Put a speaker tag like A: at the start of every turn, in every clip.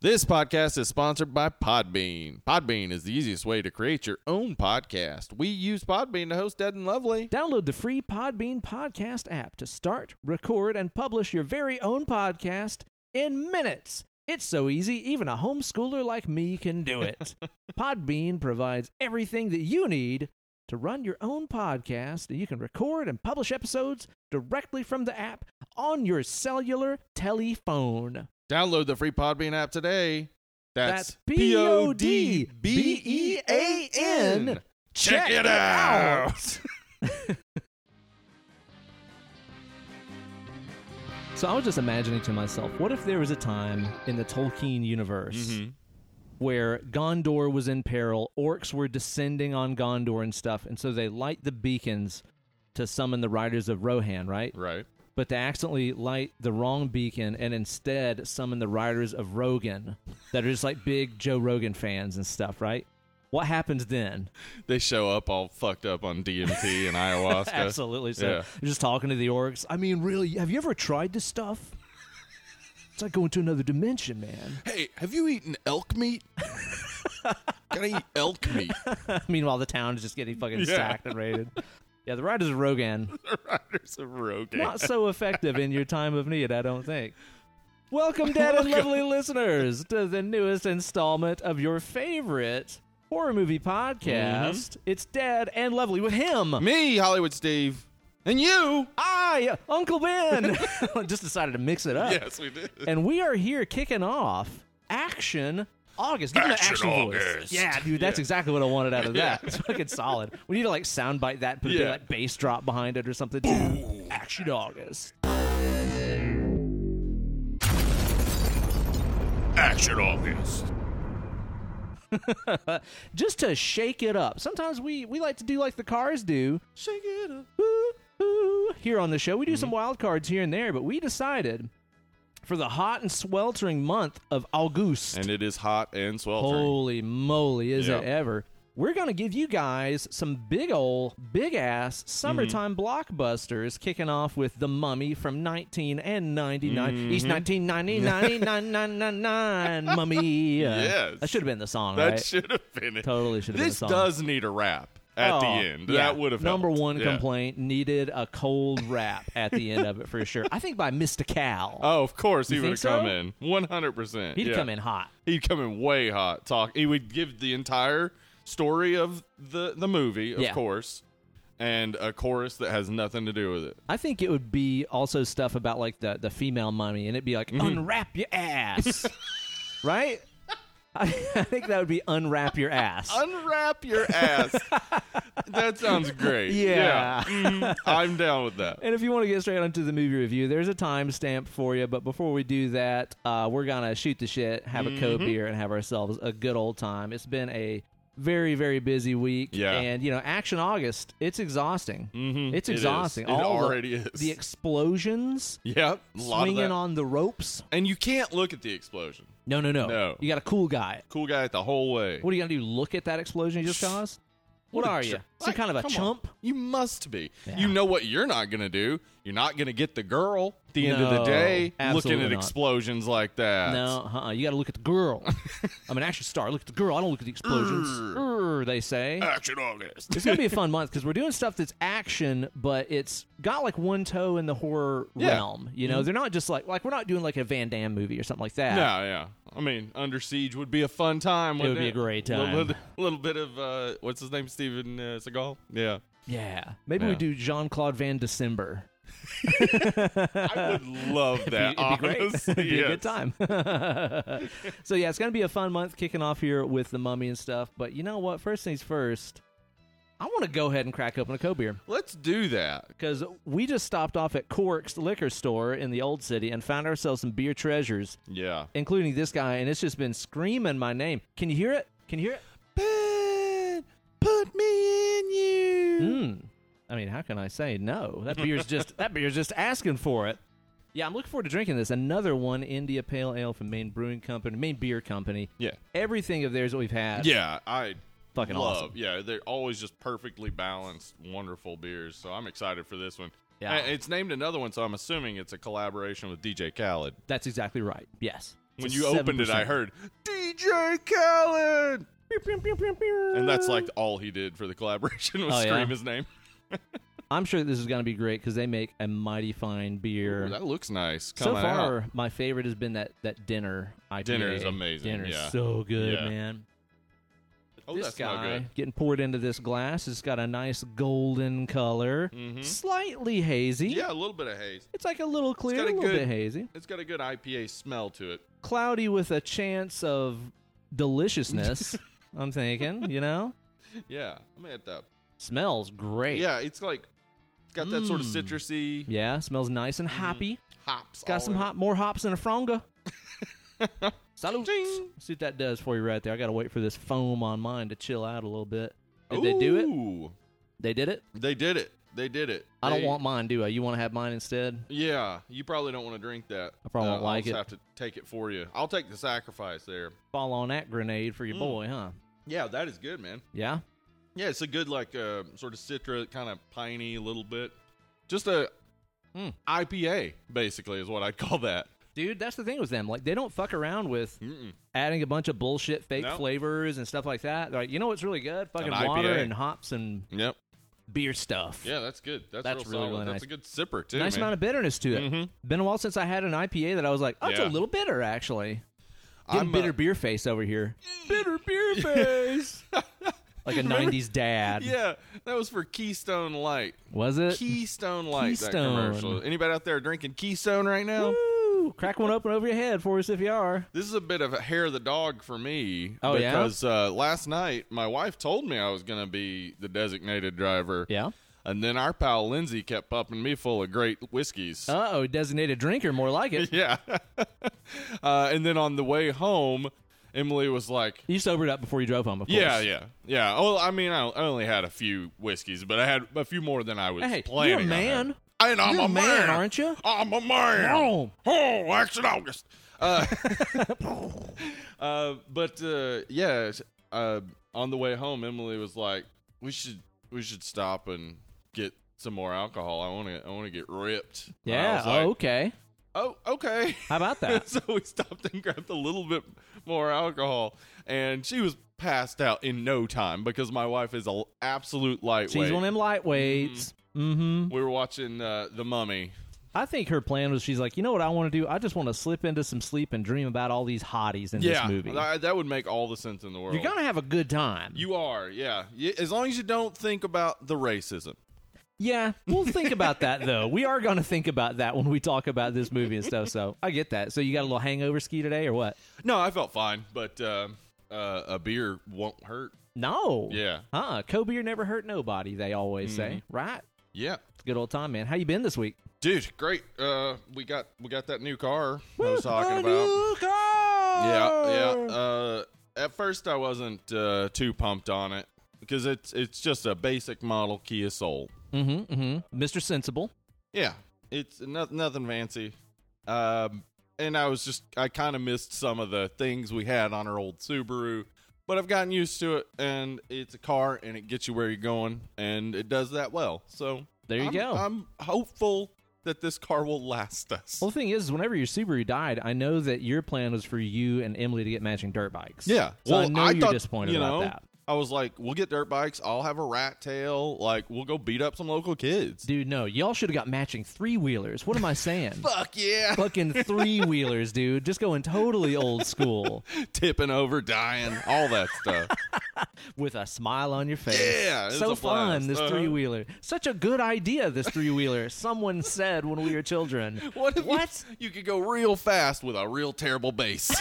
A: This podcast is sponsored by Podbean. Podbean is the easiest way to create your own podcast. We use Podbean to host Dead and Lovely.
B: Download the free Podbean podcast app to start, record, and publish your very own podcast in minutes. It's so easy, even a homeschooler like me can do it. Podbean provides everything that you need to run your own podcast, and you can record and publish episodes directly from the app on your cellular telephone.
A: Download the free Podbean app today.
B: That's P O D B E A
A: E
B: N.
A: Check it out.
B: So I was just imagining to myself, what if there was a time in the Tolkien universe
A: Mm-hmm.
B: where Gondor was in peril, orcs were descending on Gondor and stuff, and so they light the beacons to summon the riders of Rohan, right?
A: Right.
B: But they accidentally light the wrong beacon and instead summon the riders of Rogan that are just like big Joe Rogan fans and stuff, right? What happens then?
A: They show up all fucked up on DMT and ayahuasca.
B: Absolutely. So
A: Yeah.
B: you're just talking to the orcs. I mean, really, have you ever tried this stuff? It's like going to another dimension, man.
A: Hey, have you eaten elk meat? Gotta eat elk meat.
B: Meanwhile, the town is just getting fucking
A: Yeah.
B: sacked and raided. Yeah, the Riders of Rogan,
A: the Riders of Rogan.
B: not so effective in your time of need, I don't think. Welcome, dead and lovely listeners, to the newest installment of your favorite horror movie
A: Mm-hmm.
B: podcast. It's Dead and Lovely with him.
A: Me, Hollywood Steve. And you.
B: I, Uncle Ben. just decided to mix it up.
A: Yes, we did.
B: and we are here kicking off action August. Give me the
A: Action
B: action voice.
A: August.
B: Yeah, dude, that's
A: Yeah.
B: exactly what I wanted out of that.
A: Yeah.
B: It's fucking solid. We need to like soundbite that, put a bit of
A: Yeah.
B: like bass drop behind it or something. Dude, action August.
A: Action August.
B: Just to shake it up. Sometimes we we like to do like the cars do.
A: Shake it up. Mm-hmm.
B: Ooh, ooh, Here on the show, we do some wild cards here and there, but we decided for the hot and sweltering month of August.
A: And it is hot and sweltering.
B: Holy moly, is
A: Yep.
B: it ever? We're going to give you guys some big ol' big ass summertime
A: Mm-hmm.
B: blockbusters, kicking off with The Mummy from 19 and 99.
A: Mm-hmm.
B: East 1999, Mummy.
A: Yes.
B: That should have been the song,
A: that
B: right?
A: should have been it.
B: Totally should have been
A: This
B: the song.
A: does need a wrap at the
B: Oh,
A: end.
B: yeah.
A: That would have
B: Number
A: helped.
B: one
A: Yeah.
B: complaint needed a cold rap at the end of it for sure. I think by Mr. Cal.
A: Oh, of course he
B: You
A: would
B: think
A: have come
B: so?
A: in. One hundred percent.
B: He'd come in hot.
A: He'd come in way hot. Talk. He would give the entire story of the the movie, of
B: Yeah.
A: course, and a chorus that has nothing to do with it.
B: I think it would be also stuff about like the, the female mummy, and it'd be like
A: Mm-hmm.
B: unwrap your ass, right? I, I think that would be unwrap your ass.
A: Oh, Unwrap your ass. that sounds great.
B: Yeah.
A: Mhm. I'm down with that.
B: and if you want to get straight onto the movie review, there's a timestamp for you. But before we do that, uh, we're gonna shoot the shit, have a
A: Mm-hmm.
B: cold beer, and have ourselves a good old time. It's been a very very busy week,
A: Yeah.
B: And you know, Action August, it's exhausting.
A: Mhm.
B: It's
A: It is.
B: exhausting.
A: It
B: All the-
A: already is.
B: The explosions,
A: Yep. A lot of
B: swinging
A: that.
B: on the ropes.
A: and you can't look at the explosion.
B: No, no, no.
A: No.
B: You got a cool guy.
A: Cool guy the whole way.
B: What are you gonna do? Look at that explosion you just caused? What,
A: a
B: are
A: ju-
B: you? Some
A: Like,
B: kind of a
A: come on.
B: chump?
A: You must be.
B: Yeah.
A: You know what you're not going to do. You're not going to get the girl at the end of the
B: No,
A: day looking
B: absolutely
A: at
B: not.
A: explosions like that.
B: No, uh-uh. you got to look at the girl. I'm an action star. Look at the girl. I don't look at the explosions. Urgh, they say.
A: Action August.
B: It's gonna be a fun month because we're doing stuff that's action, but it's got like one toe in the horror
A: Yeah. Mm-hmm.
B: realm. You know, they're not just like like we're not doing like a Van Damme movie or something like that.
A: No, yeah. I mean, Under Siege would be a fun time.
B: It would
A: wouldn't
B: be a great
A: Little,
B: time.
A: little, little bit of uh, what's his name, Steven uh, Seagal. Yeah,
B: Yeah, maybe we
A: Yeah.
B: do Jean Claude Van December.
A: I would love that.
B: It'd be great.
A: honestly.
B: It'd be
A: Yes.
B: a good time. so yeah, it's gonna be a fun month kicking off here with the mummy and stuff. But you know what? First things first, I want to go ahead and crack open a cold beer
A: Let's do that.
B: because we just stopped off at Cork's liquor store in the old city and found ourselves some beer treasures,
A: Yeah.
B: including this guy, and it's just been screaming my name. Can you hear it? Can you hear it?
A: Ben, put me in you.
B: Mm. I mean, how can I say no? That beer's just that beer's just asking for it. Yeah, I'm looking forward to drinking this. Another one, India Pale Ale from Maine Brewing Company, Maine Beer Company.
A: Yeah.
B: everything of theirs that we've had.
A: Yeah, I
B: Fucking
A: love.
B: awesome.
A: Yeah, they're always just perfectly balanced, wonderful beers. So I'm excited for this one.
B: Yeah.
A: Uh, it's named another one, so I'm assuming it's a collaboration with DJ Khaled.
B: That's exactly right. Yes.
A: When
B: It's
A: you opened it, I
B: 7%.
A: heard DJ Khaled, and that's like all he did for the collaboration was
B: Oh, yeah?
A: scream his name.
B: I'm sure this is going to be great because they make a mighty fine beer.
A: Ooh, that looks nice.
B: so
A: Coming out.
B: far, my favorite has been that that dinner. IPA.
A: Dinner is amazing,
B: Dinner is
A: yeah.
B: so good,
A: Yeah.
B: man.
A: oh,
B: this
A: that smell
B: guy getting poured into this glass. It's got a nice golden color,
A: good. hmm
B: slightly hazy.
A: Yeah, a little bit of haze.
B: It's like a little clear,
A: got
B: a
A: a
B: little
A: good-
B: bit hazy,
A: It's got a good IPA smell to it.
B: cloudy with a chance of deliciousness. I'm thinking, you know,
A: Yeah, I'm at that.
B: smells great.
A: Yeah, it's like it's got that sort of
B: Mm.
A: citrusy
B: Yeah, smells nice
A: Mm-hmm.
B: and hoppy.
A: hops. all
B: Got some
A: in it.
B: hop, more hops than a fronga. Salute.
A: Ching.
B: See what that does for you right there. I gotta wait for this foam on mine to chill out a little bit. Did they do it?
A: Ooh.
B: They did it.
A: They did it. They did it.
B: I don't
A: They-
B: want mine, do I? You want to have mine instead?
A: Yeah, you probably don't want to drink that.
B: I probably
A: Uh,
B: won't like
A: I'll
B: it.
A: just have to take it for you. I'll take the sacrifice there.
B: Fall on that grenade for your
A: Mm.
B: boy, huh?
A: Yeah, that is good, man.
B: Yeah.
A: Yeah, it's a good like uh, sort of citra, kind of piney, little bit. Just a
B: Mm.
A: IPA, basically, is what I'd call that.
B: Dude, that's the thing with them. Like, they don't fuck around with
A: Mm-mm.
B: adding a bunch of bullshit fake
A: No.
B: flavors and stuff like that. They're like, you know what's really good? Fucking
A: An
B: water
A: IPA.
B: and hops and
A: Yep.
B: beer stuff.
A: Yeah, that's good. That's,
B: That's
A: real
B: really,
A: solid.
B: really
A: That's a good sipper too.
B: nice
A: man.
B: amount of bitterness to it.
A: Mhm.
B: Been a while since I had an IPA that I was like, oh,
A: Yeah.
B: it's a little bitter, actually. Getting
A: uh,
B: bitter beer face over here. bitter beer face. like a 90s dad.
A: yeah, that was for Keystone Light.
B: Was it?
A: Keystone Light.
B: Uh, Keystone.
A: That commercial. Anybody out there drinking Keystone right now?
B: Woo! Crack one open over your head for us if you are.
A: This is a bit of a hair of the dog for me.
B: Oh, yeah?
A: because uh, last night my wife told me I was going to be the designated driver.
B: Yeah.
A: And then our pal Lindsay kept pumping me full of great whiskeys.
B: Uh oh, designated drinker, more like it.
A: yeah. uh, and then on the way home, Emily was like,
B: You sobered up before you drove home, of course.
A: yeah, yeah, yeah. Well, I mean, I I only had a few whiskeys, but I had a few more than I was
B: Hey,
A: planning.
B: you're a
A: on
B: man.
A: having. And I'm
B: You're
A: a
B: a man,
A: man,
B: aren't you?
A: I'm a man.
B: No.
A: Oh, action August. Uh, uh, but uh, yeah, it's, uh, on the way home, Emily was like, "We should, we should stop and get some more alcohol. I want to, I want to get ripped." And I
B: Yeah.
A: was like,
B: oh, okay.
A: oh, okay.
B: How about that?
A: so we stopped and grabbed a little bit more alcohol, and she was passed out in no time because my wife is an absolute lightweight.
B: She's one of them lightweights. Mm-hmm.
A: we were watching uh, The Mummy.
B: I think her plan was she's like, you know what I want to do? I just want to slip into some sleep and dream about all these hotties in
A: yeah,
B: this movie.
A: tha- that would make all the sense in the world.
B: You're gonna have a good time.
A: You are, yeah. Y- As long as you don't think about the racism.
B: yeah, we'll think about that though. We are gonna think about that when we talk about this movie and stuff. So I get that. So you got a little hangover ski today or what?
A: No, I felt fine, but uh, uh, a beer won't hurt.
B: No.
A: Yeah, Mm-hmm.
B: Huh? Kobe or never hurt nobody. They always say, right?
A: yeah,
B: It's a good old time, man. How you been this week?
A: dude, great. Uh, we got we got that new car I was talking about. Yeah, yeah. Uh, at first, I wasn't uh, too pumped on it because it's it's just a basic model Kia Soul.
B: Mm-hmm. Mm-hmm. Mr. Sensible.
A: Yeah, it's no, nothing fancy. Um, and I was just I kind of missed some of the things we had on our old Subaru, but I've gotten used to it, and it's a car, and it gets you where you're going, and it does that well. So
B: There you
A: I'm-
B: go.
A: I'm hopeful that this car will last us.
B: Well, the thing is, whenever your Subaru died, I know that your plan was for you and Emily to get matching dirt bikes.
A: Yeah.
B: So I
A: well,
B: know you're
A: thought,
B: disappointed
A: you know,
B: about that.
A: I was like, we'll get dirt bikes. I'll have a rat tail. Like, we'll go beat up some local kids.
B: Dude, no, y'all should have got matching three wheelers. What am I saying?
A: Fuck yeah.
B: Fucking three wheelers, dude. Just going totally old school
A: Tipping over, dying, all that stuff.
B: with a smile on your face.
A: Yeah, it's
B: So
A: a
B: fun,
A: blast.
B: this
A: Uh-huh.
B: three wheeler. Such a good idea, this three wheeler, someone said when we were children.
A: What if you-
B: What?
A: You, could go real fast with a real terrible bass?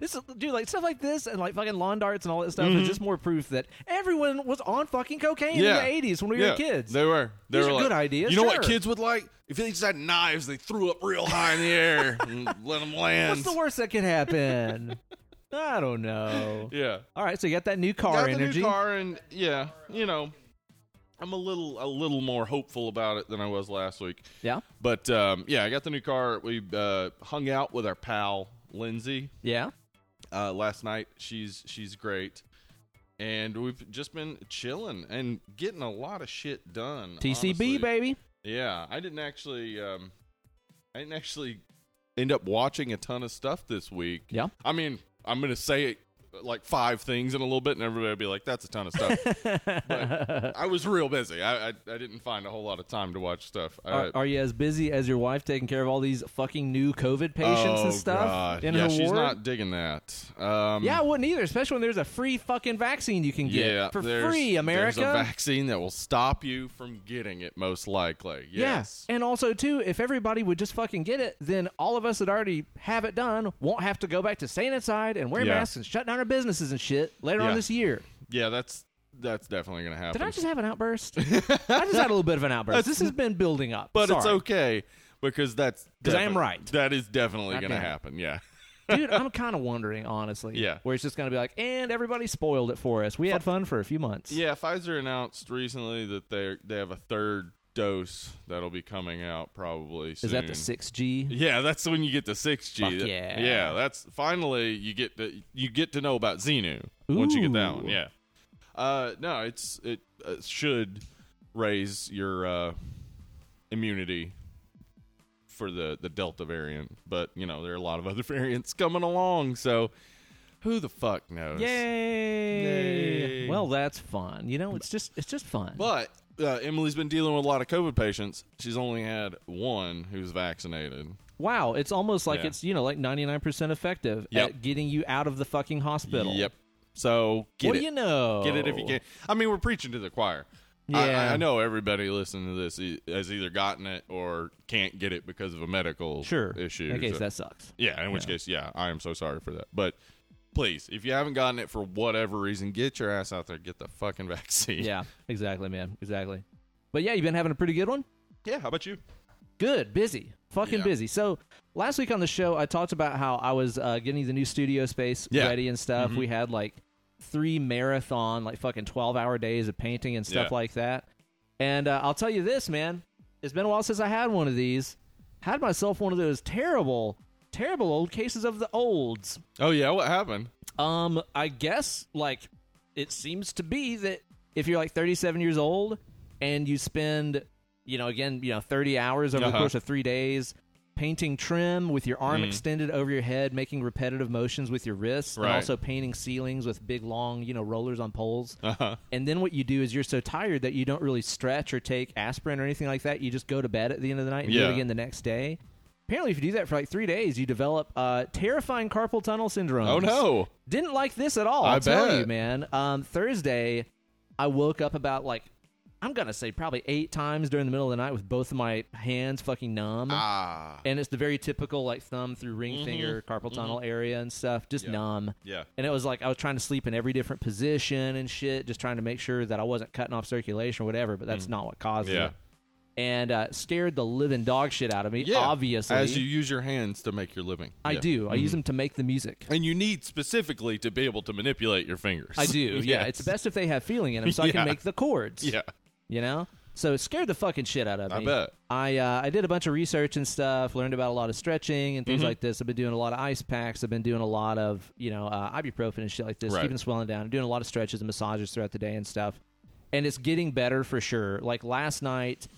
B: This is, dude, like stuff like this and like fucking lawn darts and all that stuff is just more proof that everyone was on fucking cocaine
A: Mm-hmm. Yeah.
B: in the 80s when we
A: yeah,
B: were kids.
A: They were. They
B: These
A: were
B: are
A: like,
B: good ideas,
A: You know what
B: sure.
A: kids would like? If they just had knives, they threw up real high in the air and let them land.
B: What's the worst that could happen? I don't know.
A: yeah.
B: All right, so you got that new car
A: got
B: energy.
A: the new car and yeah, you know, I'm a little a little more hopeful about it than I was last week.
B: Yeah.
A: But um, yeah, I got the new car. We uh, hung out with our pal Lindsay
B: Yeah.
A: uh, last night. She's she's great, and we've just been chilling and getting a lot of shit done.
B: TCB
A: honestly.
B: baby.
A: Yeah, I didn't actually um, I didn't actually end up watching a ton of stuff this week.
B: Yeah.
A: I mean, I'm going to say it like five things in a little bit, and everybody will be like, that's a ton of stuff. But I was real busy. I, I, I didn't find a whole lot of time to watch stuff. Uh, I-
B: Are, are you as busy as your wife taking care of all these fucking new COVID patients
A: Oh,
B: and stuff
A: God.
B: in
A: yeah,
B: her
A: she's
B: ward?
A: not digging that. Um,
B: yeah, I wouldn't either, especially when there's a free fucking vaccine you can get
A: yeah,
B: for
A: there's-
B: free, America.
A: There's a vaccine that will stop you from getting it, most likely. Yes.
B: Yeah. And also too, if everybody would just fucking get it, then all of us that already have it done won't have to go back to staying inside and wearing
A: Yeah.
B: masks and shutting down our businesses and shit later
A: Yeah.
B: on this year.
A: Yeah, that's that's definitely gonna happen.
B: Did I just have an outburst? I just had a little bit of an outburst. This has been building up.
A: but it's
B: Sorry.
A: okay because that's
B: 'Cause I am
A: defi-
B: right.
A: That is definitely
B: Goddamn
A: gonna
B: it.
A: happen. Yeah.
B: Dude, I'm kind of wondering, honestly.
A: Yeah.
B: Where it's just going to be like, and everybody spoiled it for us. We had fun for a few months.
A: Yeah, Pfizer announced recently that they they have a third dose that'll be coming out probably soon.
B: Is that the 6G?
A: Yeah, that's when you get to 6G.
B: Fuck
A: That-
B: yeah.
A: Yeah, that's finally you get to you get to know about Xenu once you get that one.
B: Ooh.
A: Yeah. Uh no, it's it uh, should raise your uh immunity for the the Delta variant, but you know, there are a lot of other variants coming along, so who the fuck knows.
B: Yay.
A: Yay.
B: Well, that's fun. You know, it's just it's just fun.
A: But uh, Emily's been dealing with a lot of COVID patients. She's only had one who's vaccinated.
B: wow, it's almost like
A: Yeah.
B: it's, you know, like 99% effective
A: Yep.
B: at getting you out of the fucking hospital.
A: Yep. So get
B: what
A: it.
B: do you know?
A: Get it if you can. I mean, we're preaching to the choir. I-
B: Oh. Yeah.
A: I, I know everybody listening to this e- has either gotten it or can't get it because of a medical
B: Sure.
A: issue.
B: Okay,
A: So-
B: that sucks.
A: yeah, in which
B: yeah.
A: case, yeah, I am so sorry for that. But please, if you haven't gotten it for whatever reason, get your ass out there, get the fucking vaccine.
B: Yeah, exactly, man. Exactly. But yeah, you've been having a pretty good one?
A: Yeah. How about you?
B: Good, busy, fucking
A: Yeah.
B: busy. So last week on the show, I talked about how I was uh, getting the new studio space
A: Yeah. Mm-hmm.
B: ready and stuff. We had like three marathon, like fucking twelve hour days of painting and stuff
A: Yeah.
B: like that. And uh, I'll tell you this, man, it's been a while since I had one of these. Had myself one of those terrible, terrible old cases of the olds.
A: Oh yeah. What happened?
B: Um, I guess like it seems to be that if you're like 37 years old and you spend, you know, again, you know, 30 hours over the
A: Uh-huh. Mm.
B: course of three days painting trim with your arm extended over your head, making repetitive motions with your wrists,
A: Right.
B: and also painting ceilings with big long, you know, rollers on poles.
A: Uh huh.
B: And then what you do is you're so tired that you don't really stretch or take aspirin or anything like that. You just go to bed at the end of the night and do
A: Yeah.
B: it again the next day. Apparently, if you do that for like three days, you develop uh, terrifying carpal tunnel syndrome.
A: Oh no.
B: Didn't like this at all.
A: I
B: I'll tell
A: bet.
B: you, man. Um, Thursday, I woke up about like I'm gonna say probably eight times during the middle of the night with both of my hands fucking numb,
A: Ah. Mm-hmm.
B: and it's the very typical like thumb through ring finger carpal tunnel area and stuff, just
A: Yeah.
B: numb.
A: Yeah.
B: And it was like I was trying to sleep in every different position and shit, just trying to make sure that I wasn't cutting off circulation or whatever. But that's not what caused
A: Mm. Yeah.
B: it. And uh, scared the living dog shit out of me.
A: Yeah.
B: obviously,
A: As you use your hands to make your living.
B: I
A: Yeah. Mm-hmm.
B: do. I use them to make the music.
A: And you need specifically to be able to manipulate your fingers.
B: I do. Yeah, it's best if they have feeling in them, so I
A: Yeah.
B: can make the chords.
A: Yeah.
B: you know. So it scared the fucking shit out of me.
A: I bet.
B: I uh, I did a bunch of research and stuff. Learned about a lot of stretching and
A: Mm-hmm.
B: things like this. I've been doing a lot of ice packs. I've been doing a lot of you know uh, ibuprofen and shit like this.
A: Right.
B: Keeping swelling down. I'm doing a lot of stretches and massages throughout the day and stuff. And it's getting better for sure. Like last night.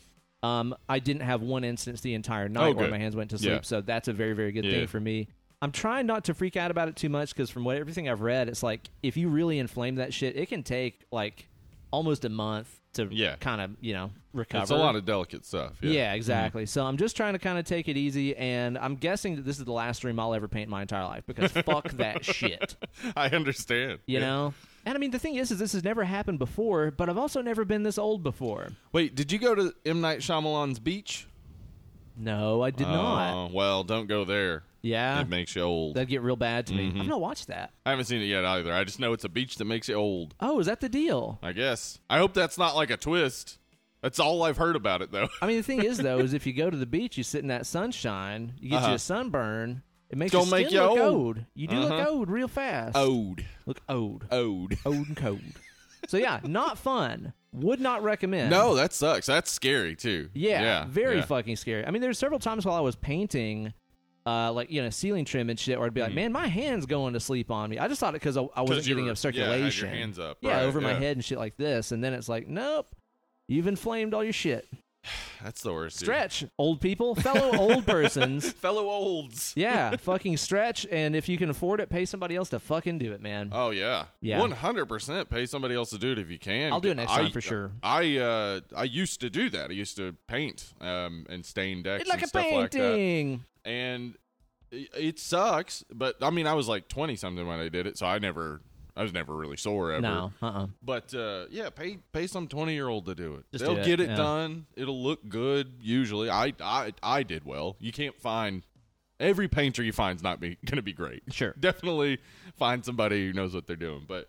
B: Um, I didn't have one instance the entire night where
A: Oh, good.
B: my hands went to sleep,
A: Yeah.
B: so that's a very, very good
A: Yeah.
B: thing for me. I'm trying not to freak out about it too much because from what everything I've read, it's like if you really inflame that shit, it can take like almost a month to
A: Yeah.
B: kind of you know recover.
A: It's a lot of Mm-hmm. delicate stuff.
B: yeah,
A: Yeah.
B: exactly. So I'm just trying to kind of take it easy, and I'm guessing that this is the last room I'll ever paint in my entire life because fuck that shit,
A: I understand. Yeah.
B: you know. And I mean, the thing is, is this has never happened before, but I've also never been this old before.
A: Wait, did you go to M Night Shyamalan's beach?
B: No, I Uh, did not.
A: Oh, well, don't go there.
B: Yeah,
A: It makes you old.
B: that'd get real bad to
A: Mm-hmm.
B: me. I've not watched that.
A: I haven't seen it yet either. I just know it's a beach that makes you old.
B: Oh, is that the deal?
A: I guess. I hope that's not like a twist. That's all I've heard about it though.
B: I mean, the thing is, though, is if you go to the beach, you sit in that sunshine, you get you
A: Uh-huh.
B: a sunburn. It makes
A: It's
B: your
A: gonna
B: skin
A: make you
B: look
A: old.
B: old. You do look
A: Uh-huh.
B: old real fast.
A: Ode.
B: look old,
A: Ode.
B: old and cold. so yeah, not fun. Would not recommend.
A: No, that sucks. That's scary too.
B: Yeah,
A: Yeah.
B: very
A: yeah.
B: fucking scary. I mean, there's several times while I was painting, uh, like you know, ceiling trim and shit, where I'd be like, "Man, my hand's going to sleep on me." I just thought it because I, I wasn't
A: Mm. you
B: getting
A: were-
B: up
A: yeah, had your
B: circulation.
A: hands up,
B: Yeah,
A: right,
B: over my
A: yeah.
B: head and shit like this, and then it's like, "Nope, you've inflamed all your shit."
A: That's the worst. dude.
B: Stretch, old people, fellow old persons.
A: Fellow olds.
B: Yeah, fucking stretch. And if you can afford it, pay somebody else to fucking do it, man.
A: Oh yeah.
B: Yeah.
A: 100% pay somebody else to do it if you can.
B: I'll do it next time
A: I-
B: for sure.
A: I uh I used to do that. I used to paint um and stain decks
B: It's like
A: and
B: a
A: stuff like that.
B: painting.
A: And i- it sucks, but I mean I was like 20 something when I did it, so I never I was never really sore ever.
B: no, uh, uh
A: But uh, yeah, pay pay some twenty year old to do it.
B: Just
A: They'll
B: do it,
A: get it
B: yeah.
A: done. It'll look good. Usually, I I I did well. You can't find every painter you find's not be, gonna be great.
B: Sure.
A: Definitely find somebody who knows what they're doing. But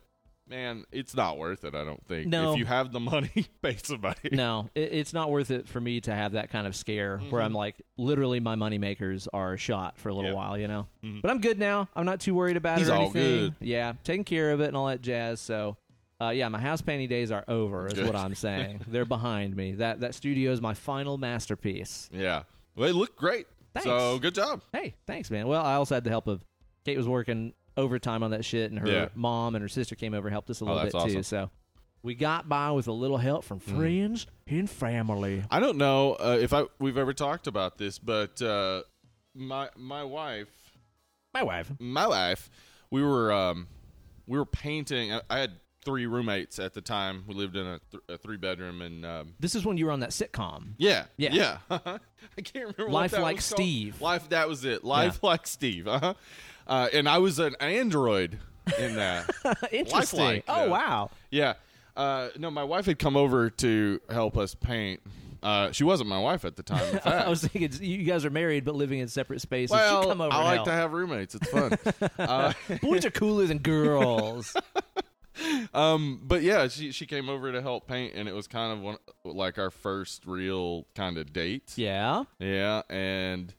A: man, it's not worth it. I don't think.
B: No.
A: If you have the money, pay somebody.
B: No, it, it's not worth it for me to have that kind of scare where
A: Mm-hmm.
B: I'm like, literally, my money makers are shot for a little
A: Yeah.
B: while, you know. But I'm good now. I'm not too worried
A: Mm-hmm.
B: about
A: He's
B: it or
A: all
B: anything.
A: good.
B: Yeah, taking care of it and all that jazz. So, uh, yeah, my house painting days are over, is
A: Good.
B: what I'm saying. They're behind me. That that studio is my final masterpiece.
A: Yeah. Well, it looked great.
B: Thanks.
A: So good job.
B: Hey, thanks, man. Well, I also had the help of Kate was working overtime on that shit, and her
A: Yeah.
B: mom and her sister came over and helped us a
A: Oh,
B: little
A: that's
B: bit too.
A: awesome. Mm.
B: So. We got by with a little help from friends and family.
A: I don't know uh, if I we've ever talked about this, but uh, my my wife
B: My wife.
A: my wife, we were um, we were painting. I, I had three roommates at the time. We lived in a, th- a three bedroom, and um,
B: This is when you were on that sitcom.
A: yeah,
B: Yeah.
A: yeah. I can't remember. what
B: Life
A: that
B: Like
A: was called.
B: Steve.
A: Life that was it. Life like Steve. Uh-huh. Uh, and I was an android in that.
B: Interesting.
A: Lifelike,
B: oh
A: yeah.
B: wow.
A: yeah. Uh, no, my wife had come over to help us paint. Uh, she wasn't my wife at the time. in fact.
B: I was thinking it's- you guys are married but living in separate spaces.
A: well,
B: you come over.
A: I
B: and
A: like
B: help.
A: to have roommates. It's fun. uh,
B: Boys are cooler than girls.
A: Um, but yeah, she she came over to help paint, and it was kind of one like our first real kind of date.
B: yeah.
A: Yeah, and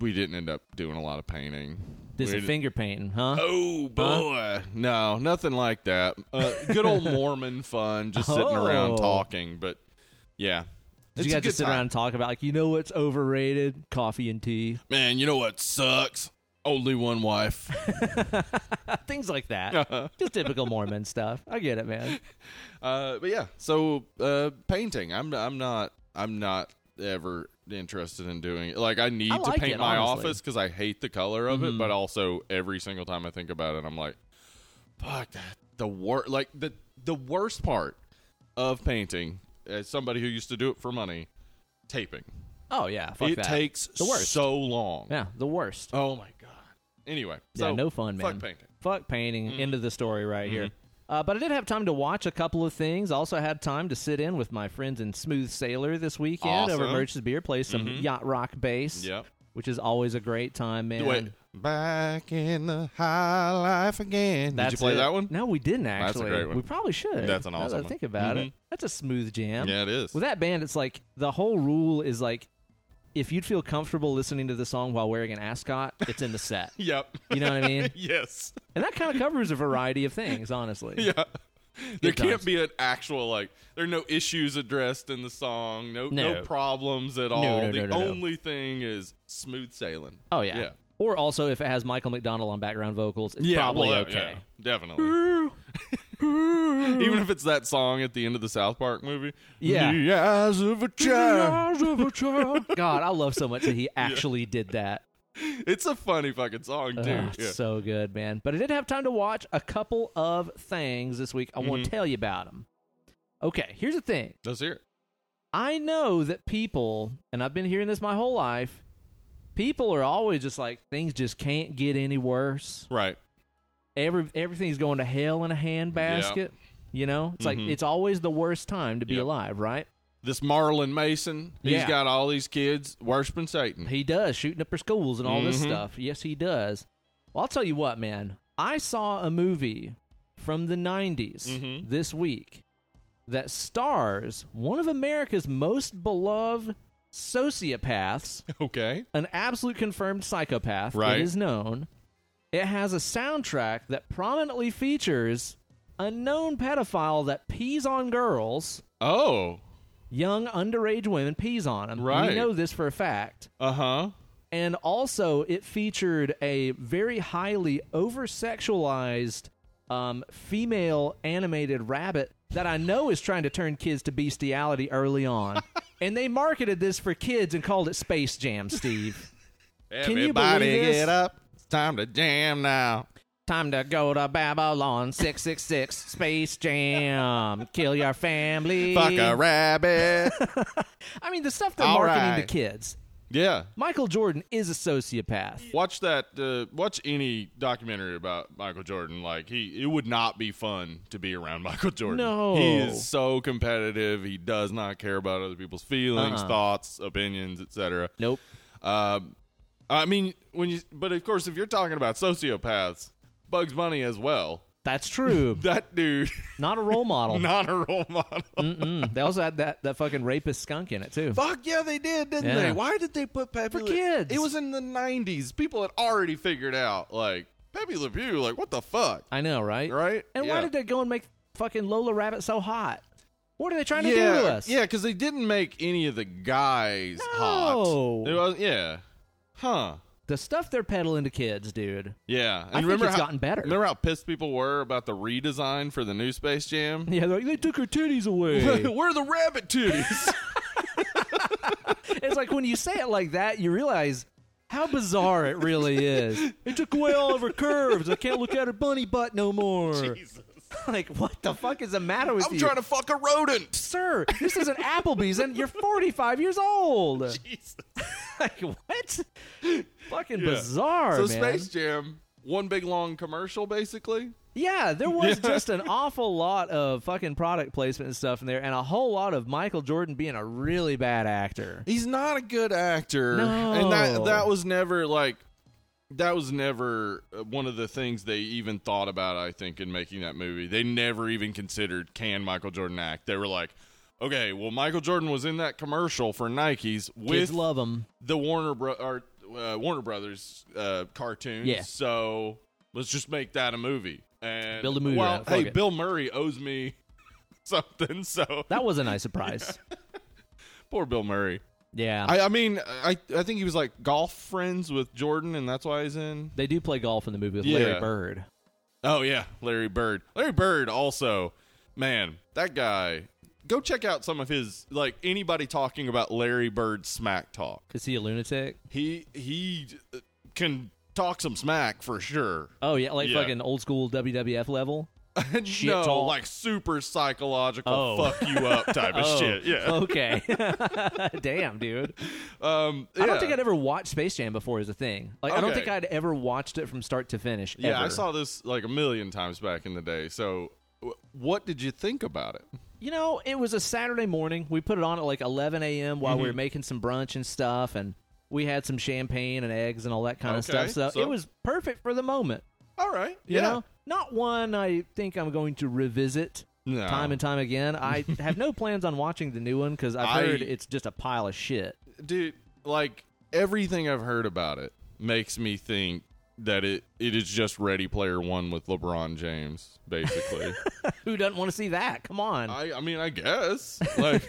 A: we didn't end up doing a lot of painting. We
B: This is
A: didn't-
B: finger painting, huh?
A: Oh boy, no, nothing like that. Uh, good old Mormon fun, just sitting
B: Oh.
A: around talking. But yeah,
B: Did
A: It's
B: you
A: a good
B: guys just sit
A: time.
B: around and talk about like you know what's overrated? Coffee and tea,
A: Man, you know what sucks? Only one wife.
B: things like that.
A: Uh-huh.
B: just typical Mormon stuff. I get it, man.
A: Uh, but yeah, so uh, painting. I'm I'm not I'm not ever interested in doing it. Like I need
B: I like
A: to paint
B: it,
A: my
B: honestly. Mm-hmm.
A: office because I hate the color of it, but also every single time I think about it, I'm like, fuck that. The wor- like the the worst part of painting as somebody who used to do it for money, taping.
B: Oh yeah, fuck
A: it
B: that.
A: takes
B: The worst.
A: so long.
B: yeah, the worst.
A: Oh my god. Anyway,
B: Yeah,
A: so
B: no fun,
A: fuck
B: man.
A: painting.
B: Fuck painting.
A: Mm-hmm.
B: End of the story right here. Uh, but I did have time to watch a couple of things. I also had time to sit in with my friends in Smooth Sailor this weekend over at
A: Awesome. Mm-hmm.
B: Merch's Beer, play some yacht rock bass,
A: Yep.
B: which is always a great time, man.
A: Wait. Back in the high life again.
B: That's
A: Did you play
B: it.
A: that one?
B: No, we didn't
A: a
B: actually.
A: great one.
B: We probably should.
A: That's an
B: Now that
A: awesome
B: I
A: one.
B: think about it.
A: Mhm.
B: That's a smooth jam.
A: Yeah, it is.
B: With that band, it's like the whole rule is like if you'd feel comfortable listening to the song while wearing an ascot, it's in the set.
A: Yep.
B: You know what I mean?
A: yes.
B: And that kind of covers a variety of things, honestly.
A: Yeah. There can't
B: times.
A: be an actual like. There are no issues addressed in the song. No, no,
B: No.
A: problems at all. the
B: no, no, no, no.
A: only thing is smooth sailing.
B: Oh yeah.
A: Yeah.
B: Or also if it has Michael McDonald on background vocals, it's
A: Yeah,
B: probably
A: well, uh, yeah,
B: okay.
A: definitely. Even if it's that song at the end of the South Park movie.
B: Yeah.
A: The eyes of a child.
B: God, I love so much that he actually did that.
A: It's a funny fucking song, dude.
B: Ugh,
A: yeah.
B: So good, man. But I did have time to watch a couple of things this week. I want
A: Mm-hmm.
B: to tell you about them. Okay, here's the thing.
A: Let's hear it.
B: I know that people, and I've been hearing this my whole life, people are always just like, things just can't get any worse.
A: Right.
B: every everything's going to hell in a handbasket. You know, it's like it's always the worst time to be
A: Mm-hmm. Yep.
B: alive, right?
A: This Marlon Mason. He's
B: Yeah.
A: got all these kids worshiping Satan.
B: He does shooting up her schools and all this
A: Mhm.
B: stuff. Yes, he does. Well, I'll tell you what, man. I saw a movie from the '90s
A: Mhm.
B: this week that stars one of America's most beloved sociopaths,
A: okay.
B: an absolute confirmed psychopath.
A: Right.
B: It is known. It has a soundtrack that prominently features a known pedophile that pees on girls,
A: Oh.
B: young underage women pees on them. We
A: Right.
B: know this for a fact.
A: Uh huh.
B: And also, it featured a very highly over sexualized um, female animated rabbit that I know is trying to turn kids to bestiality early on. And they marketed this for kids and called it Space Jam, Steve. you
A: Everybody
B: believe
A: get
B: this?
A: up. It's time to jam now.
B: Time to go to Babylon 666 Space Jam. Kill your family.
A: Fuck a rabbit.
B: I mean, the stuff they're
A: All
B: marketing to
A: right.
B: kids.
A: yeah.
B: Michael Jordan is a sociopath.
A: Watch that. Uh, watch any documentary about Michael Jordan. Like he, it would not be fun to be around Michael Jordan.
B: No.
A: he is so competitive. He does not care about other people's feelings,
B: Uh-uh.
A: thoughts, opinions, etc.
B: Nope.
A: Um, I mean, when you, but of course, if you're talking about sociopaths, Bugs Bunny as well.
B: That's true.
A: That dude,
B: Not a role model.
A: not a role model.
B: Mm-mm. They also had that, that fucking rapist skunk in it, too.
A: Fuck yeah, they did, didn't
B: Yeah.
A: they? Why did they put Pepe
B: For
A: Le-
B: kids.
A: It was in the '90s. People had already figured out, like Pepe Le Pew, like what the fuck,
B: I know, right?
A: right?
B: And
A: Yeah.
B: why did they go and make fucking Lola Rabbit so hot? What are they trying to
A: yeah,
B: do to us?
A: Yeah, because they didn't make any of the guys
B: No.
A: hot. It was, yeah. Huh.
B: The stuff they're peddling to kids, dude.
A: Yeah. And
B: I think
A: remember
B: it's
A: how,
B: gotten better.
A: Remember how pissed people were about the redesign for the new Space Jam?
B: Yeah, they're like, they took her titties away.
A: Where are the rabbit titties?
B: it's like when you say it like that, you realize how bizarre it really is. It took away all of her curves. I can't look at her bunny butt no more.
A: Jesus.
B: Like, what the fuck is the matter with
A: I'm
B: you?
A: trying to fuck a rodent.
B: Sir, this is an Applebee's and you're 45 years old.
A: Jesus.
B: Like, what? Fucking
A: Yeah.
B: bizarre,
A: So
B: man.
A: Space Jam, one big long commercial, basically.
B: Yeah, there was just an awful lot of fucking product placement and stuff in there, and a whole lot of Michael Jordan being a really bad actor.
A: He's not a good actor,
B: No.
A: and that that was never like that was never uh, one of the things they even thought about. I think in making that movie, they never even considered can Michael Jordan act. They were like, okay, well Michael Jordan was in that commercial for Nikes
B: Kids
A: with
B: love him.
A: the Warner Bro- or, uh, Warner Brothers uh, cartoons,
B: Yeah.
A: so let's just make that a movie and
B: Build a movie
A: Well,
B: out of it.
A: hey,
B: Fuck it.
A: Bill Murray owes me something, so
B: That was a nice surprise.
A: poor Bill Murray.
B: Yeah.
A: I, I mean, I I think he was like golf friends with Jordan, and that's why he's in.
B: they do play golf in the movie with Larry
A: Yeah.
B: Bird.
A: Oh yeah, Larry Bird. Larry Bird also, man, that guy. Go check out some of his like anybody talking about Larry Bird smack talk.
B: Is he a lunatic?
A: He he uh, can talk some smack for sure.
B: Oh, yeah, like
A: Yeah.
B: fucking old school WWF level. Shit
A: no,
B: talk.
A: like super psychological
B: Oh.
A: fuck you up type of
B: Oh,
A: shit. Yeah.
B: Okay. Damn, dude.
A: Um,
B: I don't
A: yeah.
B: think I'd ever watched Space Jam before as a thing. Like, I don't
A: Okay.
B: think I'd ever watched it from start to finish.
A: Yeah, I
B: ever.
A: saw this like a million times back in the day. So, w- what did you think about it?
B: You know, it was a Saturday morning. We put it on at like 11 a.m. while we were making some brunch and stuff, and we had some champagne and eggs and all that kind
A: Okay,
B: of stuff. So,
A: so-
B: it was perfect for the moment.
A: All right.
B: You
A: yeah.
B: know, not one I think I'm going to revisit
A: No.
B: time and time again. I have no plans on watching the new one because I've
A: I-
B: heard it's just a pile of shit.
A: dude, like everything I've heard about it makes me think that it it is just Ready Player One with LeBron James, basically.
B: Who doesn't want to see that? Come on.
A: I I mean, I guess like,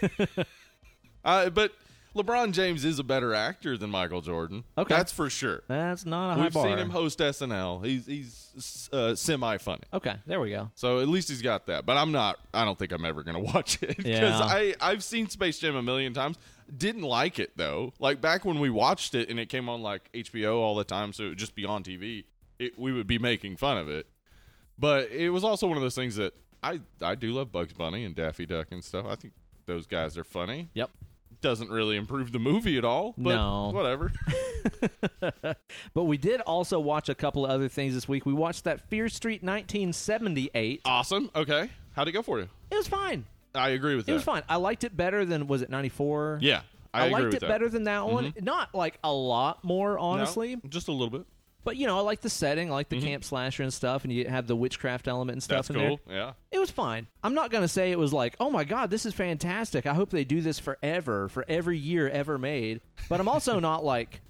A: I but LeBron James is a better actor than Michael Jordan.
B: Okay.
A: that's for sure.
B: That's not a high
A: We've
B: bar.
A: seen him host SNL. He's he's uh, semi funny.
B: okay, there we go.
A: So at least he's got that. But I'm not. I don't think I'm ever gonna watch it because
B: Yeah.
A: I I've seen Space Jam a million times. Didn't like it though. Like back when we watched it and it came on like HBO all the time, so it would just be on TV. It, we would be making fun of it. But it was also one of those things that I I do love Bugs Bunny and Daffy Duck and stuff. I think those guys are funny.
B: Yep.
A: Doesn't really improve the movie at all. But
B: No.
A: Whatever.
B: But we did also watch a couple of other things this week. We watched that Fear Street 1978.
A: awesome. Okay. How'd it go for you?
B: It was fine.
A: I agree with
B: It
A: that.
B: was fine. I liked it better than was it ninety four?
A: Yeah. I,
B: I,
A: agree
B: liked
A: with
B: it
A: that. Mm-hmm.
B: better than that one. Not like a lot more,
A: No,
B: honestly.
A: just a little bit.
B: But you know, I like the setting, I like the camp slasher and stuff, and you have the witchcraft element and stuff
A: Mm-hmm. That's
B: in there.
A: cool. Yeah.
B: It was fine. I'm not gonna say it was like, oh my god, this is fantastic. I hope they do this forever, for every year ever made. But I'm also not like,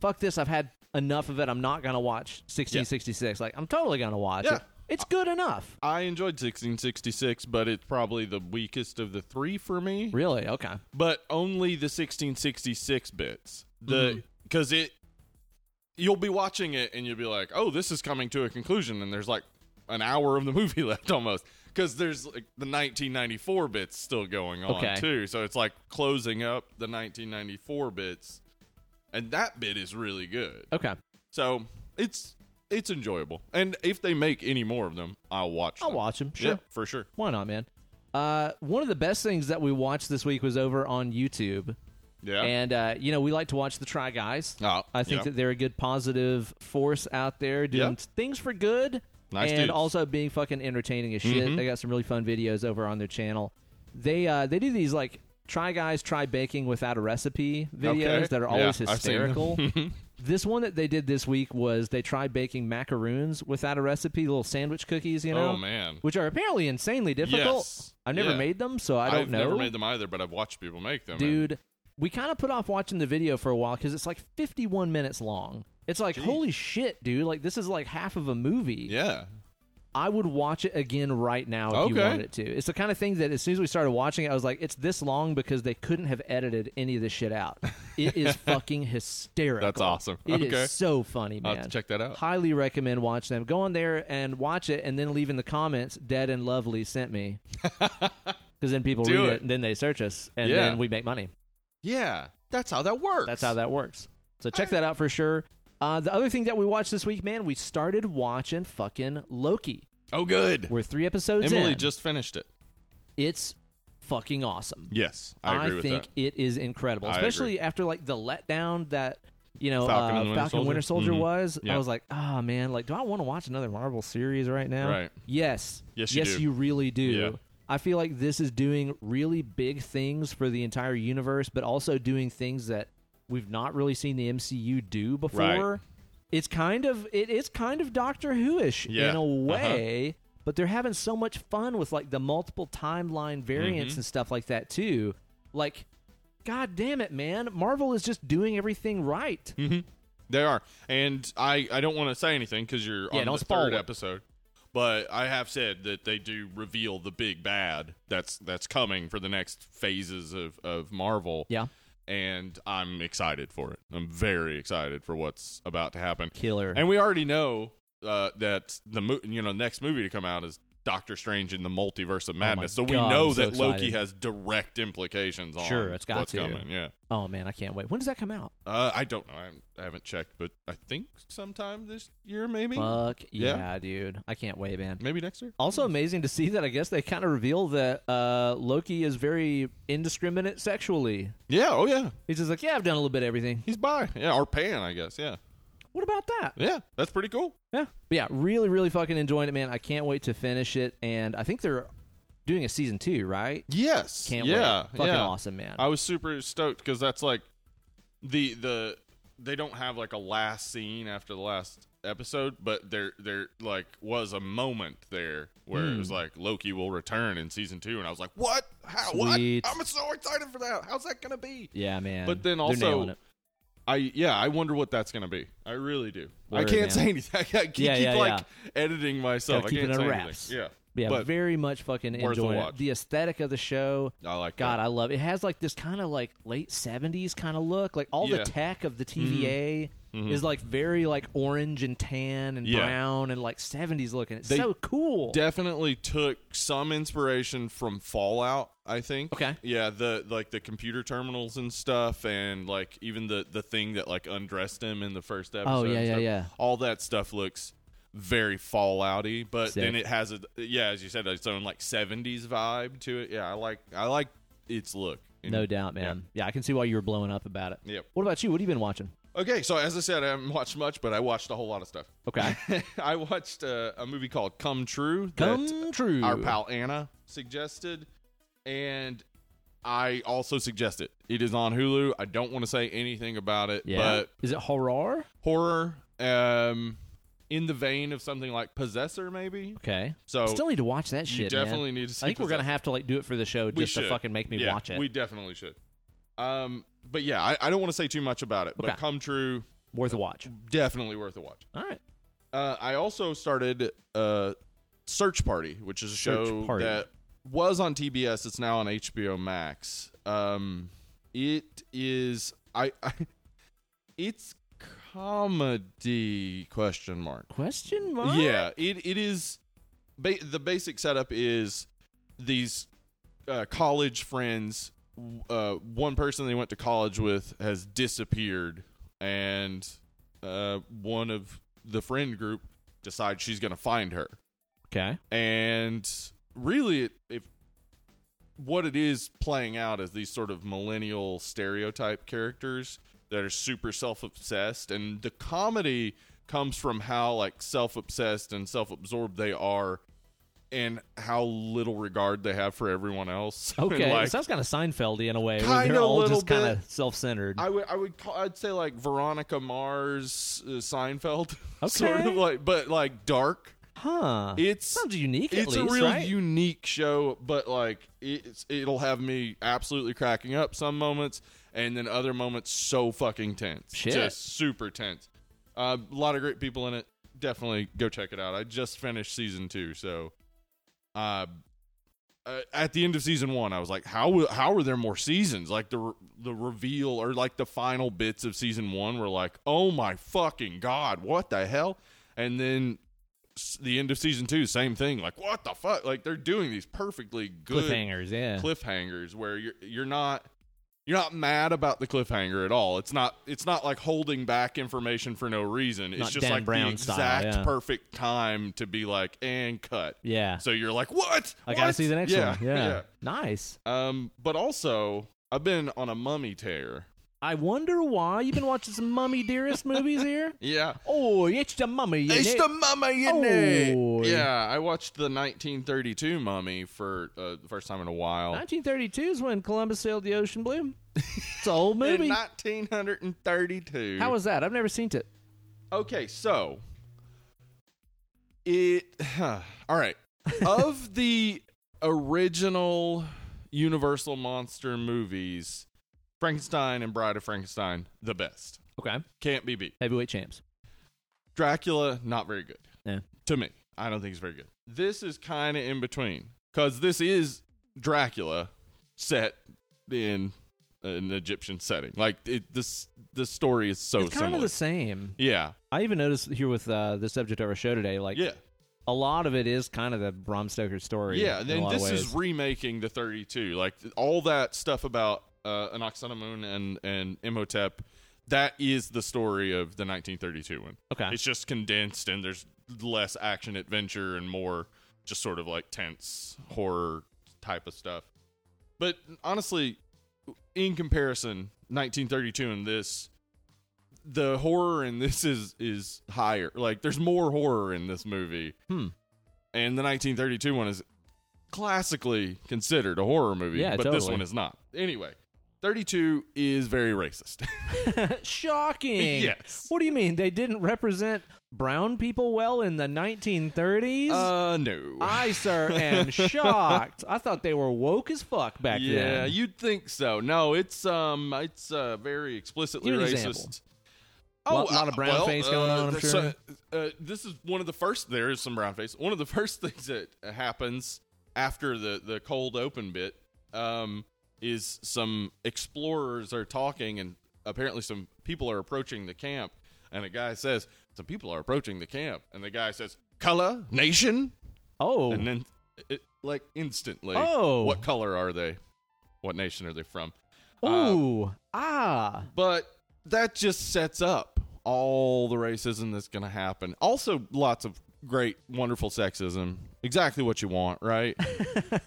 B: fuck this. I've had enough of it. I'm not gonna watch 1666. Like, I'm totally gonna watch
A: Yeah.
B: it. It's good enough.
A: I enjoyed 1666, but it's probably the weakest of the three for me.
B: Really? Okay.
A: But only the 1666 bits.
B: Mm-hmm.
A: The because it, you'll be watching it and you'll be like, "Oh, this is coming to a conclusion," and there's like an hour of the movie left almost because there's like the 1994 bits still going on
B: Okay.
A: too. So it's like closing up the 1994 bits, and that bit is really good.
B: Okay.
A: So it's it's enjoyable, and if they make any more of them, I'll watch.
B: I'll
A: them.
B: watch them.
A: Yeah,
B: Sure.
A: for sure.
B: Why not, man? Uh, one of the best things that we watched this week was over on YouTube.
A: Yeah.
B: And, uh, you know, we like to watch the Try Guys.
A: Oh,
B: I think
A: yeah.
B: that they're a good positive force out there doing
A: Yeah.
B: things for good
A: Nice
B: and
A: dudes. Mm-hmm.
B: also being fucking entertaining as shit. They got some really fun videos over on their channel. They uh, they do these like try guys try baking without a recipe videos
A: Okay.
B: that are always
A: Yeah, I've seen them. Mm-hmm.
B: hysterical. this one that they did this week was they try baking macaroons without a recipe, little sandwich cookies, you know,
A: Oh man.
B: which are apparently insanely difficult.
A: Yes.
B: I've never
A: Yeah.
B: made them, so I don't
A: have
B: know
A: never made them either, but I've watched people make them. and-
B: dude we kind of put off watching the video for a while because it's like 51 minutes long it's like holy shit dude like this is like half of a movie
A: yeah.
B: i would watch it again right now if you
A: Okay.
B: wanted to it's the kind of thing that as soon as we started watching it i was like it's this long because they couldn't have edited any of this shit out it is fucking hysterical
A: That's awesome.
B: It is
A: Okay.
B: so funny
A: I'll
B: man
A: have to check that out.
B: highly recommend watch them go on there and watch it and then leave in the comments dead and lovely sent me because then people
A: Do
B: read it.
A: it.
B: and then they search us and
A: Yeah.
B: then we make money
A: Yeah. That's how that works.
B: that's how that works. So check that out for sure. Uh, the other thing that we watched this week, man, we started watching fucking Loki.
A: Oh, good.
B: We're three episodes
A: Emily
B: in.
A: just finished it.
B: it's fucking awesome.
A: Yes, I agree with
B: think
A: that.
B: it is incredible,
A: I
B: especially after like the letdown that you know
A: Falcon and the
B: uh,
A: Winter
B: Falcon
A: Soldier?
B: Winter Soldier
A: Mhm.
B: was.
A: Yeah.
B: I was like, oh man, like, do I want to watch another Marvel series right now?
A: Right.
B: Yes.
A: Yes, you do.
B: really do.
A: Yeah.
B: I feel like this is doing really big things for the entire universe, but also doing things that we've not really seen the MCU do before. It's kind of it is kind of Doctor Who-ish
A: Yeah.
B: in a
A: Uh-huh.
B: way, but they're having so much fun with like the multiple timeline variants
A: Mm-hmm.
B: and stuff like that too. Like, god damn it, man! Marvel is just doing everything right.
A: Hmm. They are, and I I don't want to say anything because you're
B: Yeah,
A: on
B: don't
A: the
B: spoil
A: third
B: it.
A: episode, but I have said that they do reveal the big bad that's that's coming for the next phases of of Marvel.
B: Yeah,
A: and I'm excited for it. I'm very excited for what's about to happen.
B: killer.
A: And we already know uh, that the mo- you know next movie to come out is Doctor Strange in the Multiverse of Madness. so we
B: Oh God,
A: know
B: I'm so
A: that Loki
B: excited.
A: has direct implications on
B: Sure, it's got
A: what's
B: to.
A: coming. Yeah,
B: oh man, I can't wait. When does that come out?
A: uh, I don't know. I haven't, I haven't checked, but I think sometime this year, maybe,
B: Fuck yeah,
A: Yeah. Hmm.
B: dude! I can't wait, man.
A: maybe next year.
B: Also amazing to see that I guess they kind of reveal that uh, Loki is very indiscriminate sexually.
A: Yeah. Oh yeah.
B: He's just like, yeah, I've done a little bit of everything.
A: He's by. Yeah. Or Pan, I guess. Yeah.
B: What about that?
A: Yeah. That's pretty cool.
B: Yeah. But yeah, really, really fucking enjoying it, man. I can't wait to finish it. And I think they're doing a season two, right?
A: Yes.
B: Can't
A: yeah.
B: wait. Fucking
A: yeah.
B: awesome, man.
A: I was super stoked because that's like the the they don't have like a last scene after the last episode, but there there like was a moment there where it
B: Hmm.
A: was like Loki will return in season two, and I was like, what? How?
B: Sweet.
A: What? I'm so excited for that. How's that gonna be?
B: yeah, man.
A: But then
B: They're
A: also-
B: nailing it.
A: I yeah, I wonder what that's gonna be. I really do. I
B: Word,
A: can't
B: man.
A: say anything. I keep,
B: Yeah, yeah,
A: keep like editing myself. I
B: Gotta keep it
A: can't
B: in
A: say
B: wraps.
A: anything.
B: yeah,
A: but-
B: very much fucking
A: Worth a
B: enjoying it.
A: watch.
B: The aesthetic of the show.
A: Yeah, I like
B: God,
A: that.
B: I love it. It has like this kind of like late seventies kind of look. Like all the
A: Yeah. Mm-hmm.
B: tech of the TVA is like very like orange and tan and
A: Yeah.
B: brown and like seventies looking. It's
A: They
B: so cool.
A: definitely took some inspiration from Fallout, I think.
B: Okay.
A: Yeah, the like the computer terminals and stuff and like even the the thing that like undressed him in the first episode.
B: Oh, yeah,
A: and
B: yeah,
A: stuff.
B: yeah.
A: All that stuff looks very Fallouty, but then
B: Sick.
A: it has a yeah, as you said, its own like 70s vibe to it. Yeah, I like I like its look. And-
B: no doubt, man. Yeah. I can see why you were blowing up about it.
A: Yep.
B: What about you? What have you been watching?
A: Okay, so as I said, I haven't watched much, but I watched a whole lot of stuff.
B: Okay.
A: I watched uh, a movie called Come True. that-
B: Come true.
A: our pal Anna suggested, and I also suggest it. It is on Hulu. I don't want to say anything about it, but
B: is it horror?
A: horror, um, in the vein of something like Possessor, maybe.
B: Okay.
A: So
B: Still need to watch that
A: you
B: shit. man.
A: Oh, definitely need to. See
B: I think we're
A: Possessor.
B: gonna have to like do it for the show
A: We
B: just to
A: should.
B: fucking make me
A: Yeah,
B: watch it.
A: We definitely should. Um, but yeah, I, I don't want to say too much about it.
B: Okay.
A: But Come True,
B: Worth a watch.
A: definitely worth a watch.
B: All right.
A: Uh, I also started uh, Search Party, which is a
B: Search
A: show
B: Party.
A: that was on TBS. It's now on HBO Max. Um, it is I, I it's comedy question mark.
B: Question mark.
A: Yeah, it it is ba- the basic setup is these uh, college friends. w- Uh, one person they went to college with has disappeared, and uh, one of the friend group decides she's going to find her.
B: Okay.
A: And really, it, if what it is playing out is these sort of millennial stereotype characters that are super self-obsessed, and the comedy comes from how like self-obsessed and self-absorbed they are, and how little regard they have for everyone else. And,
B: Okay.
A: like,
B: it sounds kind of Seinfeldy in a way. where
A: Kinda
B: they're all
A: little
B: just kind of
A: bit.
B: self-centered.
A: I would I would call, I'd say like Veronica Mars, uh, Seinfeld, sort of
B: Okay.
A: like, but like dark.
B: huh.
A: It's
B: sounds unique. at
A: it's
B: least,
A: a real
B: right?
A: unique show but like it's, it'll have me absolutely cracking up some moments and then other moments so fucking tense
B: Shit.
A: just super tense uh, a lot of great people in it definitely go check it out i just finished season two so uh, uh, at the end of season one i was like how w- how are there more seasons like the re- the reveal or like the final bits of season one were like oh my fucking god what the hell and then s- the end of season two, same thing. Like, what the fuck? Like, they're doing these perfectly good
B: cliffhangers. Yeah.
A: cliffhangers where you're you're not you're not mad about the cliffhanger at all. It's not it's not like holding back information for no reason. It's
B: Not
A: just
B: Dan
A: like the
B: Brown
A: exact
B: style, yeah.
A: perfect time to be like and cut.
B: yeah.
A: So you're like, what?
B: I gotta
A: What?"
B: see the next
A: Yeah,
B: one. Yeah. Nice.
A: yeah. Um, but also, I've been on a mummy tear.
B: I wonder why you've been watching some Mummy Dearest movies here.
A: Yeah.
B: Oh, it's the mummy.
A: It's
B: innit?
A: the mummy in
B: Oh.
A: it. Yeah, I watched the 1932 mummy for uh, the first time in a while.
B: 1932 is when Columbus sailed the ocean blue. It's an old movie.
A: In 1932.
B: How was that? I've never seen it.
A: okay? So it. all right. of the original Universal monster movies, Frankenstein and Bride of Frankenstein, the best.
B: Okay.
A: Can't be beat.
B: Heavyweight champs.
A: Dracula, not very good.
B: Yeah.
A: To me, I don't think it's very good. This is kind of in between because this is Dracula set in an Egyptian setting. Like it, this, the story is so
B: it's kind
A: similar.
B: of the same.
A: yeah,
B: I even noticed here with uh, the subject of our show today, like
A: yeah,
B: a lot of it is kind of the Bram Stoker story.
A: yeah.
B: in
A: And
B: a
A: then
B: lot of
A: this is
B: ways.
A: remaking the 32. Like all that stuff about uh, Anoxana Moon and and Imhotep. That is the story of the 1932 one.
B: okay.
A: It's just condensed and there's less action adventure and more just sort of like tense horror type of stuff. But honestly, in comparison, 1932 and this the horror in this is is higher. Like there's more horror in this movie.
B: Hmm.
A: And the 1932 one is classically considered a horror movie,
B: Yeah,
A: but this
B: totally.
A: one is not. Anyway, 32 is very racist.
B: Shocking.
A: Yes.
B: What do you mean they didn't represent brown people well in the 1930s?
A: uh no.
B: I, sir, am shocked. I thought they were woke as fuck back
A: yeah,
B: then.
A: you'd think so. No, it's um, it's uh, very explicitly
B: Give an
A: racist. Oh, uh,
B: example. Lot- lot of brown face going on, I'm
A: there's
B: sure.
A: some- uh, this is one of the first. There is some brown face. One of the first things that happens after the the cold open bit um, is some explorers are talking, and apparently some people are approaching the camp, and a guy says, "Some people are approaching the camp," and the guy says, "Color, nation,"
B: oh,
A: and then it, like instantly,
B: Oh.
A: what color are they? What nation are they from? uh,
B: ooh, ah.
A: But that just sets up all the racism that's going to happen. Also, lots of great, wonderful sexism. Exactly what you want, right?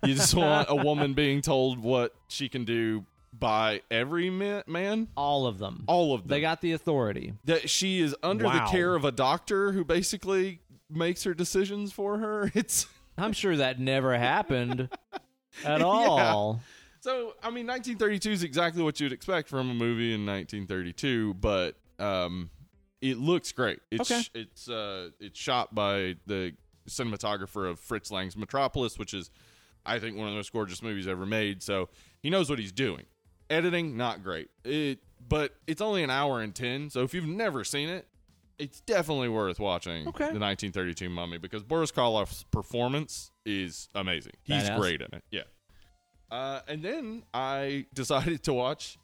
A: you just want a woman being told what she can do by every ma- man,
B: All of them.
A: all of them.
B: They got the authority.
A: that she is under
B: Wow.
A: the care of a doctor who basically makes her decisions for her. It's
B: I'm sure that never happened at all.
A: So, I mean, 1932 is exactly what you'd expect from a movie in 1932, but um, it looks great. It's
B: Okay.
A: it's uh, it's shot by the cinematographer of Fritz Lang's Metropolis, which is, I think, one of the most gorgeous movies ever made. So he knows what he's doing. Editing not great, it but it's only an hour and ten. So if you've never seen it, it's definitely worth watching.
B: Okay.
A: the 1932 Mummy because Boris Karloff's performance is amazing. He's
B: Badass.
A: great in it. Yeah. Uh, and then I decided to watch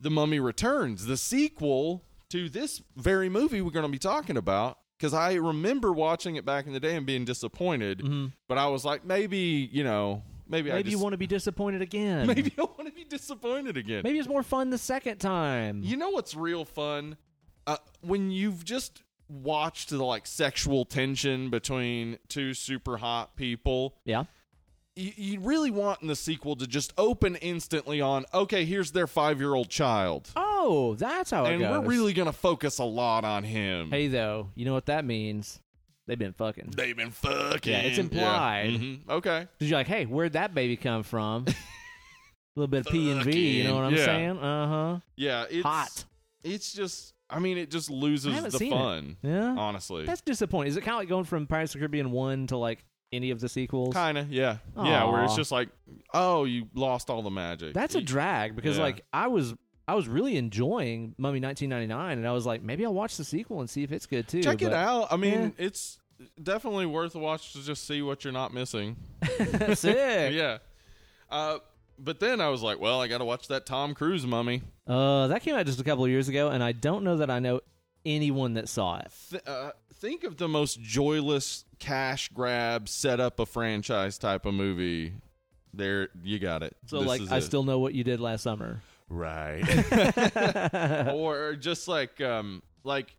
A: The Mummy Returns, the sequel to this very movie we're going to be talking about. because I remember watching it back in the day and being disappointed.
B: Mhm.
A: But I was like, maybe you know, maybe I
B: Maybe
A: just,
B: you want to be disappointed again.
A: maybe I want to be disappointed again.
B: Maybe it's more fun the second time.
A: You know what's real fun? Uh, when you've just watched the like sexual tension between two super hot people,
B: yeah.
A: you, you really want in the sequel to just open instantly on, okay, here's their five year old child.
B: Oh, that's how
A: and
B: it goes.
A: we're really going to focus a lot on him.
B: Hey, though, you know what that means? They've been fucking.
A: They've been fucking.
B: Yeah, it's implied.
A: Mhm. Okay.
B: Because you're like, hey, where'd that baby come from? A little bit of P and V, you know what I'm
A: Fucking, yeah.
B: saying? Uh
A: Yeah. It's,
B: huh. Hot.
A: It's just, I mean, it just
B: I
A: loses
B: haven't
A: the
B: seen it.
A: fun,
B: Yeah.
A: honestly.
B: That's disappointing. Is it kind of like going from Pirates of the Caribbean 1 to like any of the sequels?
A: Kind of, yeah. Yeah, where it's
B: Aw.
A: just like, oh, you lost all the magic.
B: That's a
A: You-
B: drag because
A: Yeah.
B: like I was I was really enjoying Mummy 1999 and I was like maybe I'll watch the sequel and see if it's good too.
A: Check it
B: but-
A: out. I mean, it's definitely worth a watch to just see what you're not missing.
B: Sick.
A: yeah. Uh, but then I was like, well, I got to watch that Tom Cruise mummy.
B: Uh, that came out just a couple of years ago and I don't know that I know anyone that saw it.
A: Th- uh, think of the most joyless cash grab, set up a franchise type of movie. There, you got it.
B: So
A: This
B: like
A: is
B: I
A: it.
B: still know what you did last summer.
A: right,
B: yeah.
A: or just like um, like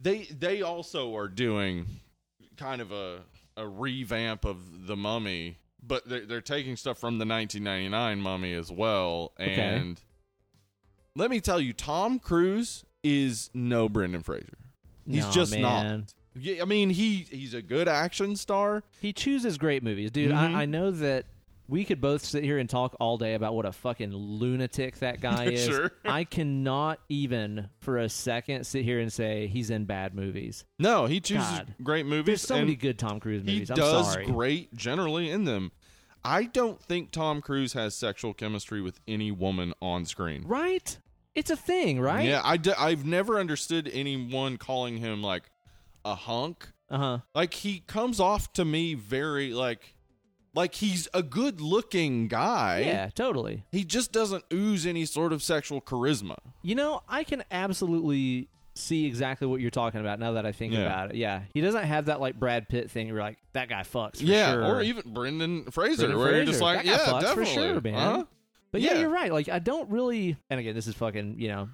A: they they also are doing kind of a a revamp of the mummy, but they're, they're taking stuff from the 1999 mummy as well.
B: Okay.
A: And let me tell you, Tom Cruise is no Brendan Fraser. He's
B: Nah,
A: just
B: man.
A: not. Yeah, I mean, he he's a good action star.
B: He chooses great movies, dude.
A: Mhm.
B: I, I know that we could both sit here and talk all day about what a fucking lunatic that guy is.
A: Sure.
B: I cannot even for a second sit here and say he's in bad movies.
A: No, he chooses
B: God.
A: great movies.
B: There's so
A: and
B: many good Tom Cruise
A: he
B: movies. I'm
A: does
B: sorry.
A: great generally in them. I don't think Tom Cruise has sexual chemistry with any woman on screen.
B: Right? It's a thing, right?
A: Yeah, I d- I've never understood anyone calling him like a hunk.
B: Uh huh.
A: Like he comes off to me very like like he's a good-looking guy.
B: Yeah, totally.
A: He just doesn't ooze any sort of sexual charisma.
B: You know, I can absolutely see exactly what you're talking about now that I think
A: Yeah.
B: about it. Yeah. He doesn't have that like Brad Pitt thing where you're like, that guy fucks. For
A: yeah,
B: sure.
A: or even Brendan Fraser,
B: Brendan
A: where you're just
B: Fraser.
A: like,
B: That guy
A: yeah,
B: fucks for
A: definitely, Uh-huh.
B: sure, man.
A: Huh?
B: But yeah.
A: Yeah.
B: you're right. Like I don't really and again, this is fucking, you know,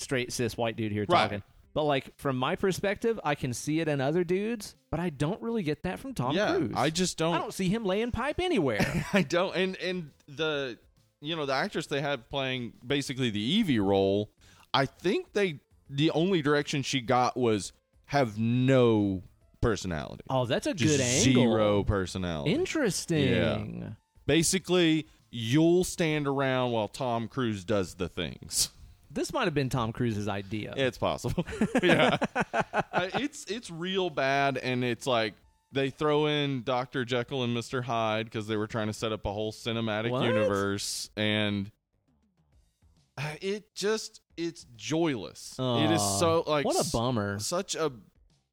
B: straight cis white dude here
A: Right.
B: talking. But like from my perspective, I can see it in other dudes, but I don't really get that from Tom
A: yeah,
B: Cruise.
A: I just
B: I
A: don't,
B: don't see him laying pipe anywhere.
A: I don't, and and the you know the actress they had playing basically the Evie role, I think they the only direction she got was have no personality,
B: oh, that's a
A: just
B: good angle.
A: zero personality.
B: Interesting.
A: basically, you'll stand around while Tom Cruise does the things.
B: This might have been Tom Cruise's idea.
A: It's possible. yeah. Uh, it's it's real bad and it's like they throw in Dr. Jekyll and Mr. Hyde cuz they were trying to set up a whole cinematic
B: What?
A: universe and uh, it just it's joyless. it is
B: Aw,
A: so like
B: what a
A: s-
B: bummer.
A: such a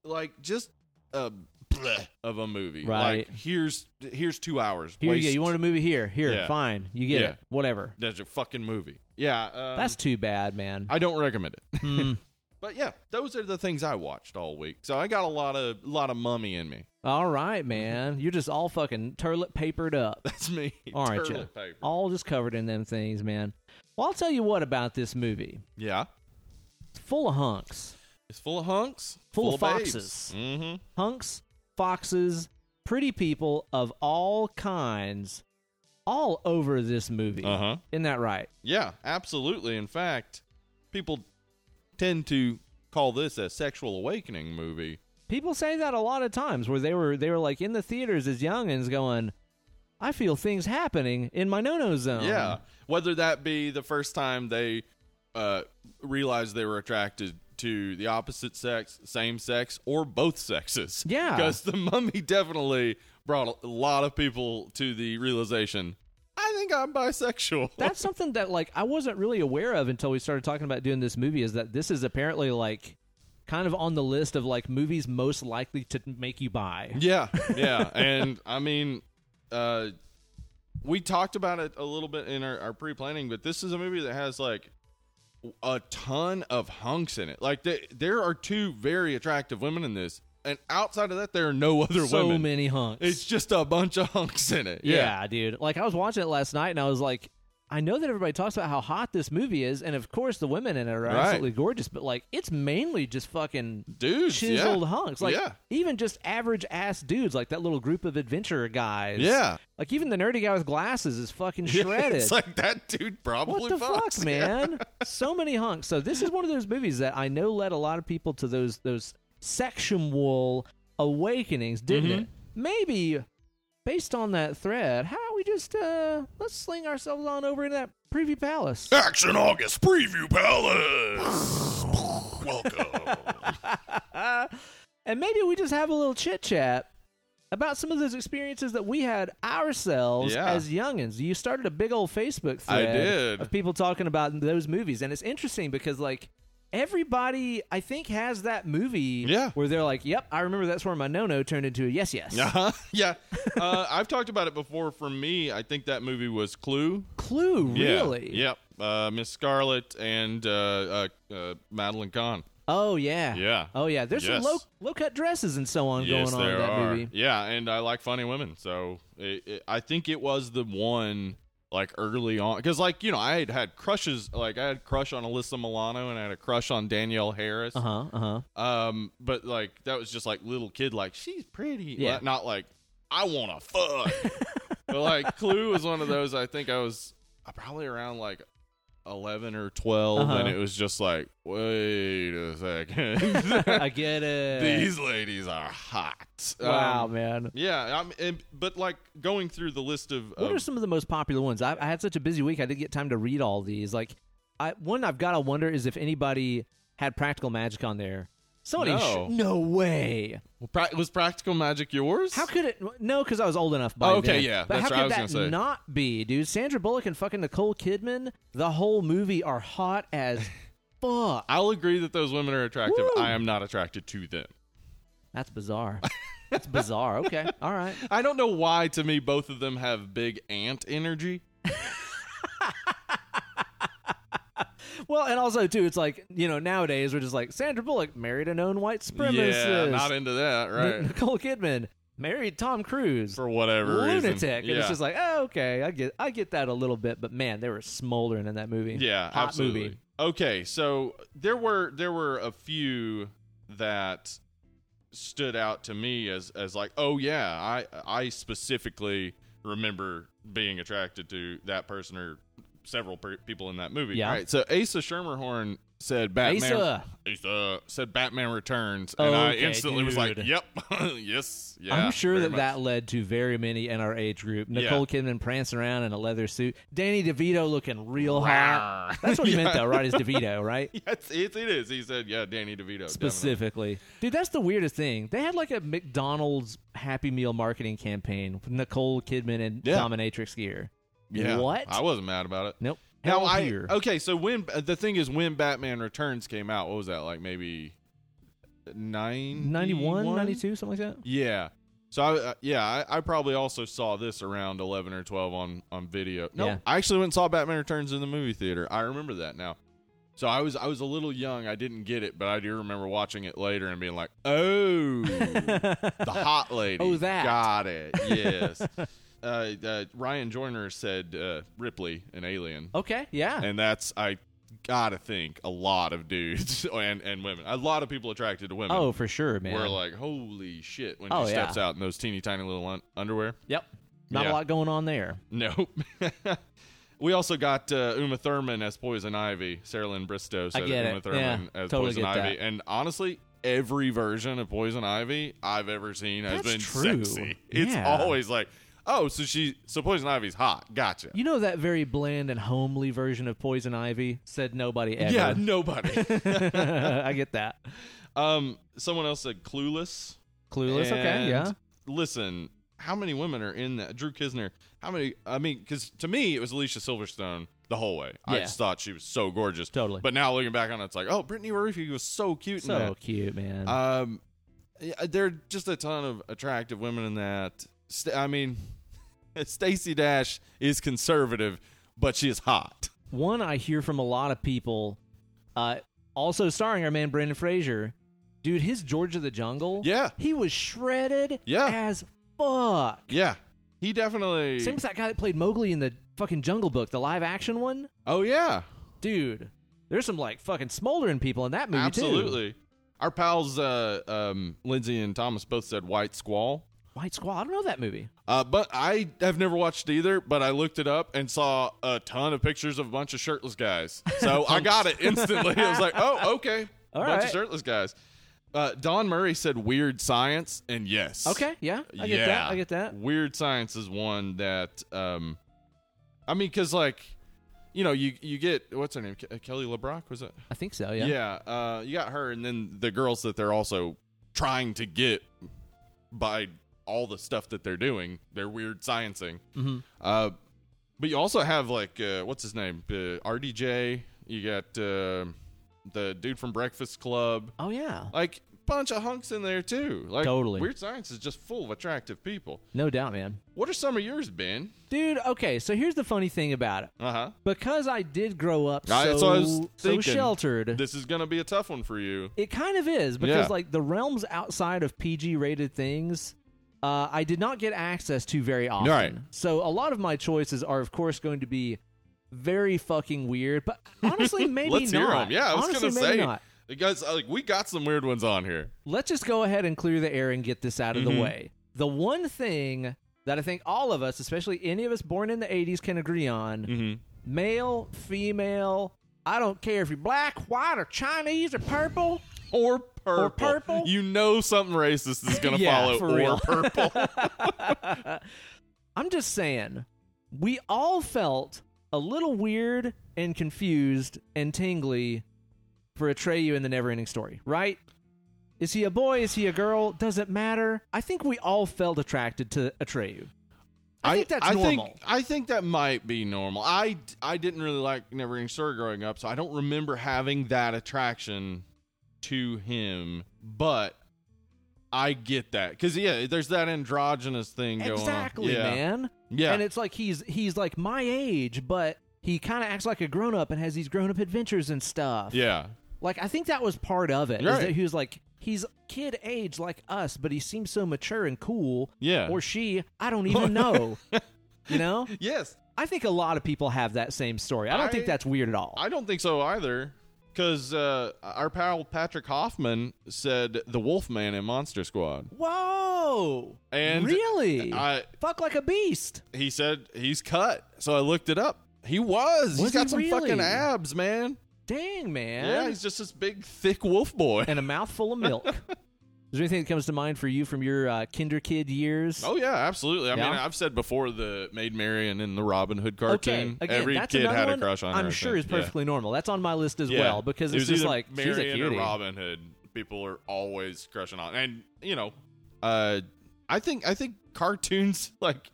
A: like just a bleh of a movie.
B: Right.
A: Like here's here's 2 hours.
B: Here you
A: Waste-
B: get. You wanted a movie here. Here,
A: Yeah.
B: fine. You get
A: Yeah.
B: it. Whatever.
A: that's a fucking movie. Yeah, um,
B: That's too bad, man.
A: I don't recommend it.
B: Hmm.
A: But yeah, those are the things I watched all week. So I got a lot of lot of mummy in me.
B: All right, man. You're just all fucking toilet papered up.
A: That's me.
B: Aren't
A: Toilet
B: ya?
A: paper.
B: all just covered in them things, man. Well, I'll tell you what about this movie.
A: yeah.
B: It's full of hunks.
A: It's full of hunks.
B: Full of foxes.
A: Mm-hmm.
B: Hunks, foxes, pretty people of all kinds, all over this movie.
A: Uh-huh.
B: Isn't that right?
A: Yeah, absolutely. In fact, people tend to call this a sexual awakening movie.
B: People say that a lot of times where they were they were like in the theaters as youngins going, I feel things happening in my no no zone.
A: yeah. Whether that be the first time they uh, realized they were attracted to the opposite sex, same sex, or both sexes.
B: Yeah.
A: Because the mummy definitely brought a lot of people to the realization I think I'm bisexual.
B: That's something that like I wasn't really aware of until we started talking about doing this movie is that this is apparently like kind of on the list of like movies most likely to make you buy.
A: Yeah, yeah, and I mean, uh, we talked about it a little bit in our, our pre-planning, but this is a movie that has like a ton of hunks in it. Like th- there are two very attractive women in this, and outside of that, there are no other
B: so
A: women.
B: many hunks.
A: It's just a bunch of hunks in it.
B: yeah. dude. Like I was watching it last night and I was like, I know that everybody talks about how hot this movie is, and of course the women in it are
A: Right.
B: absolutely gorgeous, but like it's mainly just fucking
A: dudes,
B: chiseled
A: yeah.
B: hunks. Like
A: Yeah.
B: even just average ass dudes, like that little group of adventurer guys.
A: Yeah.
B: Like even the nerdy guy with glasses is fucking
A: Yeah,
B: shredded.
A: It's like that dude probably
B: what the
A: fucks.
B: fuck, man? so many hunks. So this is one of those movies that I know led a lot of people to those those sexual awakenings, didn't
A: Mhm.
B: it? Maybe based on that thread, how about we just uh let's sling ourselves on over into that preview palace.
A: Action August Preview Palace. Welcome.
B: and maybe we just have a little chit chat about some of those experiences that we had ourselves
A: Yeah.
B: as youngins. You started a big old Facebook
A: I
B: thread
A: did.
B: of people talking about those movies, and it's interesting because like everybody, I think, has that movie
A: Yeah.
B: where they're like, "Yep, I remember that's where my no no turned into a yes yes."
A: Uh-huh. Yeah. Uh, I've talked about it before. For me, I think that movie was Clue.
B: Clue,
A: Yeah.
B: really?
A: Yep. Uh, Miss Scarlet and uh, uh, uh, Madeline Kahn.
B: Oh yeah.
A: Yeah.
B: Oh yeah. There's
A: Yes.
B: some low low cut dresses and so on
A: yes,
B: going on
A: there
B: in that
A: are.
B: movie.
A: Yeah, and I like funny women, so it, it, I think it was the one like early on because like you know I had had crushes like I had a crush on Alyssa Milano and I had a crush on Danielle Harris.
B: Uh huh. Uh huh.
A: Um, but like that was just like little kid, like she's pretty,
B: Yeah.
A: Like, not like I want to fuck. but like Clue was one of those. I think I was uh, probably around like eleven or 12
B: Uh-huh.
A: and it was just like, wait a second,
B: I get it.
A: these ladies are hot. Um,
B: wow, man.
A: yeah, I'm, and, but like going through the list of, of-
B: What are some of the most popular ones? I, I had such a busy week; I didn't get time to read all these. Like, I, one I've got to wonder is if anybody had Practical Magic on there. Somebody,
A: No.
B: sh- no way.
A: Pra- was practical magic yours?
B: How could it? No, because I was old enough. By
A: Oh, okay,
B: then.
A: yeah,
B: But
A: that's
B: how
A: what I
B: could
A: was
B: that
A: gonna say.
B: not be, dude? Sandra Bullock and fucking Nicole Kidman, the whole movie are hot as fuck.
A: I'll agree that those women are attractive.
B: Woo!
A: I am not attracted to them.
B: That's bizarre. That's bizarre. Okay, all right.
A: I don't know why. To me, both of them have big ant energy.
B: Well, and also too, it's like you know nowadays we're just like Sandra Bullock married a known white supremacist.
A: Yeah, not into that,
B: N-
A: right?
B: Nicole Kidman married Tom Cruise.
A: For whatever reason,
B: lunatic. And
A: Yeah.
B: it's just like, oh, okay, I get I get that a little bit, but man, they were smoldering in that movie.
A: yeah,
B: Hot
A: absolutely.
B: movie.
A: Okay, so there were there were a few that stood out to me as as like, oh yeah, I I specifically remember being attracted to that person or several per- people in that movie.
B: Yeah.
A: Right. So Asa Shermerhorn said Batman
B: Asa.
A: Asa said Batman Returns and I
B: Okay,
A: instantly was like,
B: dude.
A: yep. yes. Yeah.
B: I'm sure
A: very
B: that
A: much.
B: that led to very many in our age group.
A: Yeah.
B: Nicole Kidman prancing around in a leather suit. Danny DeVito looking real hot.
A: Rawr.
B: That's what he meant,
A: Yeah.
B: though, right? Is DeVito, right?
A: Yes, it, it is. He said, yeah, Danny DeVito. definitely.
B: Specifically. Dude, that's the weirdest thing. They had like a McDonald's Happy Meal marketing campaign with Nicole Kidman and
A: Yeah.
B: Dominatrix gear. What?
A: I wasn't mad about it.
B: nope.
A: Now
B: Hell
A: I
B: here.
A: okay. So when the thing is, when Batman Returns came out, what was that like? Maybe 91?
B: 91, 92, something like that?
A: Yeah. So I uh, yeah I, I probably also saw this around eleven or twelve on on video. No,
B: Yeah.
A: I actually went and saw Batman Returns in the movie theater. I remember that now. So I was I was a little young. I didn't get it, but I do remember watching it later and being like, oh, the hot lady.
B: Oh, that.
A: got it. Yes. uh, uh, Ryan Joyner said uh, Ripley an Alien,
B: Okay, yeah.
A: and that's I gotta think a lot of dudes and and women, a lot of people attracted to women.
B: Oh, for sure, man.
A: We're like, holy shit, when
B: Oh,
A: she
B: yeah.
A: steps out in those teeny tiny little un- underwear.
B: yep. Not
A: Yeah.
B: a lot going on there.
A: Nope. we also got uh, Uma Thurman as Poison Ivy. Sarah Lynn Bristow said
B: get
A: Uma
B: it.
A: Thurman
B: Yeah,
A: as
B: totally
A: Poison
B: get
A: Ivy. And honestly, every version of Poison Ivy I've ever seen has
B: That's
A: been
B: true.
A: sexy. It's
B: Yeah.
A: always like, oh, so she, so Poison Ivy's hot. Gotcha.
B: You know that very bland and homely version of Poison Ivy? Said nobody ever.
A: Yeah, nobody.
B: I get that.
A: um, someone else said Clueless.
B: Clueless,
A: And
B: okay, yeah.
A: Listen, how many women are in that? Drew Kisner. How many? I mean, because to me, it was Alicia Silverstone the whole way. I
B: Yeah.
A: just thought she was so gorgeous.
B: Totally.
A: But now looking back on it, it's like, oh, Brittany Murphy was so cute.
B: So
A: in that.
B: cute, man.
A: Um, yeah, there are just a ton of attractive women in that. St- I mean, Stacy Dash is conservative, but she is hot.
B: One I hear from a lot of people Uh, also starring our man Brandon Fraser. Dude, his George of the Jungle.
A: Yeah.
B: He was shredded
A: Yeah.
B: as fuck.
A: Yeah. He definitely.
B: Same as that guy that played Mowgli in the fucking Jungle Book, the live action one.
A: oh, yeah.
B: Dude, there's some like fucking smoldering people in that movie too.
A: Absolutely. Our pals, uh, um, Lindsay and Thomas, both said White Squall.
B: White Squall. I don't know that movie.
A: Uh, but I have never watched either, but I looked it up and saw a ton of pictures of a bunch of shirtless guys. So I got it instantly. I was like, oh, okay.
B: All
A: bunch
B: right.
A: of shirtless guys. Uh, Don Murray said weird science, and yes.
B: Okay, yeah, I
A: yeah.
B: get that. I get that.
A: Weird science is one that, um, I mean, because, like, you know, you, you get, what's her name? Ke- uh, Kelly LeBrock, was it?
B: I think so. Yeah.
A: Yeah. uh, you got her, and then the girls that they're also trying to get by all the stuff that they're doing, they're weird sciencing.
B: Mhm.
A: Uh, but you also have like uh, what's his name, uh, RDJ. You got uh, the dude from Breakfast Club.
B: Oh yeah.
A: Like bunch of hunks in there too. Like
B: Totally.
A: Weird Science is just full of attractive people.
B: No doubt, man.
A: What are some of yours, Ben?
B: Dude, okay, so here's the funny thing about it.
A: Uh huh.
B: Because I did grow up so,
A: I- that's what I was
B: so
A: thinking.
B: sheltered,
A: This is gonna be a tough one for you.
B: it kind of is because
A: Yeah.
B: like the realms outside of PG rated things, uh, I did not get access to very often.
A: Right.
B: So a lot of my choices are, of course, going to be very fucking weird. But honestly, maybe
A: Let's
B: not.
A: hear them. Yeah, I was
B: honestly,
A: gonna
B: maybe
A: say
B: not.
A: because like we got some weird ones on here.
B: let's just go ahead and clear the air and get this out of the
A: Mhm.
B: way. The one thing that I think all of us, especially any of us born in the 80s, can agree on
A: Mm-hmm.
B: male, female, I don't care if you're black, white, or Chinese, or purple.
A: Or purple.
B: purple?
A: You know something racist is gonna
B: Yeah,
A: follow.
B: for
A: or
B: real.
A: purple.
B: I'm just saying, we all felt a little weird and confused and tingly for Atreyu in the Neverending Story, right? Is he a boy? Is he a girl? Does it matter? I think we all felt attracted to Atreyu. I, think that's
A: I
B: normal.
A: Think, I think that might be normal. I, I didn't really like Neverending Story growing up, so I don't remember having that attraction to him. But I get that because yeah, there's that androgynous thing going
B: exactly,
A: on. Yeah.
B: man.
A: Yeah.
B: And it's like he's he's like my age, but he kind of acts like a grown up and has these grown up adventures and stuff.
A: yeah.
B: Like I think that was part of it. is
A: Right.
B: that he was like he's kid age like us, but he seems so mature and cool.
A: Yeah.
B: Or she, I don't even know. you know?
A: yes.
B: I think a lot of people have that same story. I don't think
A: I-
B: that's weird at all.
A: I don't think so either. Because uh, our pal Patrick Hoffman said the Wolfman in Monster Squad.
B: Whoa.
A: And
B: really?
A: I,
B: Fuck like a beast.
A: he said he's cut. So I looked it up. He was.
B: Was
A: he's got
B: he
A: some
B: really?
A: fucking abs, man.
B: Dang, man.
A: Yeah, he's just this big, thick wolf boy.
B: and a mouthful of milk. Is there anything that comes to mind for you from your uh, kinder kid years?
A: Oh yeah, absolutely. I mean,
B: Yeah.
A: I've said before the Maid Marian and the Robin Hood cartoon.
B: Okay. Again,
A: Every
B: that's
A: kid
B: another
A: had
B: one
A: a crush on her.
B: I'm
A: I
B: sure
A: think.
B: is perfectly normal. That's on my list as
A: Yeah. Yeah.
B: well because
A: It
B: it's
A: was
B: just
A: either
B: like she's a
A: Marian
B: cutie.
A: or Robin Hood. People are always crushing on, and you know, uh, I think I think cartoons like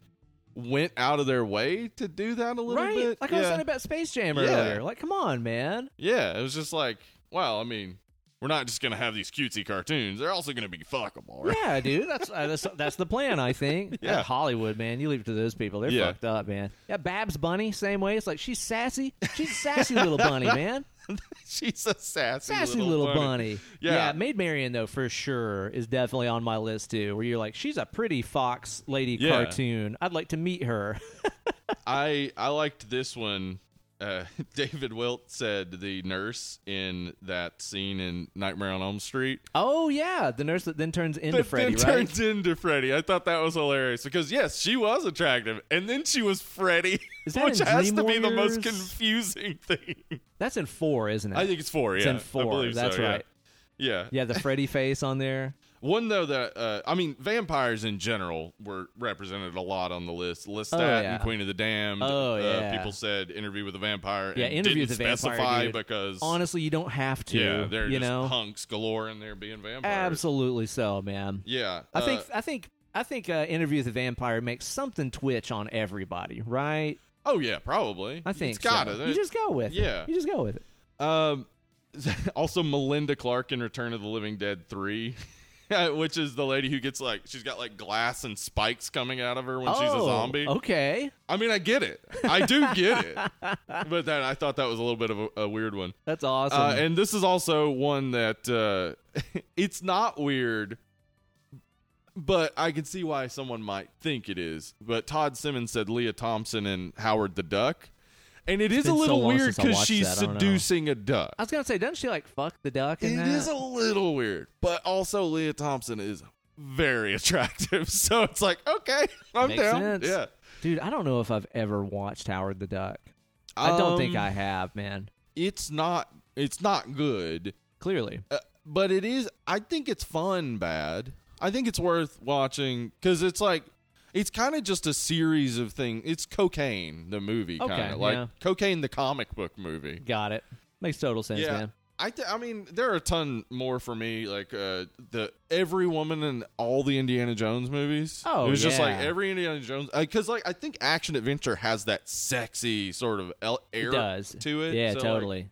A: went out of their way to do that a little
B: right?
A: bit.
B: Like
A: yeah.
B: I was saying about Space Jam
A: Yeah.
B: earlier. Like, come on, man.
A: yeah, it was just like, well, I mean, we're not just gonna have these cutesy cartoons; they're also gonna be fuckable. Right?
B: Yeah, dude. That's uh, that's that's the plan. I think.
A: Yeah.
B: At Hollywood, man. You leave it to those people. They're
A: Yeah.
B: fucked up, man. Yeah, Babs Bunny, same way. It's like she's sassy. She's a sassy little bunny, man.
A: She's a sassy,
B: Sassy little,
A: bunny.
B: bunny.
A: Yeah.
B: Maid Marian though for sure is definitely on my list too. Where you're like, she's a pretty fox lady
A: Yeah.
B: cartoon. I'd like to meet her.
A: I I liked this one. Uh, David Wilt said the nurse in that scene in Nightmare on Elm Street
B: oh yeah, the nurse that then turns into
A: that
B: Freddy,
A: then
B: right?
A: turns into Freddy. I thought that was hilarious because yes, she was attractive, and then she was Freddy,
B: Is that
A: which
B: in
A: has
B: Dream
A: to be the most
B: Warriors?
A: confusing thing.
B: That's in four, isn't it?
A: I think it's four. Yeah,
B: It's in
A: I
B: four,
A: believe
B: that's
A: so, yeah.
B: right.
A: Yeah.
B: yeah, the Freddy face on there.
A: One though that uh, I mean, vampires in general were represented a lot on the list. Lestat
B: Oh, yeah.
A: and Queen of the Damned.
B: Oh,
A: uh,
B: yeah.
A: People said Interview with a Vampire.
B: Yeah,
A: and
B: Interview
A: didn't
B: with a Vampire,
A: specify
B: dude.
A: because
B: honestly you don't have to
A: Yeah, they're
B: you
A: just
B: know
A: hunks galore in there being vampires.
B: absolutely so man
A: Yeah.
B: i
A: uh,
B: think i think i think uh, interview with the vampire makes something twitch on everybody right
A: oh yeah, probably.
B: i think
A: it's gotta.
B: so.
A: There-
B: you just go with
A: Yeah.
B: it. you just go with it
A: um also Melinda Clark in Return of the Living Dead three. which is the lady who gets like she's got like glass and spikes coming out of her when she's a
B: Oh,
A: zombie.
B: Okay.
A: I mean, I get it. I do get it. But then I thought that was a little bit of a, a weird one.
B: That's awesome.
A: Uh, and this is also one that uh, it's not weird, but I can see why someone might think it is. But Todd Simmons said Leah Thompson and Howard the Duck, and it is a
B: been so
A: little
B: long
A: weird
B: since I
A: because
B: watched
A: she's
B: that, I don't know.
A: seducing a duck.
B: I was gonna say, doesn't she like fuck the duck?
A: It
B: In
A: is
B: that?
A: a little weird, but also Leah Thompson is very attractive, so it's like okay, I'm
B: Makes
A: down.
B: sense.
A: Yeah,
B: Dude, I don't know if I've ever watched Howard the Duck. I don't think
A: Um,
B: I have, man.
A: It's not. It's not good.
B: Clearly.
A: Uh, but it is i think it's fun bad i think it's worth watching because it's like it's kind of just a series of things it's cocaine the movie kind
B: Okay,
A: of like
B: yeah.
A: cocaine the comic book movie
B: Got it. Makes total sense,
A: Yeah.
B: man.
A: I, th- I mean there are a ton more for me like uh the every woman in all the indiana jones movies
B: Oh,
A: it was just like
B: yeah.
A: every indiana jones because like i think action adventure has that sexy sort of el- air
B: It does.
A: to it So,
B: Yeah,
A: like,
B: totally.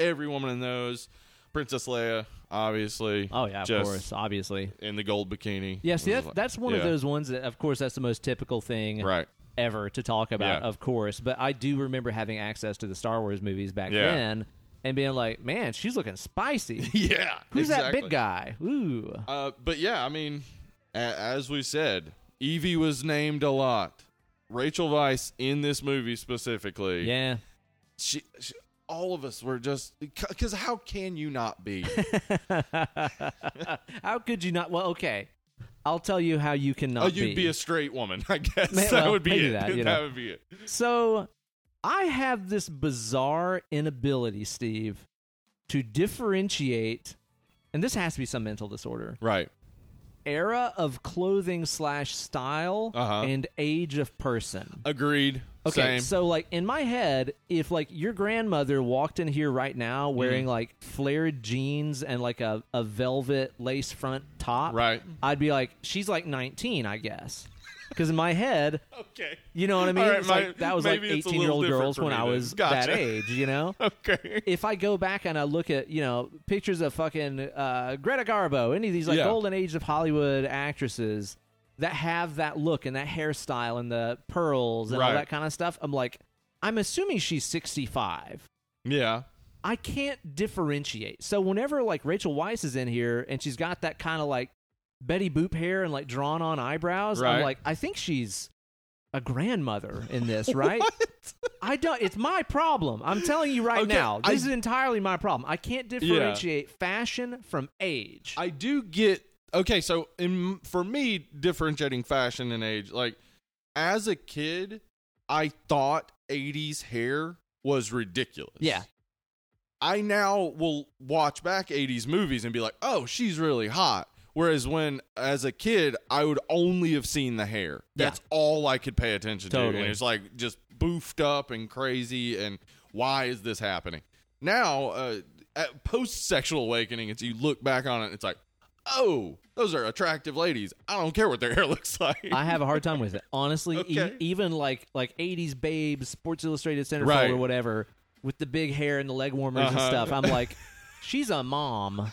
A: every woman in those princess leia obviously
B: oh yeah, of
A: just-
B: course, obviously.
A: in the gold bikini.
B: Yeah, see
A: It was
B: that's
A: like-
B: that's one of
A: yeah,
B: those ones that of course that's the most typical thing
A: Right.
B: ever to talk about,
A: Yeah.
B: of course. But I do remember having access to the Star Wars movies back
A: Yeah.
B: then and being like, Man, she's looking spicy.
A: Yeah. exactly.
B: Who's that big guy? Ooh.
A: Uh, but yeah, I mean, a- as we said, Evie was named a lot. Rachel Weisz in this movie specifically.
B: Yeah.
A: She, she all of us were just because how can you not be?
B: how could you not? Well, okay. I'll tell you how you cannot
A: oh, you'd
B: be.
A: be a straight woman, I guess.
B: May-
A: that
B: well,
A: would be
B: maybe
A: it.
B: that,
A: That,
B: you know.
A: would be it.
B: so I have this bizarre inability, Steve, to differentiate, and this has to be some mental disorder,
A: Right.
B: era of clothing slash style
A: Uh-huh.
B: and age of person.
A: Agreed.
B: Okay,
A: Same.
B: so like in my head, if like your grandmother walked in here right now wearing
A: Mm.
B: like flared jeans and like a, a velvet lace front top,
A: Right.
B: I'd be like, she's like 19, I guess. Because in my head,
A: okay.
B: you know what I mean?
A: All right,
B: It's
A: my-
B: like, that was like
A: maybe it's a
B: 18 year old
A: little different
B: girls
A: for
B: when
A: me
B: I
A: then.
B: was
A: Gotcha.
B: that age, you know?
A: Okay.
B: if I go back and I look at you know pictures of fucking uh, Greta Garbo, any of these like
A: Yeah.
B: golden age of Hollywood actresses that have that look and that hairstyle and the pearls and all
A: Right.
B: that kind of stuff, I'm like, I'm assuming she's 65.
A: Yeah.
B: I can't differentiate. So whenever like Rachel Weisz is in here and she's got that kind of like Betty Boop hair and like drawn on eyebrows, I'm
A: Right.
B: like, I think she's a grandmother in this, right? I don't. It's my problem. I'm telling you right
A: Okay,
B: now. This
A: I-
B: is entirely my problem. I can't differentiate fashion from age.
A: I do get okay. So in, for me, differentiating fashion and age, like as a kid, I thought '80s hair was ridiculous.
B: Yeah.
A: I now will watch back '80s movies and be like, "Oh, she's really hot." Whereas when as a kid, I would only have seen the hair.
B: Yeah.
A: That's all I could pay attention to,
B: Totally.
A: and it's like just boofed up and crazy. And why is this happening? Now, uh, at post-sexual awakening, it's you look back on it, and it's like, "Oh, those are attractive ladies. I don't care what their hair looks like."
B: I have a hard time with it. Honestly, e-
A: Okay.
B: even like like 80s babes, Sports Illustrated centerfold
A: Right.
B: or whatever, with the big hair and the leg warmers and
A: Uh-huh.
B: stuff, I'm like, she's a mom.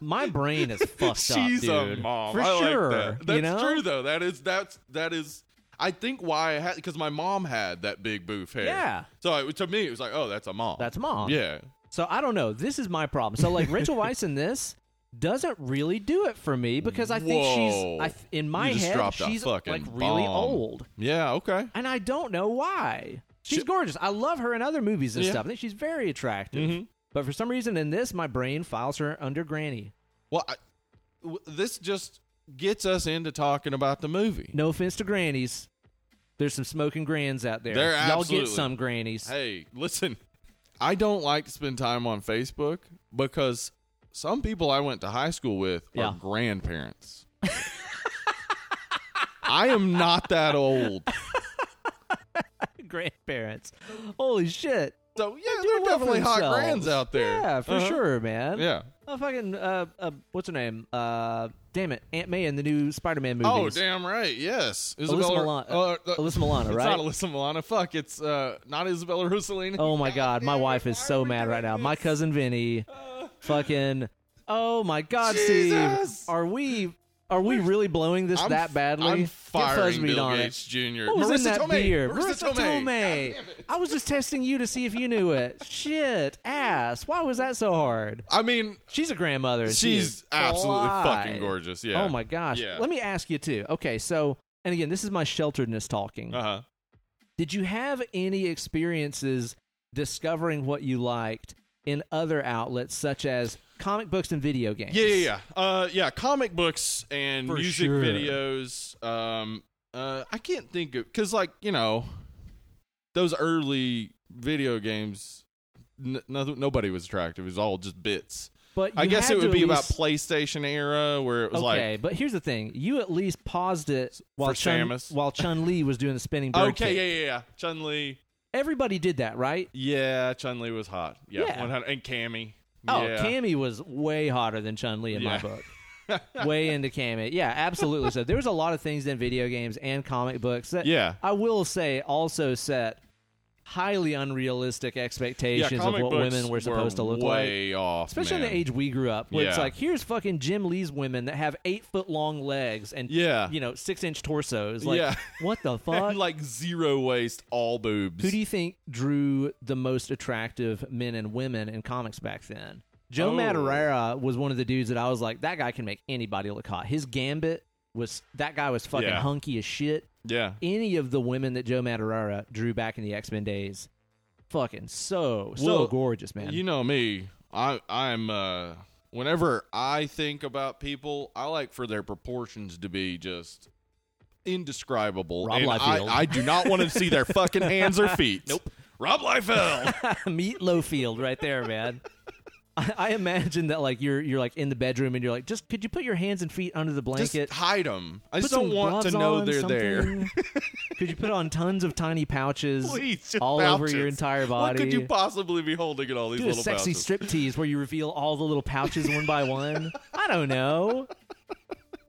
B: My brain is fucked up,
A: She's a
B: dude.
A: mom.
B: For
A: I like
B: sure.
A: that. That's
B: you know?
A: true though. That is that's that is I think why I had because my mom had that big boof hair.
B: Yeah.
A: So it, to me it was like, oh, that's a mom.
B: That's mom.
A: yeah.
B: So I don't know. This is my problem. So like Rachel Weisz in this doesn't really do it for me because I think
A: Whoa.
B: she's I, th- in my
A: You just
B: head
A: dropped a
B: she's like
A: fucking
B: really
A: bomb.
B: old,
A: Yeah, okay.
B: and I don't know why. She's
A: She-
B: gorgeous. I love her in other movies and
A: Yeah.
B: stuff. I think she's very attractive.
A: Mhm.
B: But for some reason in this, my brain files her under Granny.
A: Well, I, w- this just gets us into talking about the movie.
B: No offense to Grannies. There's some smoking grands out there.
A: There
B: Y'all
A: absolutely-
B: get some grannies.
A: Hey, listen. I don't like to spend time on Facebook because some people I went to high school with
B: Yeah.
A: are grandparents. I am not that old.
B: Grandparents. Holy shit.
A: So yeah, there
B: They're doing
A: are
B: it for
A: definitely hot
B: themselves.
A: grands out there.
B: Yeah, for
A: Uh-huh.
B: sure, man.
A: Yeah.
B: Oh, fucking, uh, uh, what's her name? Uh, damn it, Aunt May in the new Spider-Man movies.
A: Oh, damn right. Yes,
B: Alyssa
A: Isabella.
B: Milano,
A: uh, uh,
B: Alyssa Milano,
A: it's
B: right?
A: not Alyssa Milano. Fuck, it's uh, not Isabella Rossellini.
B: oh my god, my
A: damn it,
B: wife is
A: why
B: so
A: are we
B: mad right
A: doing
B: now. My
A: this?
B: cousin Vinny, fucking, Oh my God,
A: Jesus!
B: Steve, are we are we really blowing this
A: I'm
B: that
A: f-
B: badly?
A: I'm
B: Get
A: firing
B: Fuzzbeat
A: Bill
B: on it.
A: Gates Jr.
B: What was
A: Marissa
B: in that
A: Tomei.
B: beer?
A: Marissa, Tomei.
B: Tomei.
A: God damn it.
B: I was just testing you to see if you knew it. Shit, ass. Why was that so hard?
A: I mean,
B: She's a grandmother. and she
A: she's
B: is
A: absolutely fucking
B: fly.
A: gorgeous. Yeah.
B: Oh my gosh.
A: Yeah.
B: Let me ask you too. Okay, so and again, this is my shelteredness talking.
A: Uh huh.
B: Did you have any experiences discovering what you liked in other outlets such as comic books and video games?
A: Yeah, yeah, yeah. Uh, yeah, comic books and
B: For
A: music
B: sure.
A: videos. Um, uh, I can't think of because, like, you know, those early video games. N- no, nobody was attractive. It was all just bits.
B: But
A: I
B: you
A: guess
B: had
A: it would
B: to at
A: be about
B: least,
A: PlayStation era where it was
B: okay, but here's the thing: you at least paused it while Chun
A: Samus.
B: while Chun Li was doing the spinning
A: like
B: bird
A: okay,
B: kick.
A: yeah, yeah, yeah. Chun Li,
B: Everybody did that, right?
A: yeah, Chun Li was hot, yeah,
B: Yeah.
A: 100 and Cammy,
B: Oh,
A: yeah.
B: Cammy was way hotter than Chun Li in my
A: Yeah.
B: book. way into Cammy, yeah, absolutely. So there was a lot of things in video games and comic books that
A: yeah,
B: I will say also set highly unrealistic
A: yeah.
B: expectations of
A: comic
B: what
A: books
B: women were supposed to look like.
A: way off,
B: Especially
A: man.
B: in the age we grew up, where it's
A: Yeah.
B: like, here's fucking Jim Lee's women that have eight foot long legs and
A: Yeah.
B: you know six inch torsos. Like,
A: Yeah.
B: what the fuck?
A: and like zero waste, all boobs.
B: Uh, Who do you think drew the most attractive men and women in comics back then? Joe
A: Oh.
B: Madureira was one of the dudes that I was like, that guy can make anybody look hot. His gambit was that guy was fucking
A: Yeah.
B: hunky as shit.
A: yeah,
B: Any of the women that Joe Madureira drew back in the X Men days, fucking so so
A: Well,
B: gorgeous, man.
A: You know me. I I'm uh whenever I think about people, I like for their proportions to be just indescribable.
B: Rob
A: and I,
B: Liefeld.
A: I do not want to see their fucking hands or feet. Nope. Rob Liefeld.
B: Meet Lowfield right there, man. I, I imagine that like you're you're like in the bedroom and you're like, just could you put your hands and feet under the
A: just
B: blanket?
A: hide them. I just
B: Put
A: don't
B: some
A: want to
B: gloves
A: know
B: on,
A: they're there.
B: something. could you put on tons of tiny pouches
A: Please, just
B: all over your
A: pouches.
B: entire
A: What
B: body?
A: could you possibly be holding in all these
B: Do a
A: little
B: sexy
A: pouches?
B: strip tease where you reveal all the little pouches one by one. I don't know.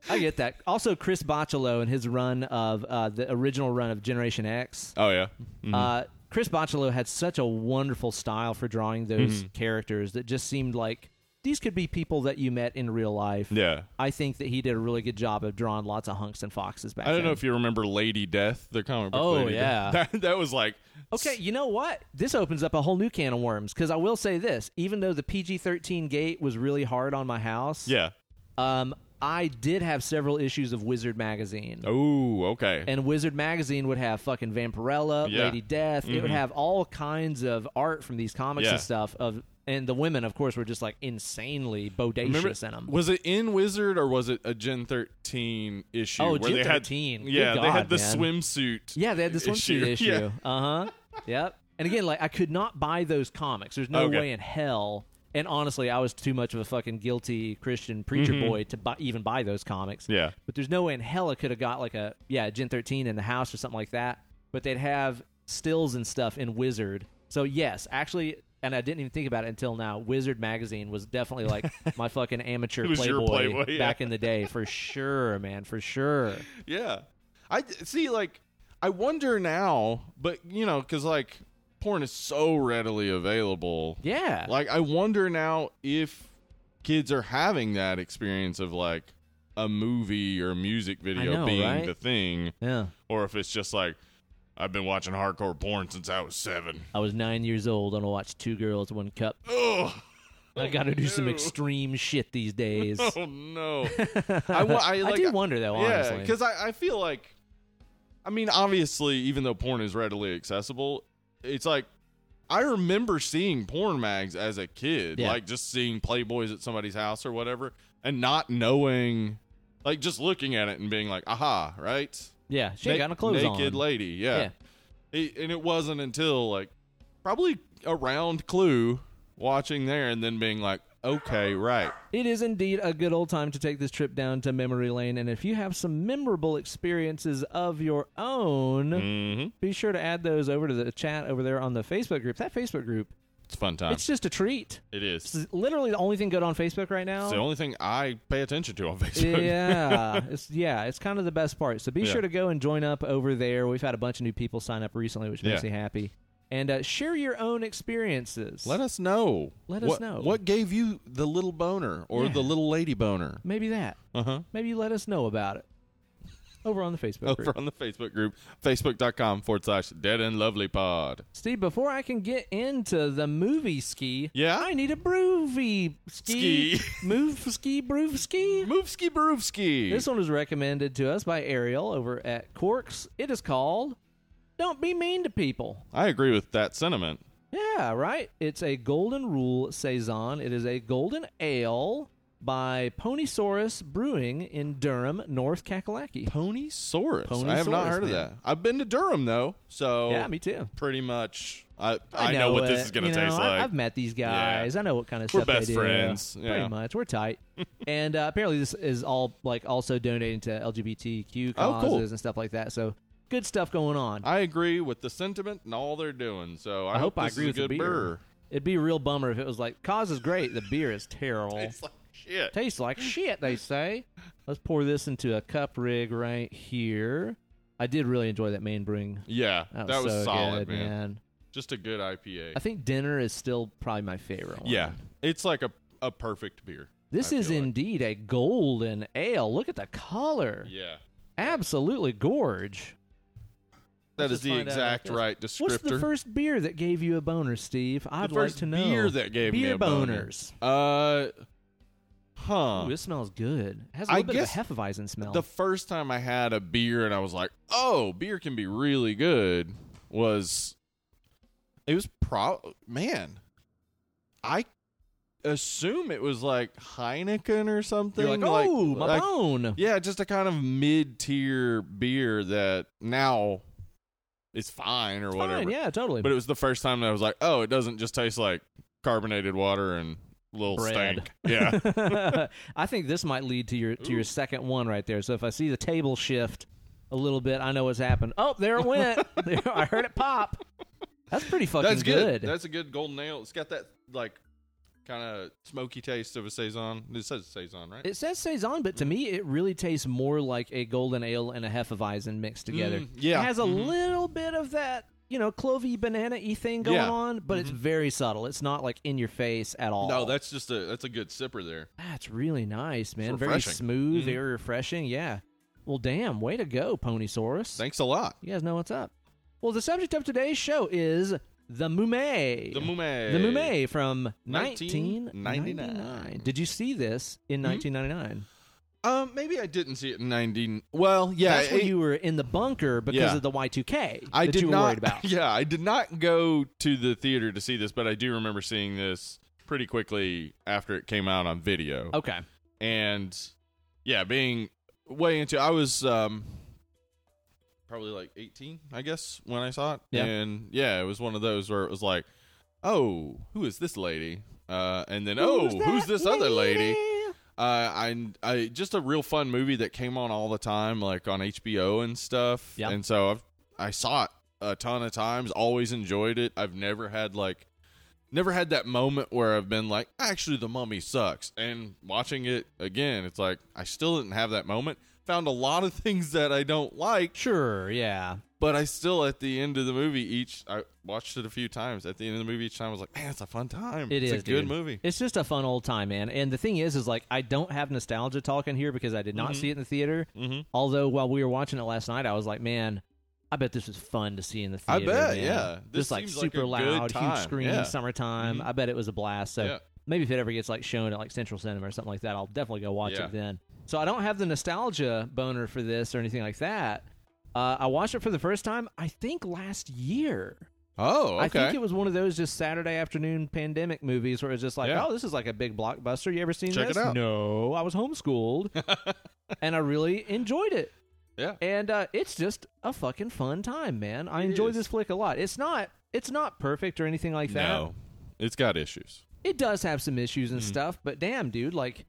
B: I get that. Also, Chris Bocciolo and his run of uh, the original run of Generation X.
A: oh yeah. Mm.
B: Uh, Chris Bocciolo had such a wonderful style for drawing
A: Mm-hmm.
B: those characters that just seemed like these could be people that you met in real life.
A: yeah.
B: I think that he did a really good job of drawing lots of hunks and foxes back
A: I don't
B: then.
A: know if you remember Lady Death, the comic book.
B: Oh,
A: Lady
B: yeah.
A: Death. That, that was like
B: Okay, you know what? This opens up a whole new can of worms because I will say this: even though the PG thirteen gate was really hard on my house,
A: yeah.
B: um, I did have several issues of Wizard magazine,
A: Oh, okay.
B: and Wizard magazine would have fucking Vampirella,
A: Yeah. Mm-hmm.
B: Lady Death. It would have all kinds of art from these comics
A: Yeah.
B: and stuff. Of and the women, of course, were just like insanely bodacious
A: Remember,
B: in them.
A: was it in Wizard or was it a Gen 13 issue?
B: Oh,
A: where
B: Gen
A: they
B: 13.
A: Had, yeah,
B: Good
A: they
B: God,
A: had the
B: man.
A: swimsuit.
B: Yeah, they had this
A: issue.
B: swimsuit issue.
A: Yeah.
B: Uh huh. yep. And again, like I could not buy those comics. There's no
A: Okay.
B: way in hell. And honestly, I was too much of a fucking guilty Christian preacher boy to buy, even buy those comics.
A: Mm-hmm. Yeah.
B: But there's no way in hell I could have got like a yeah Gen 13 in the house or something like that. But they'd have stills and stuff in Wizard. So yes, actually, and I didn't even think about it until now. Wizard magazine was definitely like my fucking amateur
A: It was your
B: playboy,
A: Playboy, yeah.
B: back in the day for sure, man, for sure.
A: Yeah. I see like I wonder now, but you know, cuz like porn is so readily available.
B: Yeah.
A: Like I wonder now if kids are having that experience of like a movie or music video
B: know,
A: being
B: right?
A: the thing
B: yeah.
A: or if it's just like I've been watching hardcore porn since I was 7.
B: I was nine years old and I watched Two Girls, One Cup.
A: Ugh.
B: I got to do some
A: Oh, no.
B: extreme shit these days.
A: Oh no. I, wa- I, like,
B: do wonder though,
A: Yeah,
B: honestly.
A: because I, I feel like, I mean, obviously, even though porn is readily accessible, it's like I remember seeing porn mags as a kid,
B: Yeah.
A: like just seeing Playboys at somebody's house or whatever, and not knowing, like just looking at it and being like, "Aha!" Right?
B: yeah, she ain't
A: Na-
B: got no clothes
A: naked
B: on.
A: lady, yeah. It- and it wasn't until like probably around Clue watching there and then being like, "Okay, right."
B: It is indeed a good old time to take this trip down to memory lane. And if you have some memorable experiences of your own,
A: hmm
B: be sure to add those over to the chat over there on the Facebook group. That Facebook group,
A: It's a fun time.
B: it's just a treat.
A: It is.
B: It's literally the only thing good on Facebook right now.
A: It's the only thing I pay attention to on Facebook.
B: yeah, it's yeah, it's kind of the best part. So be
A: Yeah.
B: sure to go and join up over there. We've had a bunch of new people sign up recently, which makes
A: Yeah.
B: me happy. and uh, share your own experiences.
A: Let us know.
B: Let us
A: What-
B: know.
A: What gave you the little boner or
B: Yeah.
A: the little lady boner?
B: Maybe that.
A: Uh huh.
B: Maybe you let us know about it over on the Facebook
A: Over
B: group.
A: on the Facebook group, facebook.com forward slash dead and lovely pod.
B: Steve, before I can get into the movie ski,
A: Yeah?
B: I need a broovy ski.
A: Ski.
B: Move ski, broove ski.
A: Moofsky Baroofsky.
B: This one was recommended to us by Ariel over at Corks. It is called Don't Be Mean to People.
A: I agree with that sentiment.
B: Yeah, right? It's a Golden Rule Saison. It is a golden ale by Ponysaurus Brewing in Durham, North Kakalaki.
A: Pony Saurus.
B: Ponysaurus,
A: I have not heard of
B: man.
A: that. I've been to Durham though, so
B: Yeah, me too.
A: pretty much. I Oh. I, know, what this
B: it.
A: is going to
B: You know,
A: taste
B: I-
A: like.
B: I've met these guys. I know what kind of
A: We're
B: stuff
A: best
B: they
A: friends.
B: do.
A: Yeah.
B: Pretty much, we're tight. and uh, apparently, this is all like also donating to LGBTQ
A: Oh,
B: causes
A: cool.
B: and stuff like that. So good stuff going on.
A: I agree with the sentiment and all they're doing. So I,
B: I hope I
A: this
B: agree
A: is
B: with
A: a
B: the
A: good
B: beer.
A: beer.
B: It'd be a real bummer if it was like cause is great, the beer is terrible.
A: It's like shit.
B: Tastes like shit, they say. Let's pour this into a cup rig right here. I did really enjoy that main brewing.
A: Yeah,
B: That was, so
A: solid,
B: good,
A: man.
B: man.
A: Just a good IPA.
B: I think dinner is still probably my favorite. one.
A: yeah, it's like a a perfect beer.
B: This
A: I
B: is
A: feel like.
B: indeed a golden ale. Look at the color.
A: Yeah,
B: Absolutely gorge.
A: that
B: Let's
A: is
B: just
A: the
B: find out
A: exact
B: how it
A: right
B: What's
A: descriptor.
B: the first beer that gave you a boner, Steve?
A: The
B: I'd
A: first
B: like to know.
A: beer that gave me
B: Beer
A: a boner.
B: boners.
A: Uh, huh.
B: Ooh, this smells good. It has a
A: I
B: little bit
A: guess
B: of a Hefeweizen smell.
A: the first time I had a beer and I was like, "Oh, beer can be really good." Was it was pro man? I assume it was like Heineken or something.
B: You're like, oh, my
A: like-
B: bone.
A: yeah, just a kind of mid-tier beer that now is fine or
B: It's
A: whatever.
B: Fine, yeah, totally.
A: But it was the first time that I was like, "Oh, it doesn't just taste like carbonated water and little
B: Bread.
A: stank." Yeah.
B: I think this might lead to your to your
A: Ooh.
B: second one right there. So if I see the table shift a little bit, I know what's happened. Oh, there it went. There- I heard it pop. That's pretty fucking
A: That's good. That's a good golden ale. It's got that like kind of smoky taste of a saison. It says saison, right?
B: it says saison, but to me, it really tastes more like a golden ale and a hefeweizen mixed together.
A: Mm, yeah.
B: it has a
A: Mhm.
B: little bit of that you know clovey banana y thing going
A: Yeah. Mm-hmm.
B: on, but it's very subtle. It's not like in your face at all.
A: no, that's just a that's a good sipper there.
B: That's really nice, man. Very
A: refreshing.
B: smooth,
A: Mhm.
B: very refreshing. Yeah. Well, damn, way to go, Ponysaurus.
A: Thanks a lot.
B: you guys know what's up. Well, the subject of today's show is the Mume.
A: The Mume.
B: The Mume from
A: 1999.
B: 1999. Did you see this
A: Hmm?
B: in 1999?
A: Um, maybe I didn't see it in ninety. Well, yeah,
B: That's when
A: it-
B: you were in the bunker because
A: Yeah.
B: of the Y2K
A: I
B: that
A: did
B: you were
A: not.
B: worried about.
A: Yeah, I did not go to the theater to see this, but I do remember seeing this pretty quickly after it came out on video.
B: okay.
A: and yeah, being way into I was um probably like 18, I guess, when I saw it.
B: Yeah.
A: And yeah, it was one of those where it was like, "Oh, who is this lady?" Uh and then,
B: Who's
A: "Oh,
B: that
A: who's this other lady?" Uh I I just a real fun movie that came on all the time like on HBO and stuff.
B: Yeah.
A: And so I've I saw it a ton of times, always enjoyed it. I've never had like never had that moment where I've been like, actually, the mummy sucks. And watching it again, it's like, I still didn't have that moment. Found a lot of things that I don't like,
B: Sure, yeah.
A: but I still, at the end of the movie, each, I watched it a few times. At the end of the movie, each time, I was like, man, it's a fun time.
B: It
A: it's
B: is,
A: a good
B: dude.
A: movie.
B: It's just a fun old time, man. And the thing is, is like I don't have nostalgia talking here because I did not
A: Mm-hmm.
B: see it in the theater.
A: Mhm.
B: Although while we were watching it last night, I was like, man, I bet this was fun to see in the
A: I
B: theater.
A: bet,
B: man.
A: yeah. This
B: just like
A: seems like
B: super
A: a good
B: loud, huge
A: time.
B: screen,
A: Yeah.
B: summertime.
A: Mhm.
B: I bet it was a blast. So
A: Yeah.
B: maybe if it ever gets like shown at like Central Cinema or something like that, I'll definitely go watch
A: Yeah.
B: it then. So I don't have the nostalgia boner for this or anything like that. Uh, I watched it for the first time, I think last year.
A: Oh,
B: I think
A: okay.
B: it was one of those just Saturday afternoon pandemic movies where it was just like,
A: Yeah.
B: oh, this is like a big blockbuster. You ever seen
A: Check it
B: this?
A: out.
B: No, I was homeschooled, and I really enjoyed it.
A: Yeah.
B: and uh, it's just a fucking fun time, man. I
A: It
B: enjoy
A: is.
B: this flick a lot. It's not, it's not perfect or anything like that.
A: no, Hmm. it's got issues.
B: It does have some issues and stuff, but damn, dude, like.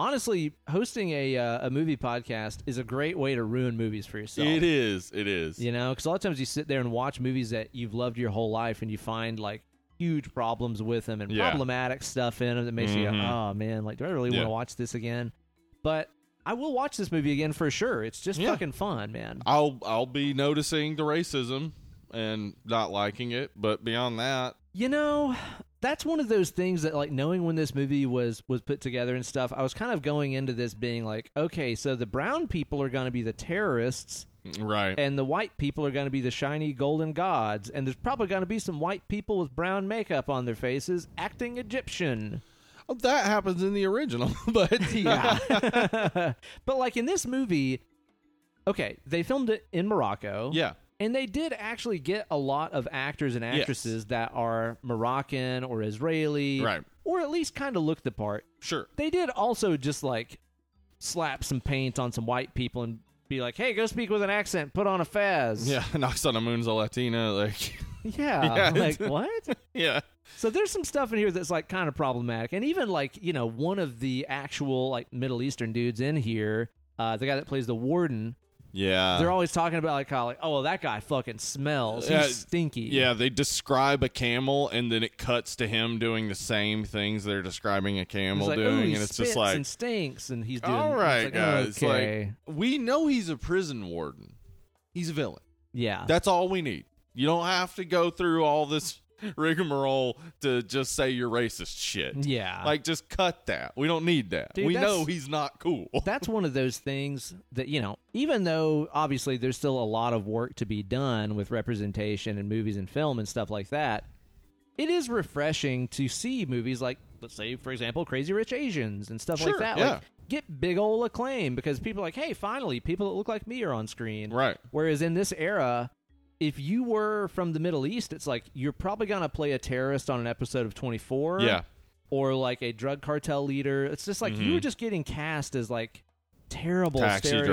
B: Honestly, hosting a uh, a movie podcast is a great way to ruin movies for yourself.
A: It is. It is.
B: You know, because a lot of times you sit there and watch movies that you've loved your whole life, and you find like huge problems with them and
A: Yeah.
B: problematic stuff in them that makes you, go,
A: Mhm.
B: oh man, like do I really
A: Yeah.
B: want to watch this again? But I will watch this movie again for sure. It's just
A: Yeah.
B: fucking fun, man.
A: I'll I'll be noticing the racism and not liking it. But beyond that,
B: You know, that's one of those things that like knowing when this movie was was put together and stuff, I was kind of going into this being like, okay, so the brown people are going to be the terrorists
A: right?
B: and the white people are going to be the shiny golden gods and there's probably going to be some white people with brown makeup on their faces acting Egyptian.
A: Oh, that happens in the original, but
B: Yeah. but like in this movie, okay, they filmed it in Morocco.
A: yeah,
B: And they did actually get a lot of actors and
A: Yes.
B: actresses that are Moroccan or Israeli,
A: Right.
B: Or at least kind of look the part.
A: sure.
B: They did also just like slap some paint on some white people and be like, "Hey, go speak with an accent. Put on a fez."
A: Yeah, knocks on the moon's a Latina, like Yeah.
B: yeah. Like what?
A: yeah,
B: so there's some stuff in here that's like kind of problematic, and even like you know one of the actual like Middle Eastern dudes in here, uh, the guy that plays the warden,
A: yeah.
B: they're always talking about like how like oh well, that guy fucking smells. He's
A: Uh. Yeah.
B: stinky.
A: yeah, they describe a camel and then it cuts to him doing the same things they're describing a
B: It's
A: camel
B: like,
A: doing,
B: "Ooh, he
A: and it's
B: spits
A: just like,
B: and stinks, and he's doing.
A: all right,
B: it's like, "Oh,
A: guys,
B: okay.
A: like we know he's a prison warden, he's a villain.
B: yeah,
A: That's all we need. You don't have to go through all this rigmarole to just say you're racist shit.
B: yeah.
A: Like, just cut that. We don't need that.
B: Dude,
A: we
B: that's-
A: know he's not cool.
B: that's one of those things that you know. Even though obviously there's still a lot of work to be done with representation in movies and film and stuff like that, it is refreshing to see movies like, let's say, for example, Crazy Rich Asians and stuff like
A: Sure,
B: that.
A: yeah.
B: Like, get big ol' acclaim because people are like, hey, finally, people that look like me are on screen.
A: Right.
B: Whereas in this era, if you were from the Middle East, it's like you're probably gonna play a terrorist on an episode of 24,
A: Yeah.
B: or like a drug cartel leader. It's just like you were just getting cast as like terrible
A: Mm-hmm. Taxi
B: stereotypical,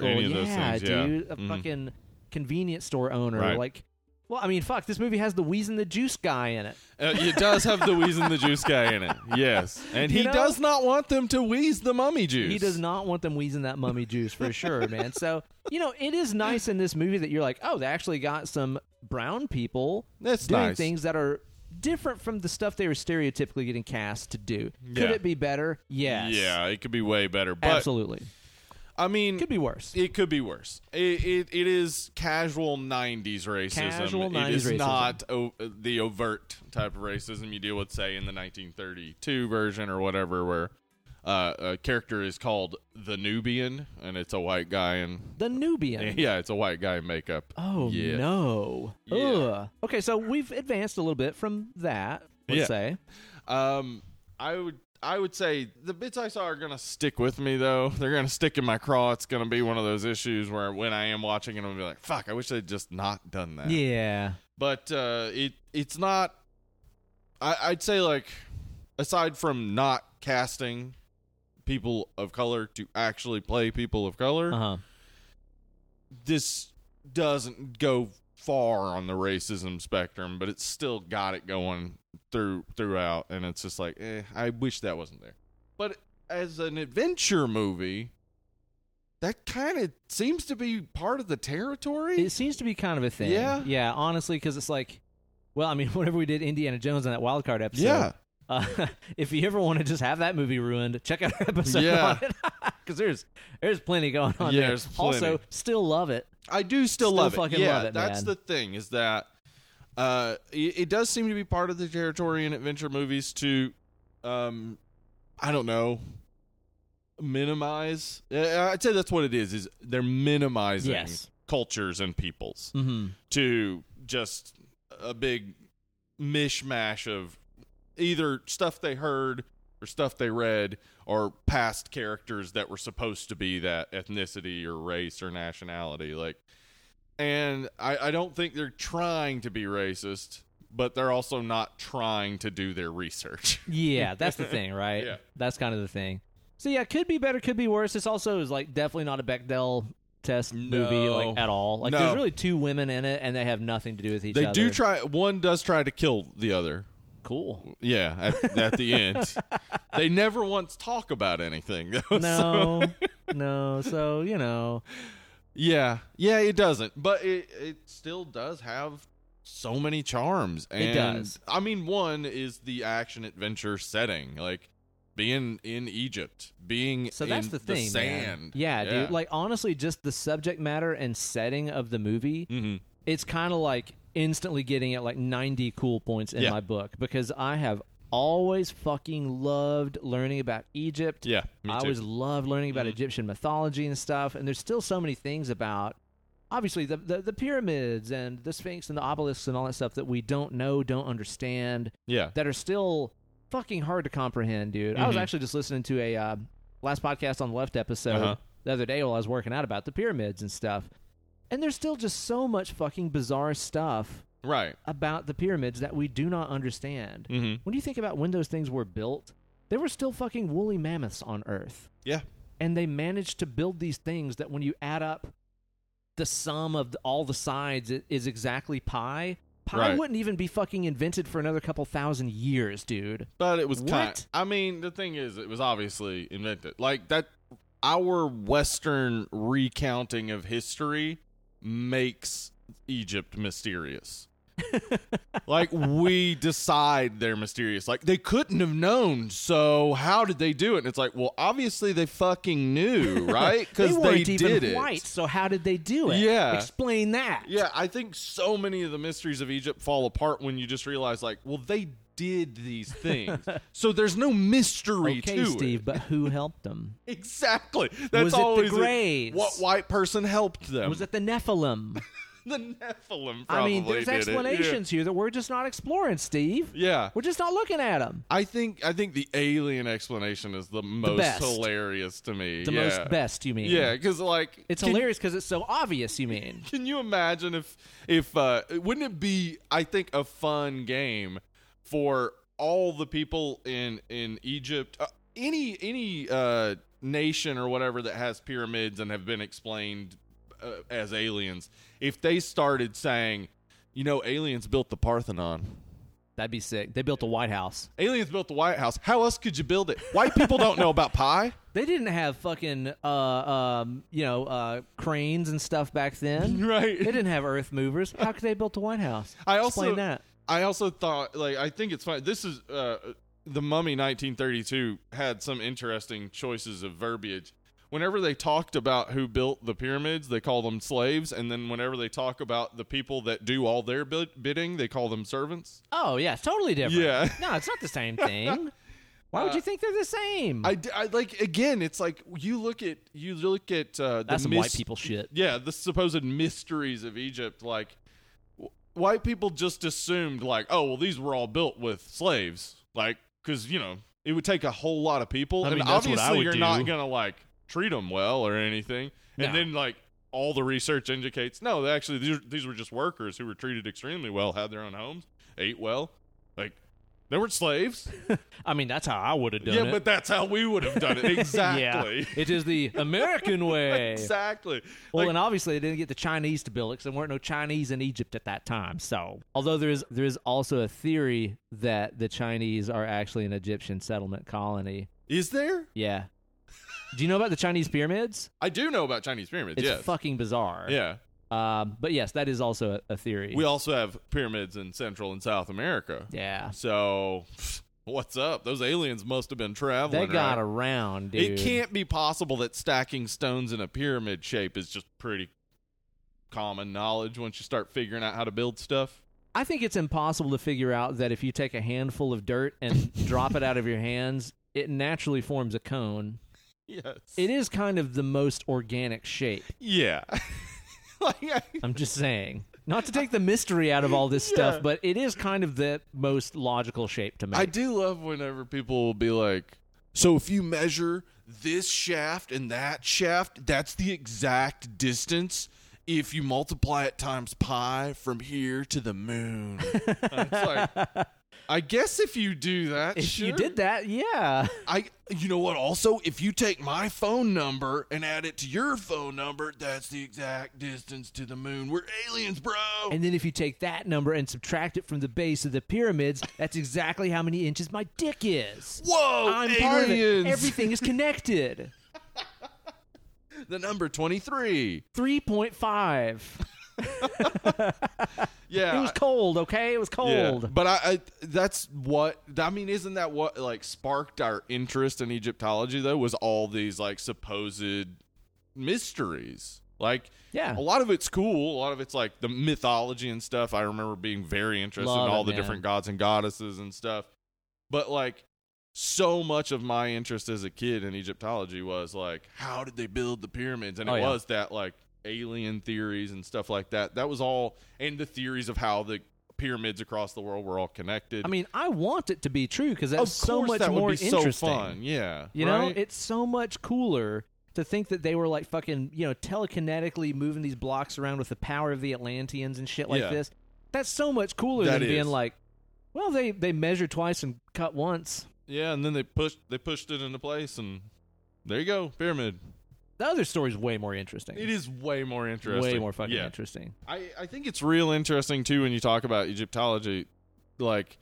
A: driver, any of those
B: yeah,
A: things, yeah.
B: dude, a
A: Mhm.
B: fucking convenience store owner,
A: Right.
B: like. Well, I mean, fuck, this movie has the Wheeze and the Juice guy in it.
A: Uh, it does have the wheeze and the juice guy in it. Yes. And
B: You
A: he
B: know-
A: does not want them to wheeze the mummy juice.
B: He does not want them wheezing that mummy juice for sure, man. So, you know, it is nice in this movie that you're like, oh, they actually got some brown people
A: That's
B: doing
A: nice.
B: things that are different from the stuff they were stereotypically getting cast to do. Could
A: Yeah.
B: it be better? Yes.
A: Yeah, it could be way better. But,
B: Absolutely.
A: I mean,
B: Could be worse.
A: it could be worse. It, it, it is casual 90s racism.
B: Casual
A: It
B: 90s
A: is
B: racism.
A: not o- the overt type of racism you deal with, say, in the 1932 version or whatever, where uh, a character is called the Nubian and it's a white guy in.
B: The Nubian.
A: Yeah, it's a white guy in makeup.
B: Oh
A: yeah.
B: no.
A: Yeah.
B: Ugh. Okay, so we've advanced a little bit from that, let's
A: Yeah.
B: say.
A: Um, I would I would say the bits I saw are gonna stick with me though. They're gonna stick in my craw. It's gonna be one of those issues where when I am watching it, I'm gonna be like, "Fuck! I wish they'd just not done that."
B: Yeah.
A: But uh, it it's not. I, I'd say like, aside from not casting people of color to actually play people of color,
B: Uh-huh.
A: this doesn't go far on the racism spectrum, but it's still got it going through throughout, and it's just like, eh, I wish that wasn't there. But as an adventure movie, that kind of seems to be part of the territory.
B: It seems to be kind of a thing.
A: Yeah.
B: Yeah, honestly, because it's like, well, I mean, whenever we did Indiana Jones on that wild card episode,
A: Yeah.
B: uh, if you ever want to just have that movie ruined, check out our episode
A: Yeah.
B: on it. Because there's, there's plenty going on
A: Yeah,
B: there.
A: there's plenty.
B: Also, still love it.
A: I do still,
B: Still
A: love
B: fucking
A: it. Yeah,
B: love it,
A: that's
B: man.
A: the thing is that uh, it, it does seem to be part of the territory in adventure movies to, um, I don't know, minimize. Uh, I'd say that's what it is. Is they're minimizing
B: Yes.
A: cultures and peoples
B: Mm-hmm.
A: to just a big mishmash of either stuff they heard or stuff they read or past characters that were supposed to be that ethnicity or race or nationality like and i, I don't think they're trying to be racist but they're also not trying to do their research
B: Yeah, that's the thing, right?
A: Yeah.
B: That's kind of the thing. So yeah, could be better, could be worse. This also is like definitely not a Bechdel test movie
A: No.
B: like at all. Like
A: No.
B: there's really two women in it and they have nothing to do with each
A: they
B: other.
A: do try one does try to kill the other
B: cool.
A: yeah at, at the end they never once talk about anything though so-
B: No. no. So, you know.
A: Yeah, yeah, it doesn't, but it it still does have so many charms. And,
B: does.
A: I mean, one is the action adventure setting, like being in Egypt, being
B: So that's
A: in
B: the thing. man.
A: sand.
B: Yeah, dude. Like honestly, just the subject matter and setting of the movie
A: Mhm.
B: it's kind of like instantly getting at like 90 cool points in
A: Yeah.
B: my book because I have always fucking loved learning about Egypt.
A: Yeah, me
B: I
A: too.
B: always loved learning about
A: Mhm.
B: Egyptian mythology and stuff. And there's still so many things about, obviously, the, the, the pyramids and the Sphinx and the obelisks and all that stuff that we don't know, don't understand,
A: yeah.
B: that are still fucking hard to comprehend, dude. I was
A: Mhm.
B: actually just listening to a uh, last podcast on the left episode
A: Uh-huh.
B: the other day while I was working out about the pyramids and stuff. And there's still just so much fucking bizarre stuff
A: Right.
B: about the pyramids that we do not understand.
A: hmm
B: When you think about when those things were built, there were still fucking woolly mammoths on Earth.
A: Yeah.
B: And they managed to build these things that when you add up the sum of the- all the sides i- is exactly pi. Pi
A: Right.
B: wouldn't even be fucking invented for another couple thousand years, dude.
A: But it was kind.
B: What?
A: I mean, the thing is, it was obviously invented. Like that, our Western recounting of history makes Egypt mysterious. like we decide they're mysterious. Like they couldn't have known. So how did they do it? And it's like, well, obviously they fucking knew, right? Because
B: they
A: they,
B: weren't even
A: did it.
B: white, so how did they do it?
A: Yeah.
B: Explain that.
A: Yeah, I think so many of the mysteries of Egypt fall apart when you just realize, like, well, they did these things, so there's no mystery
B: Okay,
A: to
B: Steve,
A: it.
B: but who helped them?
A: Exactly. That's
B: Was it the
A: always
B: grades?
A: What white person helped them?
B: Was it the Nephilim?
A: the Nephilim? Probably
B: I mean, there's
A: did it.
B: explanations here that we're just not exploring, Steve.
A: Yeah. yeah.
B: We're just not looking at them.
A: I think I think the alien explanation is the most
B: best.
A: hilarious to me.
B: The
A: yeah.
B: most best, you mean?
A: Yeah, because like
B: It's
A: can-
B: hilarious because it's so obvious, you mean?
A: Can you imagine if if uh wouldn't it be I think a fun game for all the people in in Egypt uh, any any uh nation or whatever that has pyramids and have been explained uh, as aliens if they started saying you know aliens built the Parthenon
B: That'd be sick. They built a White House.
A: aliens built the White House how else could you build it white people don't know about pie
B: They didn't have fucking, uh, um, you know, uh, cranes and stuff back then. They
A: right
B: didn't have earth movers. How could they build the White House?
A: I also
B: Explain that.
A: I also thought like I think it's fine. This is uh the Mummy 1932 had some interesting choices of verbiage. Whenever they talked about who built the pyramids, they call them slaves, and then whenever they talk about the people that do all their bid- bidding, they call them servants.
B: Oh, yeah, totally different.
A: Yeah. Uh,
B: No, it's not the same thing. Why would you think they're the same?
A: I, d- I- like again, it's like you look at you look at uh, the
B: That's some white
A: mis-
B: people shit.
A: yeah, the supposed mysteries of Egypt. Like, w- white people just assumed, like, oh, well, these were all built with slaves. Like, because, you know, it would take a whole lot of people.
B: I mean,
A: and
B: that's what I
A: obviously,
B: would
A: you're
B: do.
A: not going to, like, treat them well or anything.
B: No.
A: And then, like, all the research indicates, no, they actually, these, these were just workers who were treated extremely well, had their own homes, ate well. Like, they weren't slaves.
B: I mean, that's how I would have done
A: yeah,
B: it.
A: but that's how we would have done it. Exactly.
B: Yeah, it is the American way.
A: Exactly.
B: Well,
A: Like,
B: and obviously they didn't get the Chinese to build it because there weren't no Chinese in Egypt at that time. So, although there is there is also a theory that the Chinese are actually an Egyptian settlement colony.
A: is there?
B: Yeah. Do you know about the Chinese pyramids?
A: I do know about Chinese pyramids.
B: It's
A: yes.
B: fucking bizarre.
A: Yeah.
B: Um, but yes, that is also a, a theory.
A: We also have pyramids in Central and South America.
B: yeah.
A: So, what's up? Those aliens must have been traveling.
B: They got
A: right?
B: around, dude.
A: It can't be possible that stacking stones in a pyramid shape is just pretty common knowledge once you start figuring out how to build stuff.
B: I think it's impossible to figure out that if you take a handful of dirt and drop it out of your hands, it naturally forms a cone.
A: Yes.
B: It is kind of the most organic shape.
A: yeah. like, I,
B: I'm just saying. Not to take the mystery out of all this stuff,
A: Yeah.
B: but it is kind of the most logical shape to
A: I
B: make.
A: do love whenever people will be like, so if you measure this shaft and that shaft, that's the exact distance. If you multiply it times pi from here to the moon, it's like, I guess if you do that,
B: if you
A: sure.
B: did that, yeah.
A: I, you know what? Also, if you take my phone number and add it to your phone number, that's the exact distance to the moon. We're aliens, bro.
B: And then if you take that number and subtract it from the base of the pyramids, that's exactly how many inches my dick is.
A: Whoa,
B: I'm
A: aliens!
B: part of it. Everything is connected.
A: the number twenty-three.
B: 3.5.
A: Yeah,
B: It was cold, okay? It was cold.
A: Yeah. But I, I that's what I mean isn't that what like sparked our interest in Egyptology though was all these like supposed mysteries. Like a
B: Yeah.
A: lot of it's cool. A lot of it's like the mythology and stuff. I remember being very interested
B: Love
A: in all
B: it,
A: the
B: man.
A: different gods and goddesses and stuff. But like so much of my interest as a kid in Egyptology was like, how did they build the pyramids? And
B: Oh,
A: it
B: yeah.
A: was that like alien theories and stuff like that. That was all and the theories of how the pyramids across the world were all connected.
B: I mean, I want it to be true because
A: of
B: that's
A: course
B: so much
A: that would
B: more
A: be
B: interesting.
A: so fun. Yeah.
B: You
A: right?
B: know, it's so much cooler to think that they were like fucking, you know, telekinetically moving these blocks around with the power of the Atlanteans and shit like
A: Yeah.
B: this. That's so much cooler
A: That
B: than
A: is.
B: being like, well, they they measure twice and cut once.
A: yeah, and then they pushed they pushed it into place and there you go, pyramid.
B: The other story's way more interesting.
A: It is way more interesting.
B: way more fucking
A: yeah.
B: interesting. Oh,
A: I, I think it's real interesting too when you talk about Egyptology. Like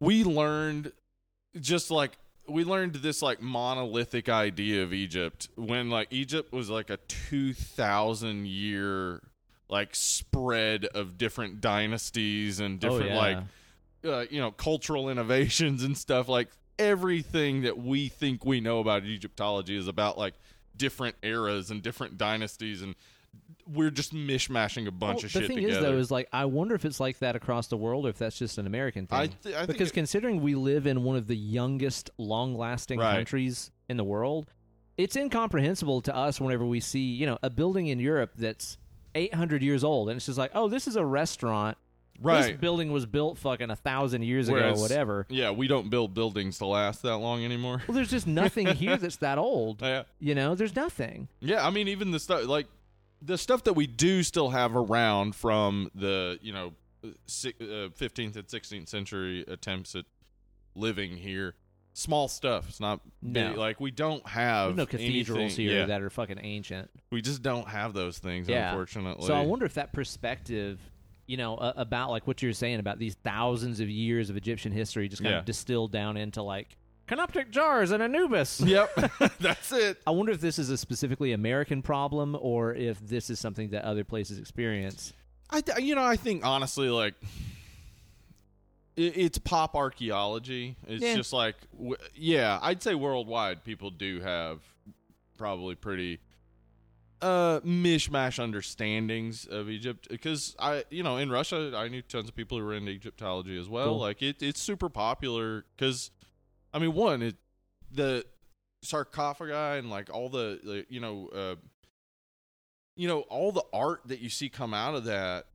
A: we learned just like we learned this like monolithic idea of Egypt when like Egypt was like a two thousand year like spread of different dynasties and different
B: oh, yeah.
A: like uh, you know cultural innovations and stuff like everything that we think we know about egyptology is about like different eras and different dynasties and we're just mishmashing a bunch
B: Well,
A: of
B: the
A: shit
B: thing
A: together
B: is though is like I wonder if it's like that across the world or if that's just an American thing.
A: I, th- I think
B: because
A: it-
B: considering we live in one of the youngest long-lasting
A: Right.
B: countries in the world it's incomprehensible to us whenever we see you know a building in europe that's 800 years old and it's just like oh this is a restaurant this
A: right
B: building was built fucking a thousand years ago
A: Whereas-
B: or whatever
A: yeah we don't build buildings to last that long anymore
B: well there's just nothing here that's that old
A: yeah
B: you know there's nothing
A: yeah i mean even the stuff like the stuff that we do still have around from the you know si- uh, 15th and 16th century attempts at living here small stuff it's not
B: No.
A: big. like we don't
B: There's
A: have
B: no cathedrals
A: anything-
B: here
A: yeah.
B: that are fucking ancient
A: we just don't have those things
B: Yeah.
A: unfortunately
B: So I wonder if that perspective, you know, uh, about like what you're saying about these thousands of years of Egyptian history just kind
A: Yeah.
B: of distilled down into like canoptic jars and Anubis.
A: yep that's it
B: I wonder if this is a specifically American problem or if this is something that other places experience.
A: I th- you know I think honestly like it, it's pop archaeology. It's
B: Yeah.
A: just like w- yeah, I'd say worldwide people do have probably pretty uh mishmash understandings of Egypt because I you know in Russia I knew tons of people who were into Egyptology as well.
B: Cool.
A: Like it it's super popular cuz I mean one it the sarcophagi and like all the, the you know uh you know all the art that you see come out of that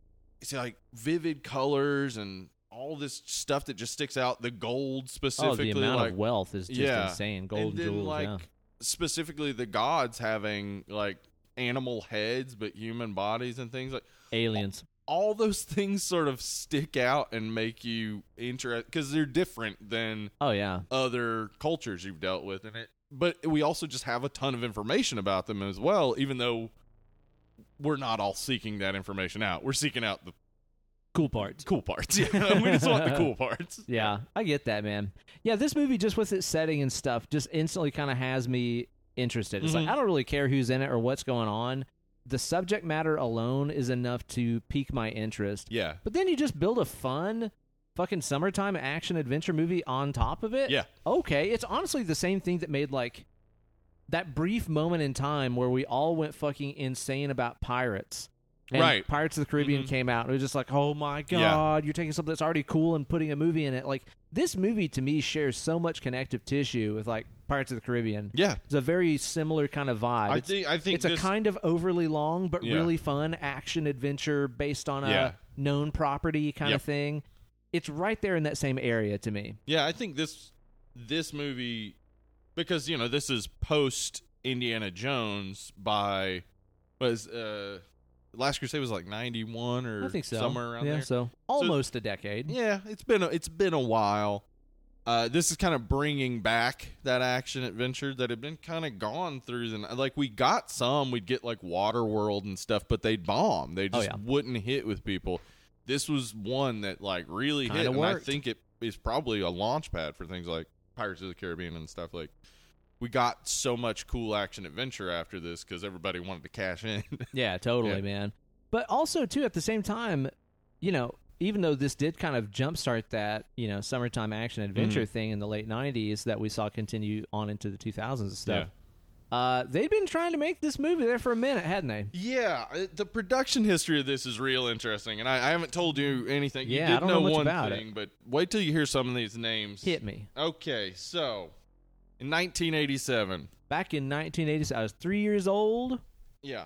A: it's like vivid colors and all this stuff that just sticks out the gold
B: Oh,
A: specifically
B: the amount
A: like
B: of wealth is just
A: yeah.
B: insane.
A: and
B: Gold
A: then
B: jewels,
A: like
B: yeah.
A: specifically the gods having like animal heads but human bodies and things like
B: aliens.
A: all those things sort of stick out and make you interested because they're different than
B: Oh yeah,
A: other cultures you've dealt with in it. But we also just have a ton of information about them as well, even though we're not all seeking that information out. We're seeking out the
B: cool part.
A: cool parts. Yeah, we just want the cool parts.
B: Yeah, I get that, man. Yeah, this movie just with its setting and stuff just instantly kind of has me interested. It's
A: Mhm.
B: like I don't really care who's in it or what's going on. The subject matter alone is enough to pique my interest.
A: Yeah.
B: But then you just build a fun fucking summertime action adventure movie on top of it.
A: Yeah.
B: Okay, it's honestly the same thing that made like that brief moment in time where we all went fucking insane about pirates. And
A: Right.
B: Pirates of the Caribbean
A: Mhm.
B: came out and it was just like, "Oh my
A: Yeah.
B: god, you're taking something that's already cool and putting a movie in it." Like this movie to me shares so much connective tissue with like Pirates of the Caribbean.
A: Yeah.
B: It's a very similar kind of vibe.
A: I
B: It's-
A: think I think
B: it's a
A: this-
B: kind of overly long but
A: Yeah.
B: really fun action adventure based on a
A: Yeah.
B: known property kind
A: Yep.
B: of thing. It's right there in that same area to me.
A: Yeah, I think this this movie because you know this is post Indiana Jones by was uh Last Crusade was like ninety one or
B: I think so.
A: somewhere around
B: yeah,
A: there.
B: So almost a decade.
A: Yeah, it's been a, it's been a while. Uh, this is kind of bringing back that action adventure that had been kind of gone through. The, n- like we got some, we'd get like Waterworld and stuff, but they'd bomb. They
B: Oh,
A: just
B: yeah.
A: wouldn't hit with people. This was one that like really hit,
B: Kinda
A: and I
B: worked.
A: think it is probably a launch pad for things like Pirates of the Caribbean and stuff. Like we got so much cool action adventure after this because everybody wanted to cash in.
B: Yeah, totally,
A: Yeah.
B: man. But also too, at the same time, you know, even though this did kind of jumpstart that you know
A: Mm.
B: summertime action adventure thing in the late '90s that we saw continue on into the 2000s and stuff. Uh, they'd been trying to make this movie there for a minute, hadn't they?
A: Yeah, uh, the production history of this is real interesting, and I, I haven't told you anything.
B: Yeah,
A: you did
B: I don't know much
A: one
B: about it.
A: thing, but wait till you hear some of these names.
B: Hit me.
A: Okay, so in 1987,
B: Back in 1980, I was three years old,
A: yeah,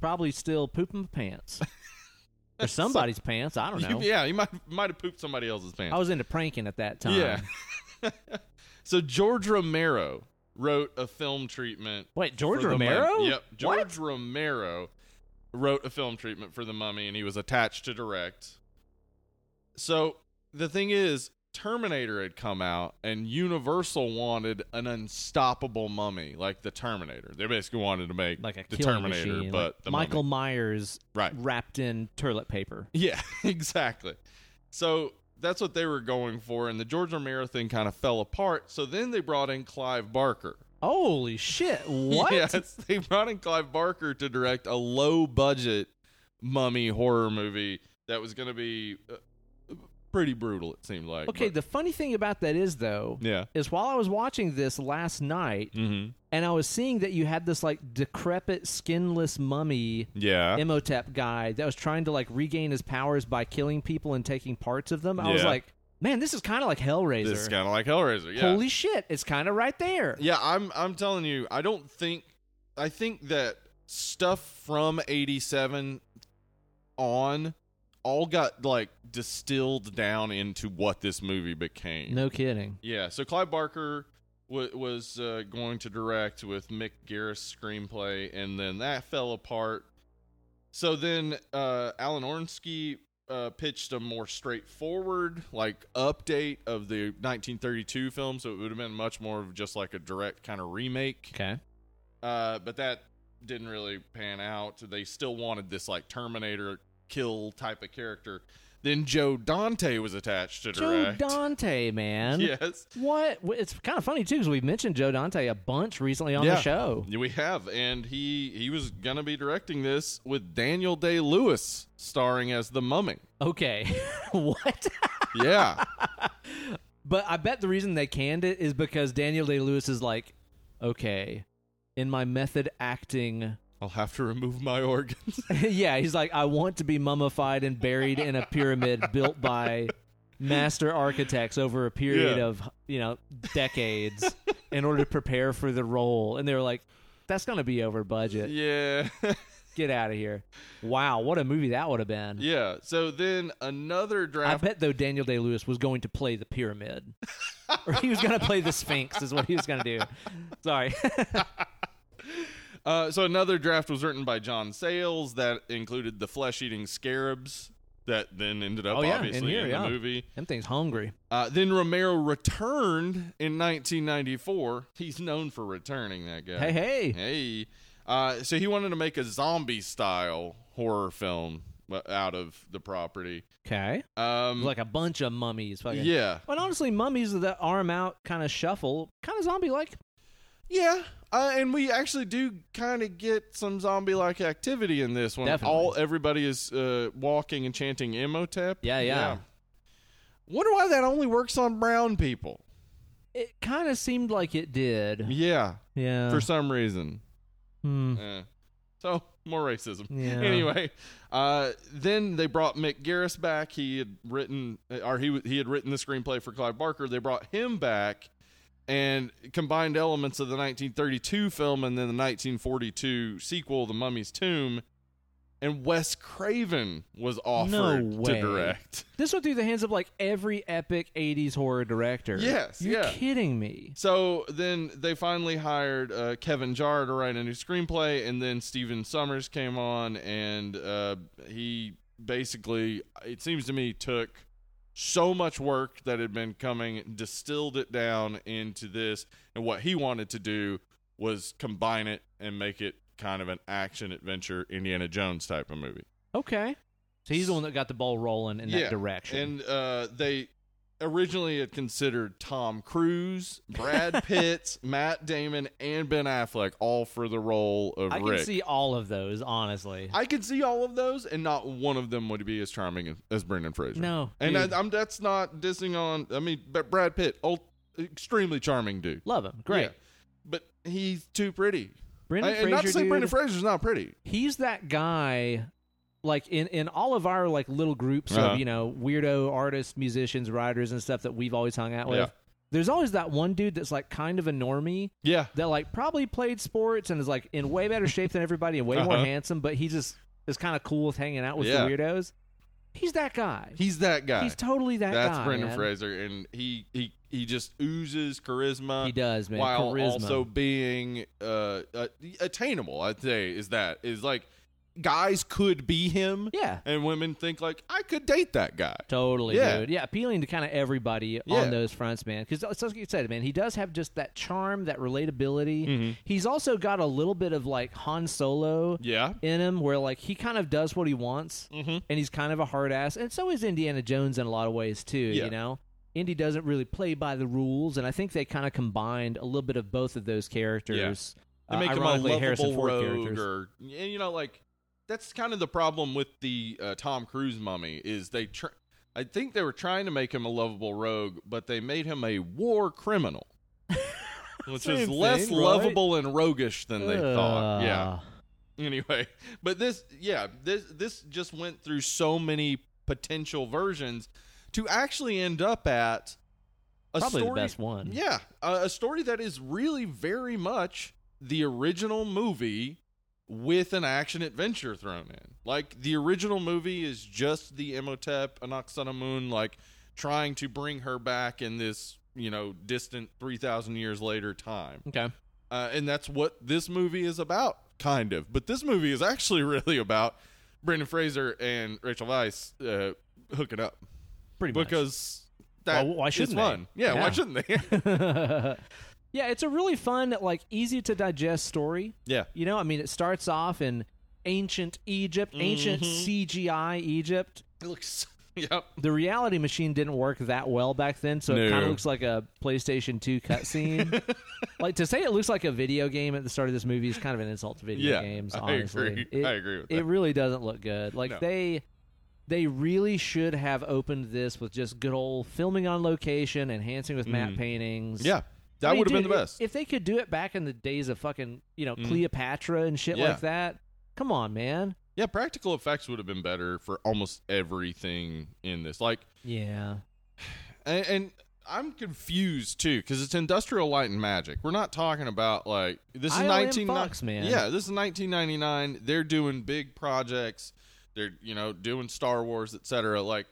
B: probably still pooping my pants. or somebody's pants, I don't
A: You-
B: know.
A: yeah, you might might have pooped somebody else's pants.
B: I was into pranking at that time.
A: Yeah. so George Romero wrote a film treatment.
B: Wait, George
A: for The Mummy.
B: Romero?
A: Yep, George
B: What?
A: Romero wrote a film treatment for The Mummy, and he was attached to direct. So the thing is, Terminator had come out, and Universal wanted an unstoppable mummy like the Terminator. They basically wanted to make
B: Like a
A: the
B: killing
A: Terminator,
B: machine,
A: but
B: like
A: the
B: Michael
A: mummy.
B: Myers
A: right?
B: wrapped in toilet paper.
A: Yeah, exactly. So that's what they were going for, and the George Romero thing kind of fell apart. So then they brought in Clive Barker.
B: Holy shit! What?
A: Yes, they brought in Clive Barker to direct a low budget mummy horror movie that was going to be uh, pretty brutal, it seemed like.
B: Okay,
A: but-
B: the funny thing about that is though,
A: yeah.
B: is while I was watching this last night,
A: Mm-hmm.
B: and I was seeing that you had this like decrepit, skinless mummy
A: Yeah.
B: Imhotep guy that was trying to like regain his powers by killing people and taking parts of them. I was
A: Yeah.
B: like, man, this is kind of like Hellraiser.
A: This is kind of like Hellraiser. Yeah.
B: Holy shit! It's kind of right there.
A: Yeah, I'm I'm telling you, I don't think I think that stuff from 87 on all got like distilled down into what this movie became.
B: No kidding.
A: Yeah, so Clive Barker wa was uh, going to direct with Mick Garris screenplay and then that fell apart. So then uh Alan Ornsky uh, pitched a more straightforward like update of the 1932 film so it would have been much more of just like a direct kind of remake
B: Okay.
A: uh, but that didn't really pan out. They still wanted this like Terminator kill type of character. Then Joe Dante was attached to
B: Joe
A: direct.
B: Dante, man.
A: yes,
B: What? Wh- It's kind of funny too because we've mentioned Joe Dante a bunch recently on
A: Yeah.
B: the show.
A: we have, and he he was gonna be directing this with Daniel Day Lewis starring as the Mummy.
B: Okay. what?
A: Yeah,
B: But I bet the reason they canned it is because Daniel Day Lewis is like, okay, in my method acting.
A: I'll have to remove my organs.
B: yeah, he's like, I want to be mummified and buried in a pyramid built by master architects over a period
A: Yeah.
B: of, you know, decades in order to prepare for the role. And they were like, that's going to be over budget.
A: yeah.
B: Get out of here. Wow, what a movie that would have been.
A: yeah. So then another
B: I
A: draft
B: bet though Daniel Day Lewis was going to play the pyramid, or he was going to play the Sphinx, is what he was going to do. Sorry.
A: Uh, so another draft was written by John Sayles that included the flesh-eating scarabs that then ended up
B: Oh, yeah, in
A: obviously in,
B: here,
A: the
B: yeah.
A: movie.
B: Them things hungry.
A: Uh, then Romero returned in 1994. He's known for returning that guy.
B: Hey, hey.
A: hey. Uh, so he wanted to make a zombie-style horror film uh, out of the property.
B: Okay.
A: Um,
B: Like a bunch of mummies. Fucking.
A: yeah,
B: But honestly, mummies that arm out kind of shuffle, kind of zombie like.
A: yeah. Uh, and we actually do kind of get some zombie-like activity in this one.
B: Definitely.
A: All everybody is uh, walking and chanting Imhotep.
B: Yeah, yeah.
A: Wonder why that only works on brown people.
B: It kind of seemed like it did.
A: Yeah,
B: Yeah. Uh.
A: for some reason.
B: Hmm.
A: Eh. So more racism.
B: Yeah.
A: Anyway, uh, then they brought Mick Garris back. He had written, uh, or he he had written the screenplay for Clive Barker. They brought him back, and combined elements of the 1932 film and then the 1942 sequel, The Mummy's Tomb. And Wes Craven was offered
B: way.
A: to direct.
B: This went through the hands of like every epic 80s horror director.
A: Yes,
B: You're
A: yeah.
B: kidding me.
A: So then they finally hired uh, Kevin Jarre to write a new screenplay, and then Steven Summers came on, and uh, he basically, it seems to me, took so much work that had been coming, distilled it down into this, and what he wanted to do was combine it and make it kind of an action adventure Indiana Jones type of movie.
B: Okay. So he's the one that got the ball rolling in
A: Yeah.
B: that direction.
A: And uh, they originally had considered Tom Cruise, Brad Pitt, Matt Damon, and Ben Affleck all for the role of
B: I
A: Rick.
B: can see all of those, honestly.
A: I could see all of those, and not one of them would be as charming as Brendan Fraser.
B: No,
A: and
B: dude.
A: I, I'm that's not dissing on. I mean, but Brad Pitt, ult- extremely charming dude.
B: Love him. Great.
A: Yeah. But he's too pretty.
B: Brendan
A: I-
B: Fraser.
A: and not to say
B: dude,
A: Brendan Fraser's not pretty.
B: he's that guy like in, in all of our like little groups
A: Uh-huh.
B: of you know weirdo artists musicians writers and stuff that we've always hung out with
A: Yeah.
B: there's always that one dude that's like kind of a normie
A: Yeah.
B: that like probably played sports and is like in way better shape than everybody and way more
A: Uh-huh.
B: handsome but he just is kind of cool with hanging out with
A: Yeah.
B: the weirdos he's that guy
A: He's that guy.
B: he's totally that
A: That's
B: guy
A: Brendan
B: man.
A: Fraser, and he he he just oozes charisma.
B: he does man
A: while
B: Charisma.
A: also being uh, uh attainable. I'd say is that is like guys could be him,
B: yeah
A: and women think like I could date that guy.
B: Totally,
A: Yeah.
B: dude. Yeah, appealing to kind of everybody
A: Yeah.
B: on those fronts, man. Because like you said, man, he does have just that charm, that relatability.
A: Mm-hmm.
B: He's also got a little bit of like Han Solo
A: Yeah,
B: in him, where like he kind of does what he wants,
A: Mhm.
B: and he's kind of a hard ass. And so is Indiana Jones in a lot of ways too.
A: Yeah.
B: You know, Indy doesn't really play by the rules, and I think they kind of combined a little bit of both of those characters.
A: they
B: Uh,
A: make him a
B: ironically, Harrison
A: lovable
B: Ford
A: rogue,
B: characters.
A: or and you know like that's kind of the problem with the uh, Tom Cruise mummy is they. Tr- I think they were trying to make him a lovable rogue, but they made him a war criminal. Which
B: Same
A: is
B: thing,
A: less
B: right?
A: lovable and roguish than they thought. Yeah.
B: Ugh.
A: anyway but this yeah this this just went through so many potential versions to actually end up at a
B: probably
A: story
B: the best one.
A: yeah a, a story that is really very much the original movie with an action adventure thrown in like the original movie is just the imhotep Anaxana moon like trying to bring her back in this you know distant 3000 years later time
B: Okay.
A: uh, and that's what this movie is about, kind of. But this movie is actually really about Brendan Fraser and Rachel Weisz uh, hooking up
B: Pretty much.
A: because that
B: Well, why
A: is
B: shouldn't they?
A: fun. Yeah,
B: Yeah.
A: why shouldn't they?
B: yeah, it's a really fun, like easy to digest story.
A: yeah,
B: You know, I mean, it starts off in ancient Egypt, ancient
A: Mhm.
B: CGI Egypt.
A: it looks. Yep.
B: The reality machine didn't work that well back then, so it
A: No.
B: kind of looks like a PlayStation 2 cutscene. like to say it looks like a video game at the start of this movie is kind of an insult to video
A: Yeah,
B: games.
A: I
B: Honestly,
A: agree.
B: It,
A: I agree with that.
B: It really doesn't look good. Like
A: No.
B: they, they really should have opened this with just good old filming on location, enhancing with matte paintings.
A: Mm. Yeah,
B: I
A: that
B: mean,
A: would have been
B: dude,
A: the
B: if-
A: best. Mm.
B: If they could do it back in the days of fucking, you know, Cleopatra and shit
A: Yeah.
B: like that. Come on, man.
A: yeah, practical effects would have been better for almost everything in this. Like,
B: Yeah.
A: and, and I'm confused too because it's industrial light and magic. We're not talking about like this is
B: ILM
A: 19
B: Fox, man.
A: Yeah, this is 1999. They're doing big projects. They're you know doing Star Wars, etc. Like,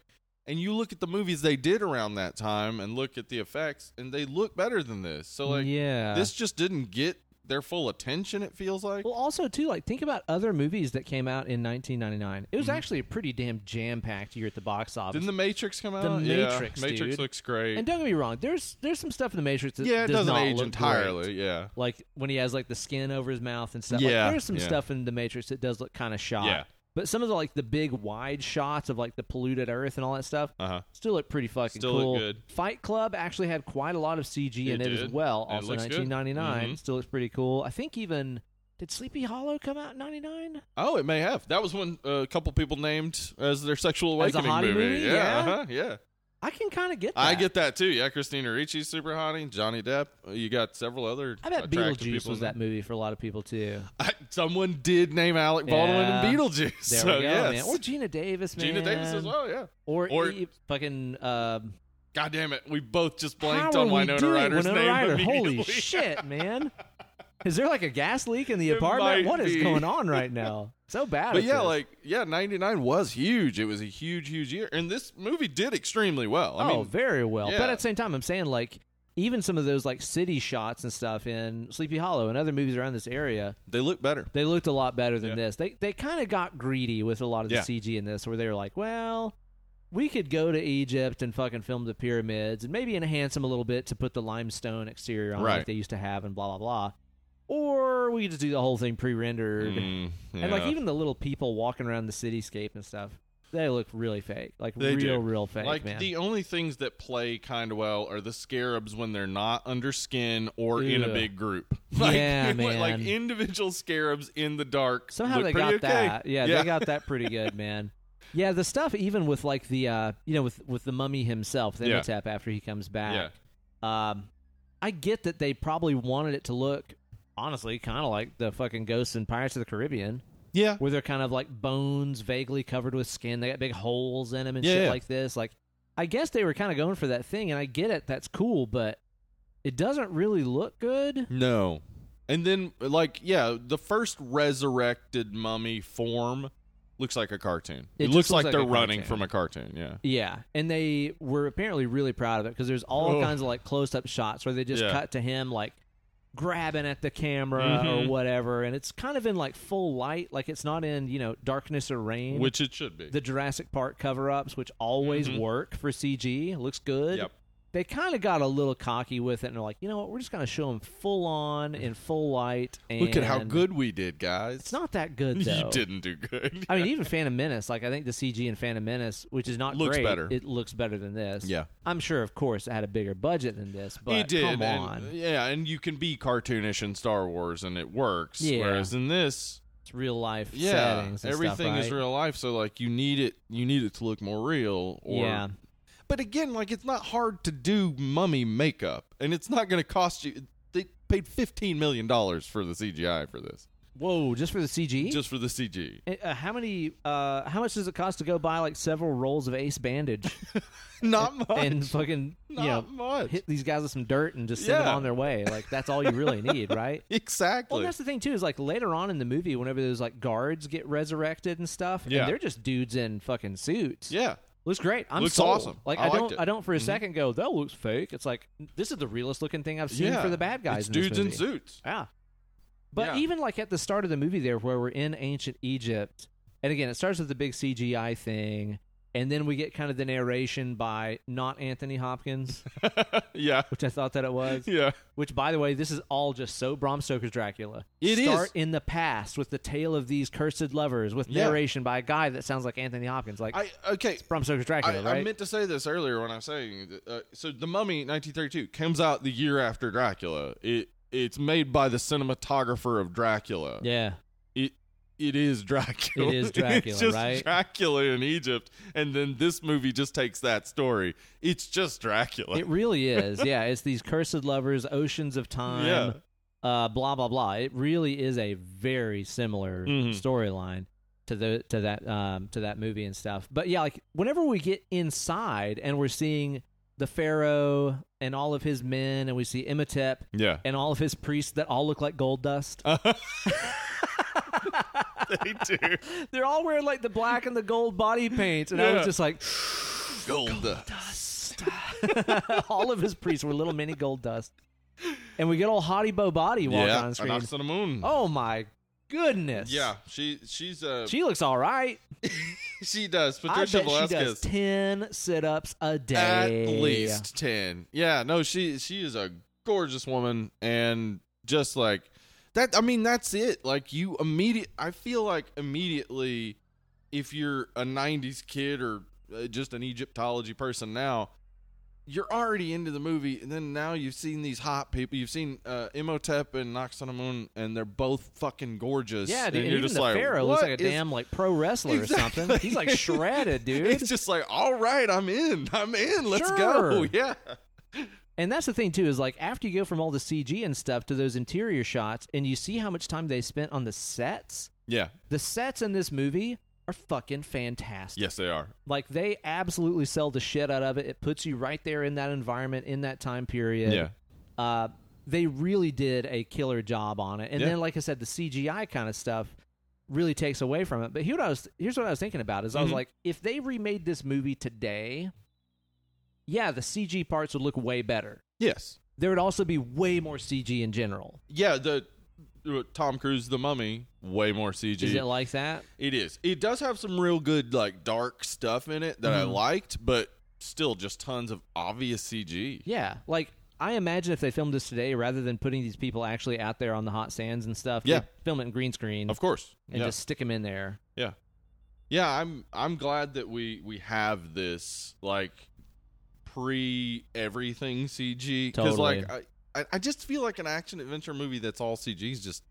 A: and you look at the movies they did around that time and look at the effects, and they look better than this. So like,
B: yeah.
A: this just didn't get their full attention. It feels like.
B: well, also too, like think about other movies that came out in 1999. It was actually a pretty damn jam-packed year at the box office.
A: Mm-hmm. didn't the Matrix come out? yeah,
B: Matrix,
A: Matrix
B: dude.
A: looks great.
B: and don't get me wrong, there's there's some stuff in the Matrix that
A: yeah, it
B: does
A: doesn't
B: not
A: age
B: look great.
A: entirely. Yeah,
B: Like when he has like the skin over his mouth and stuff. Like,
A: Yeah,
B: there's some
A: yeah.
B: stuff in the Matrix that does look kind of shot.
A: Yeah.
B: But some of the like the big wide shots of like the polluted Earth and all that stuff,
A: uh huh.
B: Still look pretty fucking
A: Still look
B: cool.
A: good.
B: Fight Club actually had quite a lot of CG in
A: It
B: it as
A: did.
B: well.
A: It
B: Also
A: looks good.
B: 1999,
A: Mhm.
B: still looks pretty cool. I think even did Sleepy Hollow come out in 99?
A: Oh, it may have. That was when uh, a couple people named as their sexual
B: As a
A: awakening
B: hottie
A: movie.
B: movie,
A: Yeah,
B: yeah.
A: Uh-huh, yeah.
B: I can kind of get that.
A: I get that too. Yeah, Christina Ricci's super hottie. Johnny Depp. Uh, You got several other.
B: I bet
A: attractive
B: Beetlejuice
A: people
B: was
A: in
B: that movie for a lot of people too.
A: there. I- someone did name Alec Baldwin
B: Yeah.
A: and Beetlejuice.
B: There
A: so
B: we go,
A: yes.
B: man. Or Gina Davis, man.
A: Gina Davis as well. Yeah.
B: Or,
A: Or-
B: e- fucking um,
A: God damn it, we both just
B: how
A: blanked
B: are
A: on
B: we
A: Winona
B: doing
A: Ryder's
B: Winona
A: name
B: Ryder? Holy
A: immediately.
B: shit, man! Is there like a gas leak in the
A: It
B: apartment?
A: might
B: What is
A: be.
B: going on right now? So bad.
A: But
B: at
A: yeah,
B: this.
A: like yeah, ninety nine was huge. It was a huge, huge year, and this movie did extremely well. I
B: oh,
A: mean,
B: very well. But
A: yeah.
B: at the same time, I'm saying like even some of those like city shots and stuff in Sleepy Hollow and other movies around this area,
A: they look better.
B: they looked a lot better than
A: Yeah.
B: this. They they kind of got greedy with a lot of the
A: Yeah.
B: CG in this, where they were like, well. We could go to Egypt and fucking film the pyramids and maybe enhance them a little bit to put the limestone exterior on like
A: Right.
B: they used to have and blah blah blah. Or we could just do the whole thing pre-rendered.
A: Mm,
B: And like
A: yeah.
B: even the little people walking around the cityscape and stuff, they look really fake. Like
A: They
B: real
A: do.
B: real fake,
A: like
B: man.
A: the only things that play kind of well are the scarabs when they're not under skin or in a
B: Ew.
A: big group. Like,
B: Yeah,
A: like- like
B: man.
A: individual scarabs in the dark.
B: Somehow
A: look
B: they got
A: pretty okay.
B: that. Yeah, they got that pretty good, man. Yeah, the stuff even with like the uh, you know with with the mummy himself, the
A: Yeah.
B: Imhotep after he comes back. Um, I get that they probably wanted it to look honestly kind of like the fucking ghosts in Pirates of the Caribbean,
A: Yeah.
B: where they're kind of like bones vaguely covered with skin. They got big holes in them and
A: Yeah,
B: shit
A: yeah.
B: like this. Like, I guess they were kind of going for that thing, and I get it. That's cool, but it doesn't really look good.
A: No. And then, like, yeah, the first resurrected mummy form looks like a cartoon. It,
B: It just
A: looks like,
B: looks like
A: they're
B: a
A: running
B: cartoon.
A: from a cartoon. Yeah.
B: Yeah, and they were apparently really proud of it because there's all
A: Ugh.
B: kinds of like close up shots where they just
A: Yeah.
B: cut to him like grabbing at the camera or
A: Mhm.
B: whatever, and it's kind of in like full light, like it's not in you know darkness or rain.
A: Which it should be.
B: the Jurassic Park cover ups, which always
A: Mhm.
B: work for CG, looks good.
A: Yep.
B: They kind of got a little cocky with it, and they're like, you know what? We're just gonna show him full on in full light. And
A: Look at how good we did, guys.
B: It's not that good though.
A: You didn't do good.
B: I mean, even Phantom Menace, like I think the CG in Phantom Menace, which is not
A: Looks
B: great,
A: better.
B: it looks better than this.
A: Yeah.
B: I'm sure, of course, it had a bigger budget than this, but
A: he did.
B: come
A: and-
B: on,
A: yeah, and you can be cartoonish in Star Wars and it works.
B: Yeah.
A: Whereas in this,
B: it's real life
A: yeah,
B: settings. and stuff,
A: everything is
B: right?
A: real life, so like you need it you need it to look more real or
B: yeah,
A: But again, like it's not hard to do mummy makeup, and it's not going to cost you. They paid fifteen million dollars for the CGI for this,
B: whoa, just for the CG.
A: just for the CG.
B: uh, how many? Uh, how much does it cost to go buy like several rolls of Ace Bandage
A: Not much.
B: and fucking
A: not
B: you know
A: much.
B: hit these guys with some dirt and just send them
A: Yeah.
B: on their way? Like that's all you really need, right? Well,
A: exactly.
B: that's the thing too. Is like later on in the movie, whenever those like guards get resurrected and stuff,
A: Yeah.
B: and they're just dudes in fucking suits.
A: yeah.
B: looks great. I'm
A: Looks
B: sold.
A: awesome.
B: Like
A: I
B: I,
A: liked
B: don't,
A: it. Mm-hmm.
B: I don't for a second go that looks fake. It's like this is the realest looking thing I've seen
A: yeah.
B: for the bad guys.
A: It's
B: in this
A: dudes
B: movie.
A: in suits.
B: Yeah. But
A: Yeah.
B: even like at the start of the movie there where we're in ancient Egypt, and again it starts with the big CGI thing, and then we get kind of the narration by not Anthony Hopkins,
A: yeah.
B: which I thought that it was.
A: Yeah.
B: Which by the way, this is all just so Bram Stoker's Dracula.
A: It is.
B: start in the past with the tale of these cursed lovers with
A: Yeah.
B: narration by a guy that sounds like Anthony Hopkins. Like
A: I okay.
B: Bram Stoker's
A: I,
B: Dracula, right?
A: I meant to say this earlier when I was saying. that, Uh, so, The Mummy, 1932, comes out the year after Dracula. It it's made by the cinematographer of Dracula.
B: yeah.
A: it it is Dracula.
B: It is Dracula,
A: it's just
B: right?
A: Dracula in Egypt, and then this movie just takes that story. It's just Dracula.
B: It really is. Yeah, it's these cursed lovers, oceans of time,
A: Yeah.
B: uh, blah blah blah. It really is a very similar
A: Mhm.
B: storyline to the to that um, to that movie and stuff. But yeah, like whenever we get inside and we're seeing the pharaoh and all of his men, and we see Imhotep
A: yeah.
B: and all of his priests that all look like gold dust.
A: Uh. they do.
B: They're all wearing like the black and the gold body paint, and I
A: Yeah.
B: was just like.
A: Gold.
B: dust. All of his priests were little mini gold dust. And we get old Hottie Bo Body walking
A: Yeah.
B: on
A: An
B: screen.
A: Ox on the Moon.
B: Oh my goodness.
A: Yeah, she she's uh she,
B: She looks all right.
A: does Patricia
B: I bet
A: Velasquez
B: she does 10 sit ups a day.
A: at least ten. Yeah, no, she she is a gorgeous woman and just like that. I mean, that's it. Like you immediate. I feel like immediately, if you're a '90s kid or uh, just an Egyptology person now, you're already into the movie. And then now you've seen these hot people. You've seen uh, Imhotep and Noxonamun, and they're both fucking gorgeous.
B: Yeah,
A: and
B: dude. And
A: you're
B: even
A: just
B: the
A: like,
B: Pharaoh looks
A: "What
B: like a
A: is
B: damn like pro wrestler or something.
A: Exactly.
B: He's like shredded, dude.
A: It's just like, all right, I'm in. I'm in. Let's go.
B: Sure.
A: Yeah.
B: And that's the thing too is like after you go from all the CG and stuff to those interior shots, and you see how much time they spent on the sets.
A: Yeah.
B: The sets in this movie are fucking fantastic.
A: Yes, they are.
B: Like they absolutely sell the shit out of it. It puts you right there in that environment in that time period.
A: Yeah.
B: Uh, they really did a killer job on it. And
A: Yeah.
B: then, like I said, the CGI kind of stuff really takes away from it. But here what I was, here's what I was thinking about: is I was
A: Mhm.
B: like, if they remade this movie today, yeah, the CG parts would look way better.
A: Yes.
B: There would also be way more CG in general.
A: Yeah, the uh, Tom Cruise the Mummy, way more CG.
B: Is it like that?
A: it is. It does have some real good like dark stuff in it that I
B: Mhm.
A: liked, but still just tons of obvious CG.
B: Yeah, like I imagine if they filmed this today, rather than putting these people actually out there on the hot sands and stuff,
A: Yeah.
B: they'd film it in green screen
A: Of course.
B: and
A: yeah.
B: just stick them in there.
A: yeah, I'm I'm glad that we we have this like pre everything CG cuz
B: Totally.
A: like I I- I just feel like an action adventure movie that's all CG is just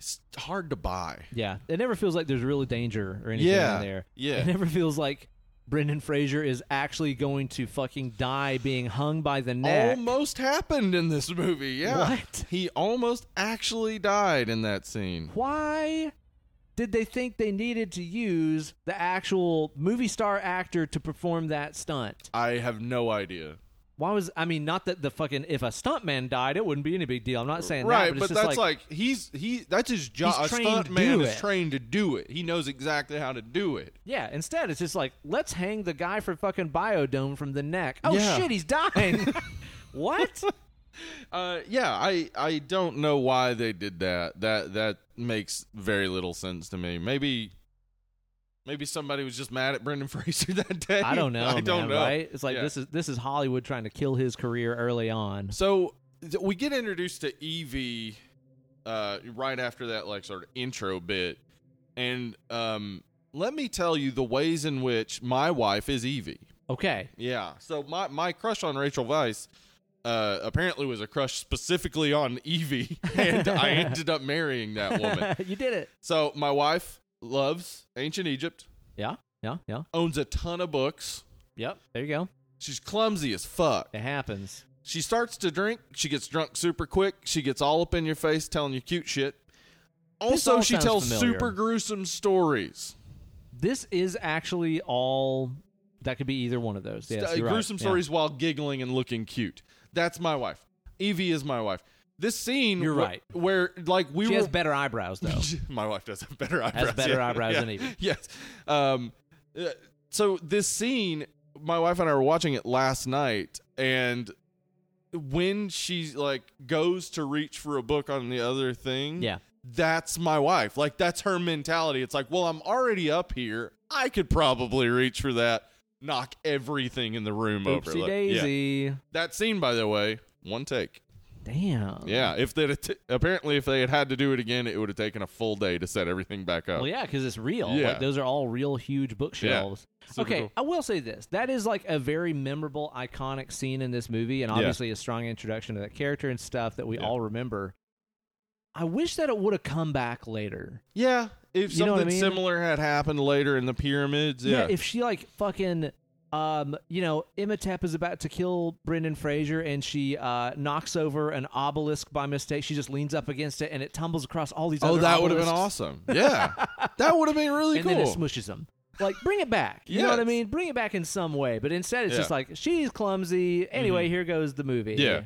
A: it's hard to buy.
B: Yeah, it never feels like there's real danger or anything
A: Yeah,
B: in there.
A: yeah.
B: it never feels like Brendan Fraser is actually going to fucking die being hung by
A: Oh
B: the neck.
A: Almost happened in this movie. Yeah.
B: What?
A: He almost actually died in that scene.
B: Why did they think they needed to use the actual movie star actor to perform that stunt?
A: I have no idea.
B: Why was I mean not that the fucking if a stuntman died it wouldn't be any big deal. I'm not saying
A: right,
B: that,
A: but
B: it's just
A: that's like, he's he that's his job. A
B: He's trained
A: stunt
B: to
A: man
B: do
A: is
B: it.
A: trained to do it. He knows exactly how to do it.
B: yeah. Instead, it's just like let's hang the guy for fucking biodome from the neck. Oh
A: Yeah.
B: shit, he's dying. what?
A: Uh, yeah, I I don't know why they did that. That that makes very little sense to me. Maybe maybe somebody was just mad at Brendan Fraser that day.
B: I don't know.
A: I don't
B: man,
A: know.
B: Right? It's like
A: Yeah.
B: this is this is Hollywood trying to kill his career early on.
A: So th- we get introduced to Evie uh, right after that, like sort of intro bit, and um, let me tell you the ways in which my wife is Evie.
B: Okay.
A: Yeah. So my my crush on Rachel Weisz uh, apparently was a crush specifically on Evie, and I ended up marrying that woman.
B: you did it.
A: So my wife loves ancient Egypt,
B: Yeah. Yeah. Yeah.
A: owns a ton of books.
B: Yep. There you go.
A: She's clumsy as fuck.
B: It happens.
A: She starts to drink. She gets drunk super quick. She gets all up in your face telling you cute shit. Also,
B: all
A: she
B: sounds
A: tells
B: familiar.
A: super gruesome stories.
B: This is actually all that could be either one of those. Yes,
A: St-
B: you're right.
A: gruesome
B: Yeah.
A: stories while giggling and looking cute. That's my wife. Evie is my wife. This scene,
B: You're
A: wh-
B: right.
A: where like we
B: She
A: were
B: has better eyebrows though.
A: My wife does have better eyebrows.
B: better
A: yeah.
B: eyebrows
A: Yeah.
B: than Evie.
A: Yes. Um, uh, so this scene, my wife and I were watching it last night, and when she like goes to reach for a book on the other thing,
B: Yeah.
A: that's my wife. Like that's her mentality. It's like, well, I'm already up here. I could probably reach for that. Knock everything in the room over.
B: Oopsie
A: Like, yeah.
B: daisy.
A: That scene, by the way, one take.
B: Damn.
A: Yeah, if they t- apparently if they had had to do it again, it would have taken a full day to set everything back up.
B: Well, yeah, because it's real.
A: Yeah.
B: Like, those are all real huge bookshelves.
A: Super
B: okay,
A: cool.
B: I will say this. That is like a very memorable, iconic scene in this movie, and
A: Yeah.
B: obviously a strong introduction to that character and stuff that we
A: Yeah.
B: all remember. I wish that it would have come back later.
A: Yeah, if
B: You know what I
A: something
B: mean?
A: similar had happened later in the pyramids, yeah,
B: if she like fucking um you know imhotep is about to kill brendan fraser and she uh knocks over an obelisk by mistake she just leans up against it and it tumbles across all these
A: oh,
B: other
A: that would have been
B: obelisks,
A: awesome. Yeah, that would have been really
B: and
A: cool.
B: then it smushes them like bring it back you know what i
A: Yes.
B: mean bring it back in some way but instead it's
A: Yeah. Mm-hmm.
B: just like she's clumsy anyway here goes the movie
A: yeah,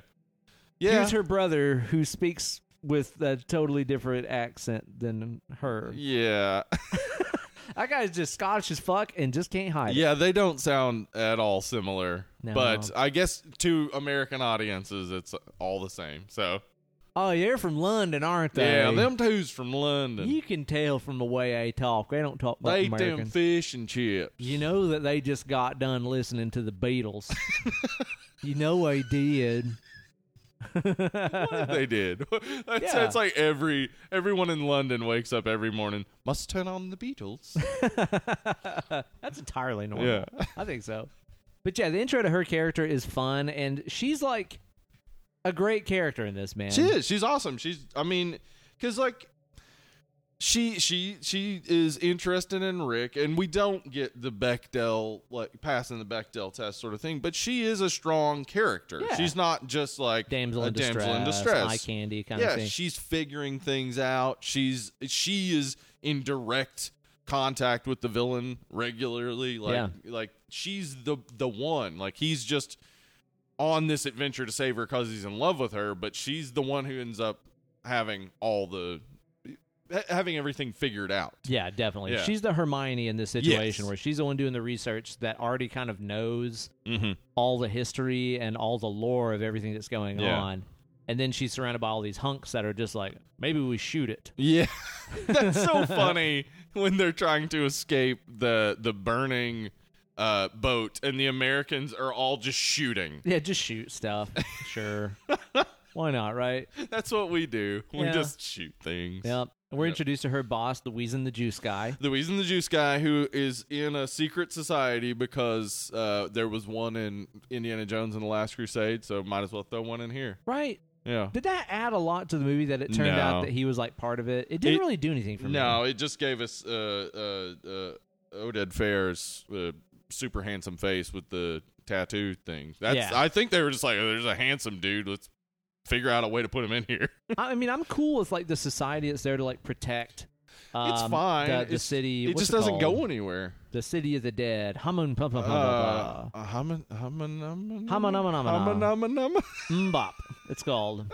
B: here's
A: yeah,
B: her brother who speaks with a totally different accent than her
A: yeah,
B: that guy's just scottish as fuck and just can't hide it.
A: yeah. They don't sound at all similar,
B: No.
A: but I guess to American audiences, it's all the same. So
B: oh you're from london aren't they
A: yeah, them two's from London.
B: You can tell from the way they talk. They don't talk like
A: they eat them
B: Americans.
A: fish and chips.
B: you know that they just got done listening to the Beatles. you know they did.
A: they did. That's,
B: Yeah.
A: that's like every everyone in London wakes up every morning. Must turn on the Beatles.
B: That's entirely normal.
A: Yeah.
B: I think so. But yeah, the intro to her character is fun, and she's like a great character in this man.
A: she is. She's awesome. She's. I mean, because like she she she is interested in Rick, and we don't get the Bechdel like passing the Bechdel test sort of thing. But she is a strong character.
B: Yeah.
A: She's not just like
B: damsel
A: a
B: in distress,
A: damsel in
B: eye
A: distress.
B: candy kind
A: yeah,
B: of thing.
A: she's figuring things out. She's she is in direct contact with the villain regularly. Like
B: Yeah.
A: like she's the the one. Like he's just on this adventure to save her because he's in love with her, but she's the one who ends up having all the ha- having everything figured out.
B: Yeah, definitely.
A: Yeah.
B: She's the Hermione in this situation
A: Yes.
B: where she's the one doing the research that already kind of knows
A: Mm-hmm.
B: all the history and all the lore of everything that's going
A: Yeah.
B: on. And then she's surrounded by all these hunks that are just like, maybe we shoot it.
A: Yeah. That's so funny when they're trying to escape the the burning uh, boat and the Americans are all just shooting.
B: Yeah, just shoot stuff. sure. Why not, right?
A: That's what we do. We
B: Yeah.
A: just shoot things.
B: Yep. And we're
A: Yep.
B: introduced to her boss, the Weezin the Juice guy.
A: The Weasel and the Juice guy who is in a secret society because uh, there was one in Indiana Jones and the Last Crusade, so might as well throw one in here.
B: Right.
A: Yeah.
B: Did that add a lot to the movie that it turned out
A: No.
B: that he was like part of it? It didn't
A: It-
B: really do anything for me.
A: No, it just gave us uh, uh, uh, Oded Fair's uh, super handsome face with the tattoo thing. That's
B: Yeah.
A: I think they were just like, oh, there's a handsome dude. Let's figure out a way to put him in here.
B: I I mean, I'm cool with like the society that's there to like protect. Um,
A: it's fine.
B: The, the
A: It's-
B: city.
A: It
B: what's
A: just doesn't
B: called?
A: go anywhere.
B: The city of the dead. Hummun pum pum
A: Uh,
B: pum pum
A: uh, hummin, hummin, hummin,
B: Hummin, hummin, hummin,
A: hummin, hummin, hummin.
B: pum. Mbop. It's called.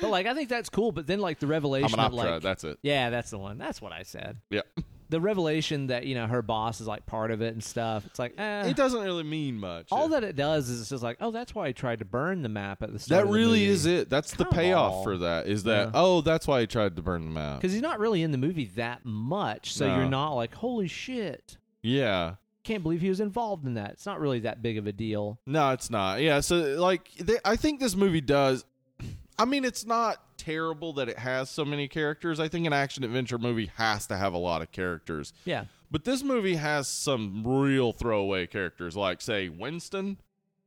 B: but like, I think that's cool. But then like the revelation of
A: Hominoptera,
B: like,
A: that's it.
B: yeah, that's the one. That's what I said.
A: Yeah.
B: The revelation that you know her boss is like part of it and stuff. It's like eh.
A: It doesn't really mean much.
B: all that it does is it's just like, oh, that's why he tried to burn the map at the start.
A: That really is it. That's the
B: Come
A: payoff
B: on.
A: for that. Is that
B: Yeah.
A: oh, that's why he tried to burn them out.
B: because he's not really in the movie that much, so
A: No.
B: you're not like, holy shit,
A: Yeah.
B: can't believe he was involved in that. It's not really that big of a deal.
A: No, it's not. Yeah, so like they, I think this movie does. I mean, it's not terrible that it has so many characters. I think an action adventure movie has to have a lot of characters.
B: Yeah,
A: But this movie has some real throwaway characters, like say Winston.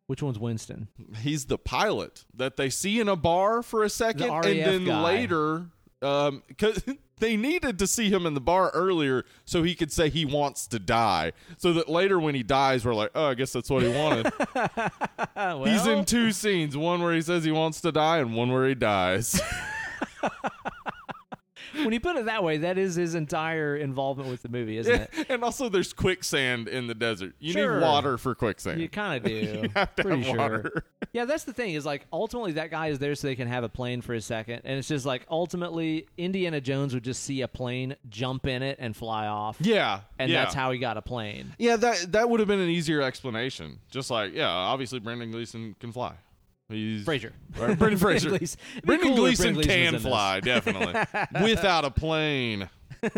B: which one's Winston?
A: He's the pilot that they see in a bar for a second,
B: The
A: and
B: RAF
A: then
B: guy.
A: later, um, because they needed to see him in the bar earlier so he could say he wants to die, so that later when he dies, we're like, oh, I guess that's what he wanted.
B: Uh, well,
A: He's in two scenes one where he says he wants to die and one where he dies.
B: when you put it that way, that is his entire involvement with the movie, isn't it?
A: and also, there's quicksand in the desert. You
B: Sure.
A: need water for quicksand.
B: You kind of do.
A: You have to
B: Pretty
A: have
B: sure.
A: water.
B: Yeah, that's the thing is like ultimately that guy is there so they can have a plane for a second, and it's just like ultimately Indiana Jones would just see a plane, jump in it, and fly off,
A: Yeah.
B: and
A: yeah.
B: that's how he got a plane.
A: Yeah, that that would have been an easier explanation. Just like, yeah, obviously Brandon Gleason can flees. He's
B: Fraser.
A: Or Brendan Fraser. Brendan,
B: Gleeson. It'd be cool if
A: Gleason
B: Brendan Gleeson was in
A: can
B: this.
A: fly, definitely. Without a plane.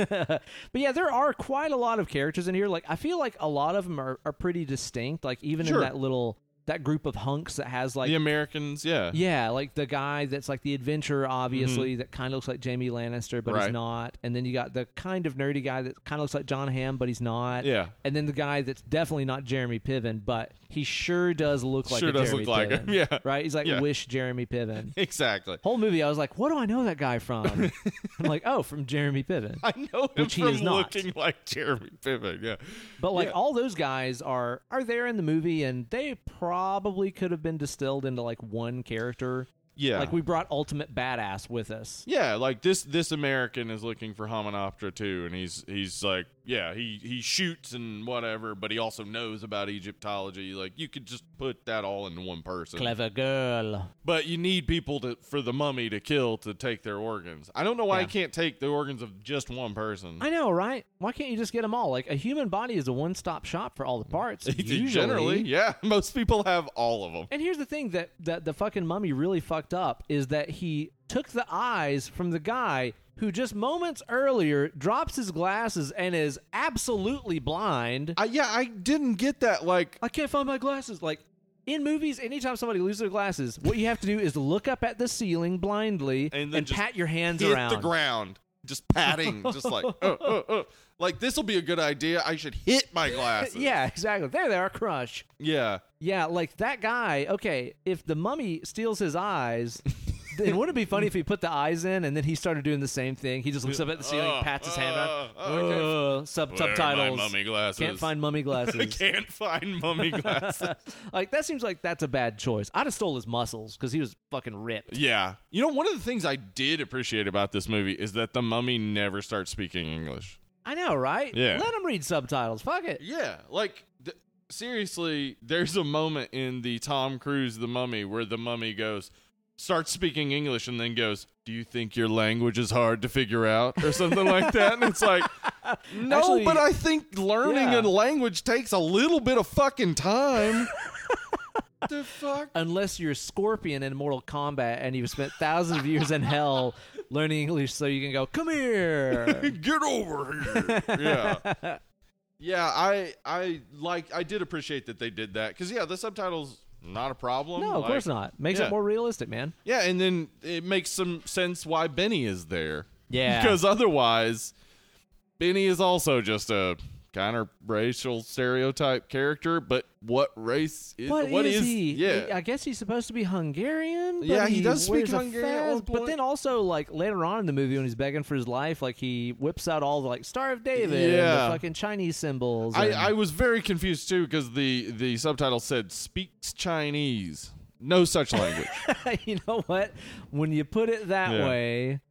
B: but yeah, there are quite a lot of characters in here. Like I feel like a lot of them are, are pretty distinct. Like even
A: Sure.
B: in that little that group of hunks that has like
A: the Americans, yeah.
B: yeah, like the guy that's like the adventurer, obviously that kind of looks like Jamie Lannister, but
A: Mm-hmm. Right.
B: he's not. And then you got the kind of nerdy guy that kind of looks like John Hamm, but he's not.
A: Yeah.
B: And then the guy that's definitely not Jeremy Piven, but he sure does look like
A: Sure
B: a
A: does
B: Jeremy
A: look like him,
B: Piven,
A: yeah.
B: right. He's like
A: Yeah.
B: wish Jeremy Piven.
A: Exactly.
B: Whole movie, I was like, what do I know that guy from? I'm like, oh, from Jeremy Piven.
A: I know him
B: Which he
A: from
B: is not.
A: looking like Jeremy Piven, yeah.
B: But like
A: Yeah.
B: all those guys are are there in the movie, and they probably could have been distilled into like one character.
A: Yeah.
B: Like we brought Ultimate Badass with us.
A: Yeah, like this this American is looking for Hominoptera too, and he's he's like, yeah, he he shoots and whatever, but he also knows about Egyptology. Like you could just put that all into one person.
B: Clever girl.
A: But you need people to for the mummy to kill to take their organs. I don't know why
B: Yeah.
A: I can't take the organs of just one person.
B: I know, right? Why can't you just get them all? Like a human body is a one stop shop for all the parts. usually.
A: Generally, yeah, most people have all of them.
B: And here's the thing that, that the fucking mummy really fucked up is that he took the eyes from the guy who just moments earlier drops his glasses and is absolutely blind.
A: I, yeah, I didn't get that. Like,
B: I can't find my glasses. Like in movies, anytime somebody loses their glasses, what you have to do is look up at the ceiling blindly
A: And
B: and,
A: then just
B: pat your hands
A: hit
B: around.
A: the ground, just patting, just like, uh, uh, uh. like this will be a good idea. I should hit my glasses.
B: yeah, exactly. There they are, crush.
A: yeah.
B: Yeah, like that guy. Okay, if the mummy steals his eyes, then wouldn't it be funny if he put the eyes in and then he started doing the same thing? He just looks up at the ceiling,
A: Uh,
B: pats his hand around.
A: uh, okay.
B: Uh, sub-
A: Where are my
B: subtitles.
A: mummy glasses.
B: Can't find mummy glasses.
A: Can't find mummy glasses.
B: like that seems like that's a bad choice. I'd have stole his muscles because he was fucking ripped.
A: yeah. You know, one of the things I did appreciate about this movie is that the mummy never starts speaking English.
B: I know, right?
A: Yeah.
B: Let him read subtitles. Fuck it.
A: Yeah. Like, th- seriously, there's a moment in the Tom Cruise The Mummy where the mummy goes, starts speaking English and then goes, Do you think your language is hard to figure out? Or something like that. And it's like, No,
B: Actually-
A: but I think learning a
B: Yeah.
A: language takes a little bit of fucking time. the fuck?
B: unless you're Scorpion in Mortal Kombat and you've spent thousands of years in hell learning English so you can go, come here.
A: Get over here. yeah. Yeah, I I like I did appreciate that they did that cuz yeah, the subtitles not a problem.
B: No, of
A: Like,
B: course not. Makes
A: Oh yeah.
B: it more realistic, man.
A: Yeah, and then it makes some sense why Benny is there.
B: Yeah.
A: Because otherwise Benny is also just a kind of racial stereotype character, but what race is what is,
B: he?
A: Yeah.
B: I guess he's supposed to be Hungarian. But
A: Yeah, he
B: he
A: does speak
B: wears a
A: Hungarian at
B: fez,
A: one
B: But
A: point.
B: then also, like later on in the movie, when he's begging for his life, like he whips out all the like Star of David, and
A: Yeah.
B: the fucking Chinese symbols.
A: I,
B: and-
A: I was very confused too because the the subtitle said speaks Chinese. No such language.
B: you know what? When you put it that
A: Yeah.
B: way,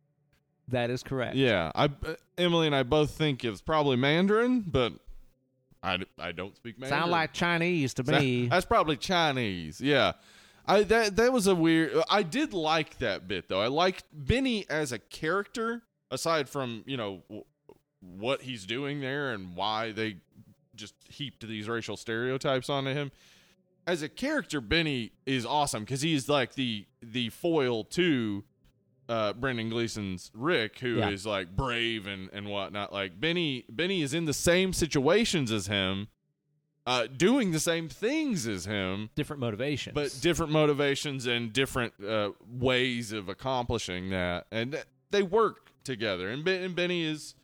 B: that is correct.
A: yeah, I uh, Emily and I both think it's probably Mandarin, but I, d- I don't speak Mandarin.
B: Sound like Chinese to
A: That-
B: me.
A: That's probably Chinese. Yeah. I that that was a weird I did like that bit though. I liked Benny as a character aside from, you know, w- what he's doing there and why they just heaped these racial stereotypes onto him. As a character, Benny is awesome cuz he's like the the foil to uh, Brendan Gleason's Rick, who is
B: Yeah.
A: like brave and, and whatnot. Like Benny, Benny is in the same situations as him, uh, doing the same things as him,
B: Different motivations.
A: but different motivations and different uh, ways of accomplishing that, and th- they work together. And, ben- and Benny is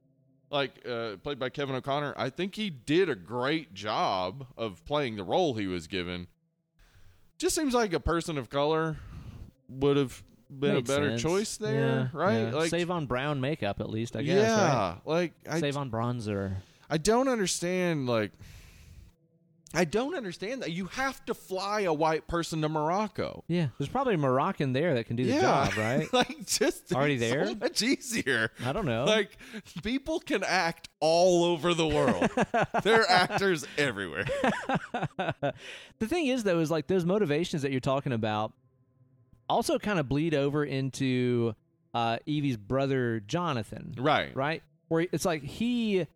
A: like uh, played by Kevin O'Connor. I think he did a great job of playing the role he was given. Just seems like a person of color would have been
B: Makes
A: a better
B: sense.
A: choice there,
B: Yeah,
A: right?
B: yeah.
A: Like
B: save on brown makeup at least. I guess. right?
A: yeah, like I
B: Save on bronzer.
A: I don't understand like I don't understand that you have to fly a white person to Morocco.
B: Yeah, there's probably a Moroccan there that can do the
A: yeah,
B: job, right?
A: like just
B: Already
A: it's
B: there? Oh.
A: so much easier.
B: I don't know.
A: Like people can act all over the world. They're actors everywhere.
B: the thing is, though, is like those motivations that you're talking about also kind of bleed over into uh, Evie's brother Jonathan,
A: Right.
B: right? Where it's like he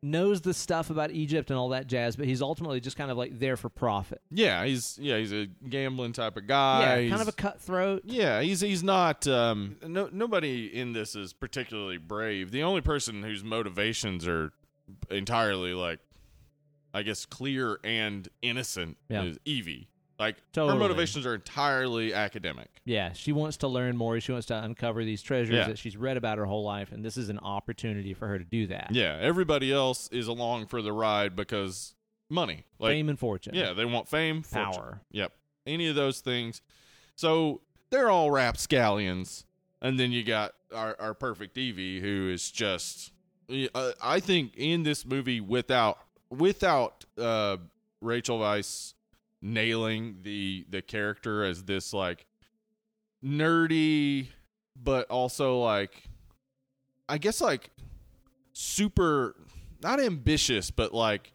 B: knows the stuff about Egypt and all that jazz, but he's ultimately just kind of like there for profit.
A: Yeah, he's yeah, he's a gambling type of guy.
B: yeah, kind
A: He's-
B: of a cutthroat.
A: Yeah, he's he's not. Um, no, nobody in this is particularly brave. The only person whose motivations are entirely like, I guess, clear and innocent
B: Yeah.
A: is Evie. Like
B: Totally.
A: her motivations are entirely academic.
B: Yeah, she wants to learn more. She wants to uncover these treasures
A: Yeah.
B: that she's read about her whole life, and this is an opportunity for her to do that.
A: Yeah, everybody else is along for the ride because money, like
B: Fame and fortune.
A: yeah, they want fame, fortune.
B: power.
A: Yep. Any of those things. So they're all rapscallions. And then you got our, our perfect Evie, who is just, uh, I think, in this movie without without uh, Rachel Weisz nailing the the character as this like nerdy, but also like, I guess like super not ambitious, but like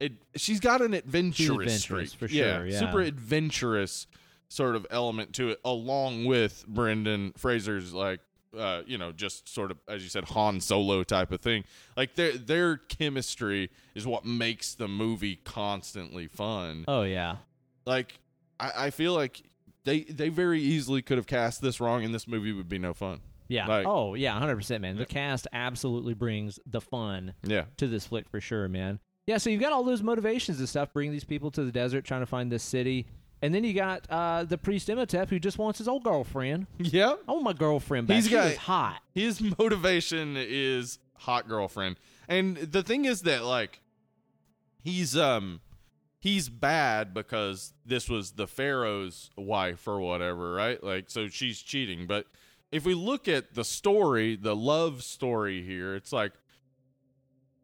A: it, she's got an adventurous,
B: adventurous,
A: streak
B: for sure, yeah.
A: super adventurous sort of element to it, along with Brendan Fraser's like. Uh, you know, just sort of as you said, Han Solo type of thing. Like their their chemistry is what makes the movie constantly fun
B: Oh yeah.
A: like I, I feel like they they very easily could have cast this wrong and this movie would be no fun.
B: Yeah.
A: Like-
B: oh, yeah, 100%, man. The cast absolutely brings the fun
A: Yeah.
B: to this flick for sure, man. Yeah, so you've got all those motivations and stuff, bringing these people to the desert, trying to find this city. And then you got uh, the priest Imhotep, who just wants his old girlfriend.
A: Yep.
B: I want my girlfriend back.
A: He's
B: She
A: got-
B: was hot.
A: His motivation is hot girlfriend. And the thing is that like he's um he's bad because this was the pharaoh's wife or whatever, right? Like so she's cheating, but if we look at the story, the love story here, it's like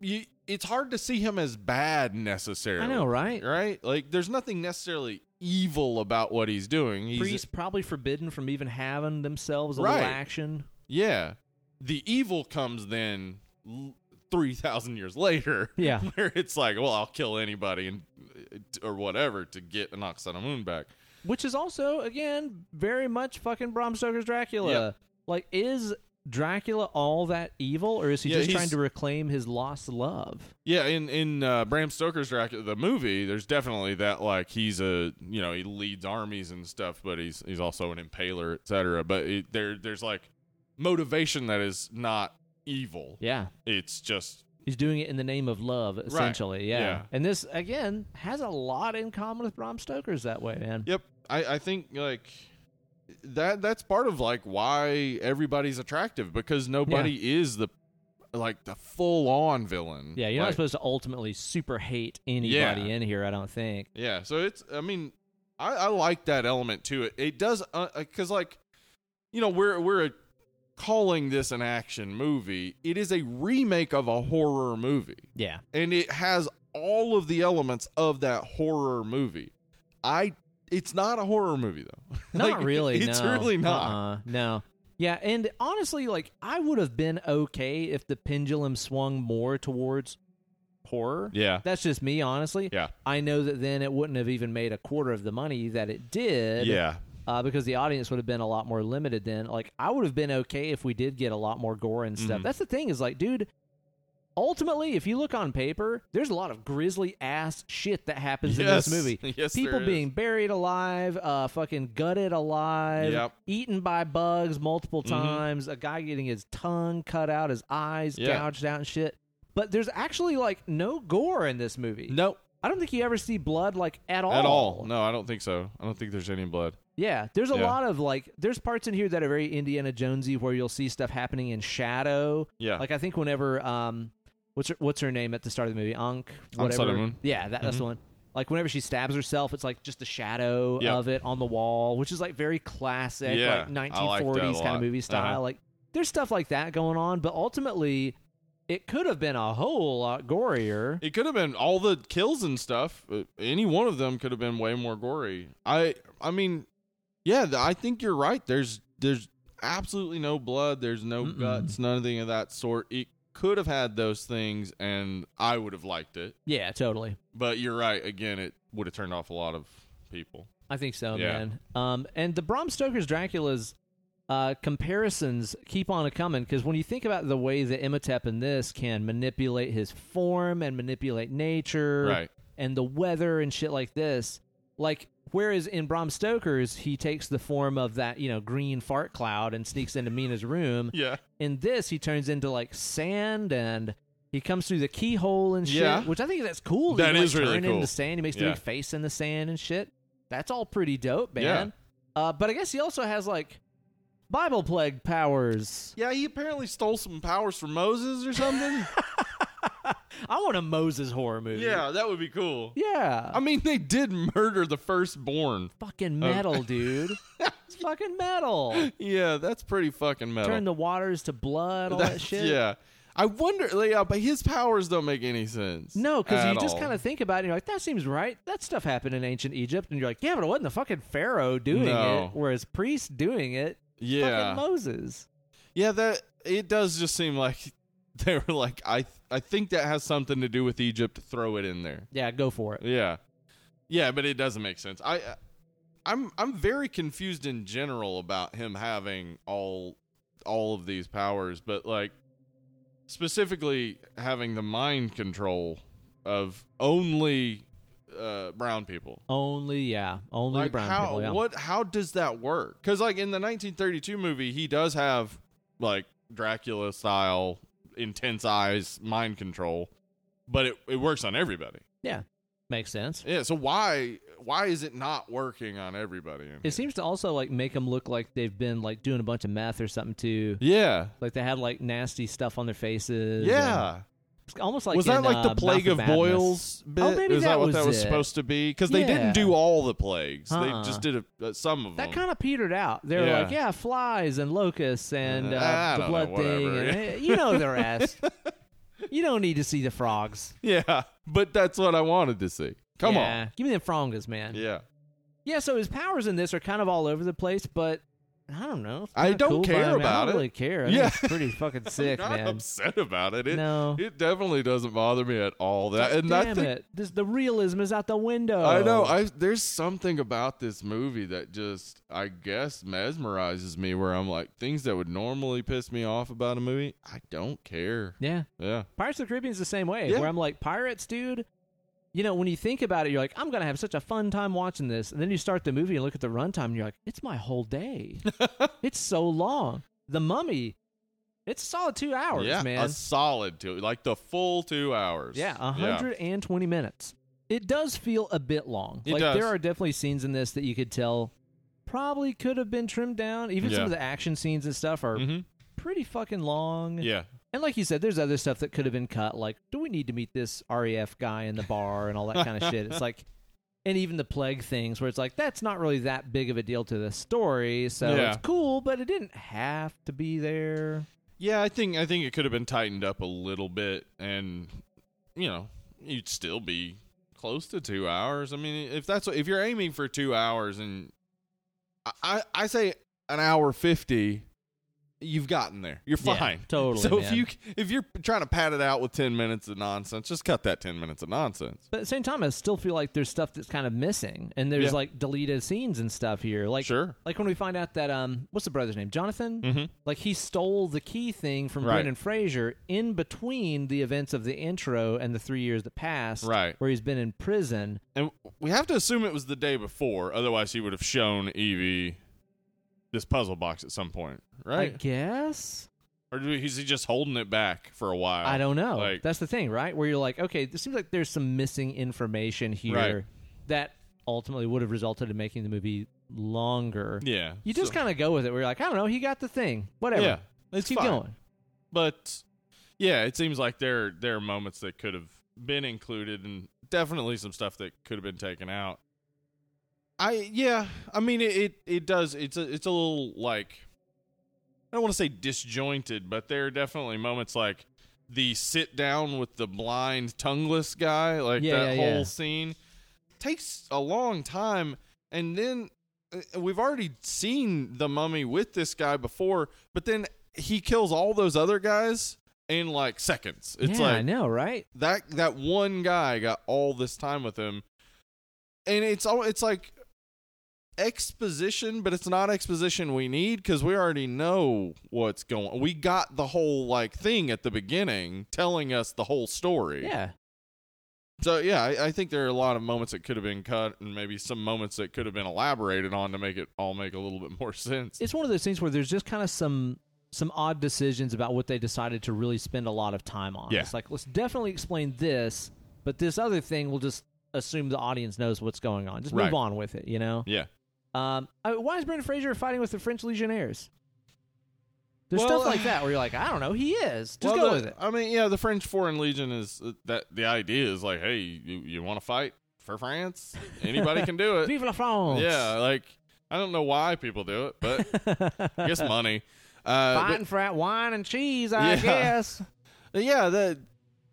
A: you, it's hard to see him as bad necessarily.
B: I know, right?
A: right? Like, there's nothing necessarily evil about what he's doing. He's,
B: Priests probably forbidden from even having themselves a
A: Right.
B: little action.
A: Yeah. The evil comes then l- 3,000 years later.
B: Yeah.
A: Where it's like, well, I'll kill anybody and uh, or whatever to get an Oxana Moon back.
B: Which is also, again, very much fucking Bram Stoker's Dracula.
A: Yep.
B: Like, is Dracula all that evil, or is he
A: Yeah,
B: just
A: he's-
B: trying to reclaim his lost love?
A: Yeah, in in uh, Bram Stoker's Dracula the movie, there's definitely that like he's a you know he leads armies and stuff, but he's he's also an impaler, etc. But it, there there's like motivation that is not evil.
B: Yeah.
A: It's just
B: He's doing it in the name of love, essentially. Yeah.
A: Yeah.
B: And this again has a lot in common with Bram Stoker's that way, man.
A: Yep. I, I think like that that's part of like why everybody's attractive because nobody is the like the full on villain.
B: Yeah, you're not
A: Like,
B: supposed to ultimately super hate anybody
A: Yeah.
B: in here, I don't think.
A: Yeah, so it's. I mean, I, I like that element to it. It does because, like, you know, we're we're calling this an action movie. It is a remake of a horror movie,
B: Yeah.
A: and it has all of the elements of that horror movie. I. It's not a horror movie though.
B: Not
A: Like,
B: really.
A: It's
B: no.
A: really not.
B: Uh-uh, no. Yeah, and honestly, like I would have been okay if the pendulum swung more towards horror.
A: Yeah.
B: That's just me, honestly.
A: Yeah.
B: I know that then it wouldn't have even made a quarter of the money that it did.
A: Yeah.
B: Uh, because the audience would have been a lot more limited then. Like I would have been okay if we did get a lot more gore and stuff.
A: Mhm.
B: That's the thing is like, dude. Ultimately, if you look on paper, there's a lot of grisly ass shit that happens
A: Yes.
B: in this movie.
A: Yes, there
B: People
A: is.
B: being buried alive, uh, fucking gutted alive,
A: Yep.
B: eaten by bugs multiple
A: Mhm.
B: times, a guy getting his tongue cut out, his eyes
A: Yeah.
B: gouged out and shit. But there's actually like no gore in this movie.
A: Nope.
B: I don't think you ever see blood like at all.
A: At all. No, I don't think so. I don't think there's any blood.
B: Yeah, there's a
A: Yeah.
B: lot of like there's parts in here that are very Indiana Jonesy where you'll see stuff happening in shadow.
A: Yeah.
B: Like I think whenever um what's her, what's her name at the start of the movie? Ankh,
A: Ankh Mm-hmm.
B: whatever.
A: Sutherland.
B: Yeah, that, that's the one. Like whenever she stabs herself, it's like just the shadow
A: Yeah.
B: of it on the wall, which is like very classic
A: Yeah,
B: like
A: I like that a
B: 1940s kind
A: lot.
B: of movie style.
A: Uh-huh.
B: Like there's stuff like that going on, but ultimately it could have been a whole lot gorier.
A: It could have been all the kills and stuff. uh, Any one of them could have been way more gory. I I mean, yeah, th- I think you're right. There's there's absolutely no blood. There's no
B: Mm-mm.
A: guts. Nothing of that sort. It could have had those things, and I would have liked it.
B: yeah, totally.
A: But you're right. Again, it would have turned off a lot of people.
B: I think so,
A: Yeah.
B: man. Um, and the Bram Stoker's Dracula's uh, comparisons keep on a coming because when you think about the way that Imhotep in this can manipulate his form and manipulate nature
A: Right.
B: and the weather and shit like this, like whereas in Bram Stoker's he takes the form of that you know green fart cloud and sneaks into Mina's room.
A: Yeah.
B: In this, he turns into like sand and. He comes through the keyhole and shit,
A: Yeah.
B: which I think that's cool.
A: That
B: he, like,
A: is really
B: turn into
A: cool.
B: sand. He makes the
A: Yeah.
B: big face in the sand and shit. That's all pretty dope,
A: Yeah.
B: man. Uh, but I guess he also has like Bible plague powers.
A: Yeah. He apparently stole some powers from Moses or something.
B: I want a Moses horror movie.
A: yeah, that would be cool.
B: Yeah.
A: I mean, they did murder the firstborn.
B: fucking
A: Oh.
B: metal, dude. It's fucking metal.
A: Yeah, that's pretty fucking metal.
B: Turn the waters to blood, all that
A: That's-
B: shit.
A: Yeah. I wonder, like, yeah, but his powers don't make any sense.
B: No, because you just kind
A: kind
B: of think about it and you're like, that seems right. That stuff happened in ancient Egypt. And you're like, yeah, but it wasn't the fucking Pharaoh doing
A: No.
B: it, whereas priests doing it,
A: yeah,
B: fucking Moses.
A: yeah. That it does just seem like they were like, I, I think that has something to do with Egypt. Throw it in there.
B: Yeah, go for it.
A: Yeah, yeah, but it doesn't make sense. I, uh, I'm, I'm very confused in general about him having all, all of these powers, but like specifically having the mind control of only uh, brown people.
B: Only, yeah. Only
A: like
B: brown
A: how
B: people. Yeah.
A: what how does that work because like in the 1932 movie he does have like dracula style intense eyes mind control but it, it works on everybody
B: Makes sense.
A: yeah so why why is it not working on everybody in
B: It seems to also like make them look like they've been like doing a bunch of meth or something too.
A: yeah
B: Like they had like nasty stuff on their faces. and
A: yeah
B: it's almost like
A: was that
B: in,
A: like
B: uh,
A: the plague
B: Mouth
A: of
B: Madness.
A: boils bit
B: Oh, maybe
A: is
B: that
A: that what
B: was
A: that was
B: it.
A: supposed to be because they
B: Yeah.
A: didn't do all the plagues
B: Uh-uh.
A: they just did a, uh, some of
B: That
A: them
B: kind of petered out. They were
A: Yeah.
B: like, yeah, flies and locusts and
A: Uh,
B: uh,
A: I
B: the
A: don't
B: blood
A: know,
B: thing.
A: whatever.
B: And, eh, you know the rest. you don't need to see the frogs.
A: yeah but that's what i wanted to see come
B: Yeah. Give me the frongas, man.
A: on
B: Yeah.
A: yeah
B: so his powers in this are kind of all over the place, but I don't know. It's
A: I
B: kinda
A: don't
B: cool by
A: care
B: him. I
A: about
B: don't
A: it.
B: really care. I think
A: Yeah.
B: It's pretty fucking sick,
A: I'm not
B: man.
A: upset about it. It,
B: No.
A: it definitely doesn't bother me at all. That and
B: Damn
A: I think
B: it. This, the realism is out the window.
A: I know. I there's something about this movie that just I guess mesmerizes me. Where I'm like things that would normally piss me off about a movie, I don't care.
B: yeah.
A: Yeah,
B: Pirates of the Caribbean is the same way,
A: Yeah.
B: where I'm like, pirates, dude. You know, when you think about it, you're like, I'm gonna have such a fun time watching this, and then you start the movie and look at the runtime, and you're like, it's my whole day. it's so long. The Mummy, it's a solid two hours,
A: yeah,
B: man.
A: a solid two, like the full two hours.
B: yeah, 120 minutes. It does feel a bit long.
A: It
B: like
A: does.
B: there are definitely scenes in this that you could tell probably could have been trimmed down. Even some
A: Yeah. Mm-hmm.
B: of the action scenes and stuff are
A: Yeah. hmm
B: pretty fucking long.
A: yeah,
B: And like you said, there's other stuff that could have been cut. Like, do we need to meet this RAF guy in the bar and all that kind of shit? It's like, and even the plague things where it's like, that's not really that big of a deal to the story. So
A: Yeah.
B: it's cool, but it didn't have to be there.
A: Yeah, I think I think it could have been tightened up a little bit, and you know, you'd still be close to two hours. I mean, if that's what, if you're aiming for two hours, and I I, I say an hour fifty, you've gotten there. You're
B: Yeah,
A: fine.
B: totally,
A: So if
B: man.
A: you if you're trying to pat it out with ten minutes of nonsense, just cut that ten minutes of nonsense.
B: But at the same time, I still feel like there's stuff that's kind of missing, and there's
A: Yeah.
B: like deleted scenes and stuff here. Like,
A: Sure.
B: like when we find out that um, what's the brother's name, Jonathan?
A: Mhm.
B: Like he stole the key thing from
A: Right.
B: Brendan Fraser in between the events of the intro and the three years that passed,
A: Right.
B: Where he's been in prison.
A: And we have to assume it was the day before, otherwise he would have shown Evie this puzzle box at some point,
B: I
A: right?
B: guess
A: Or do- is he just holding it back for a while?
B: I don't know.
A: Uh, Like,
B: That's the thing, right? Where you're like, okay, this seems like there's some missing information here
A: Right.
B: that ultimately would have resulted in making the movie longer.
A: yeah,
B: You just
A: so-
B: kind of go with it. Where you're like, I don't know, he got the thing, whatever.
A: yeah,
B: Let's keep
A: fine.
B: going.
A: but yeah, it seems like there there are moments that could have been included, and definitely some stuff that could have been taken out. I yeah, I mean it it, it does it's a, it's a little like I don't want to say disjointed, but there are definitely moments like the sit down with the blind tongueless guy, like
B: Yeah,
A: that
B: yeah,
A: whole
B: yeah.
A: scene takes a long time, and then uh, we've already seen the mummy with this guy before, but then he kills all those other guys in like seconds. It's
B: yeah,
A: like
B: I know, right?
A: that that one guy got all this time with him, and it's all it's like exposition, but it's not exposition we need because we already know what's going. We got the whole like thing at the beginning telling us the whole story.
B: Yeah.
A: So yeah, I, I think there are a lot of moments that could have been cut, and maybe some moments that could have been elaborated on to make it all make a little bit more sense.
B: It's one of those things where there's just kind of some some odd decisions about what they decided to really spend a lot of time on.
A: Yeah.
B: It's like let's definitely explain this, but this other thing we'll just assume the audience knows what's going on. Just
A: Right.
B: move on with it, you know?
A: Yeah.
B: Um I mean, why is Brendan Fraser fighting with the French Legionnaires? There's
A: Well, uh,
B: stuff like that where you're like, I don't know, he is. Just
A: Well,
B: go
A: the-
B: with it.
A: I mean, yeah, the French Foreign Legion is uh, that the idea is like, hey, you, you want to fight for France? Anybody can do it.
B: Vive la France.
A: uh, yeah, like I don't know why people do it, but I guess money. Uh, but-
B: Fighting for that wine and cheese, I
A: Yeah.
B: guess.
A: yeah, the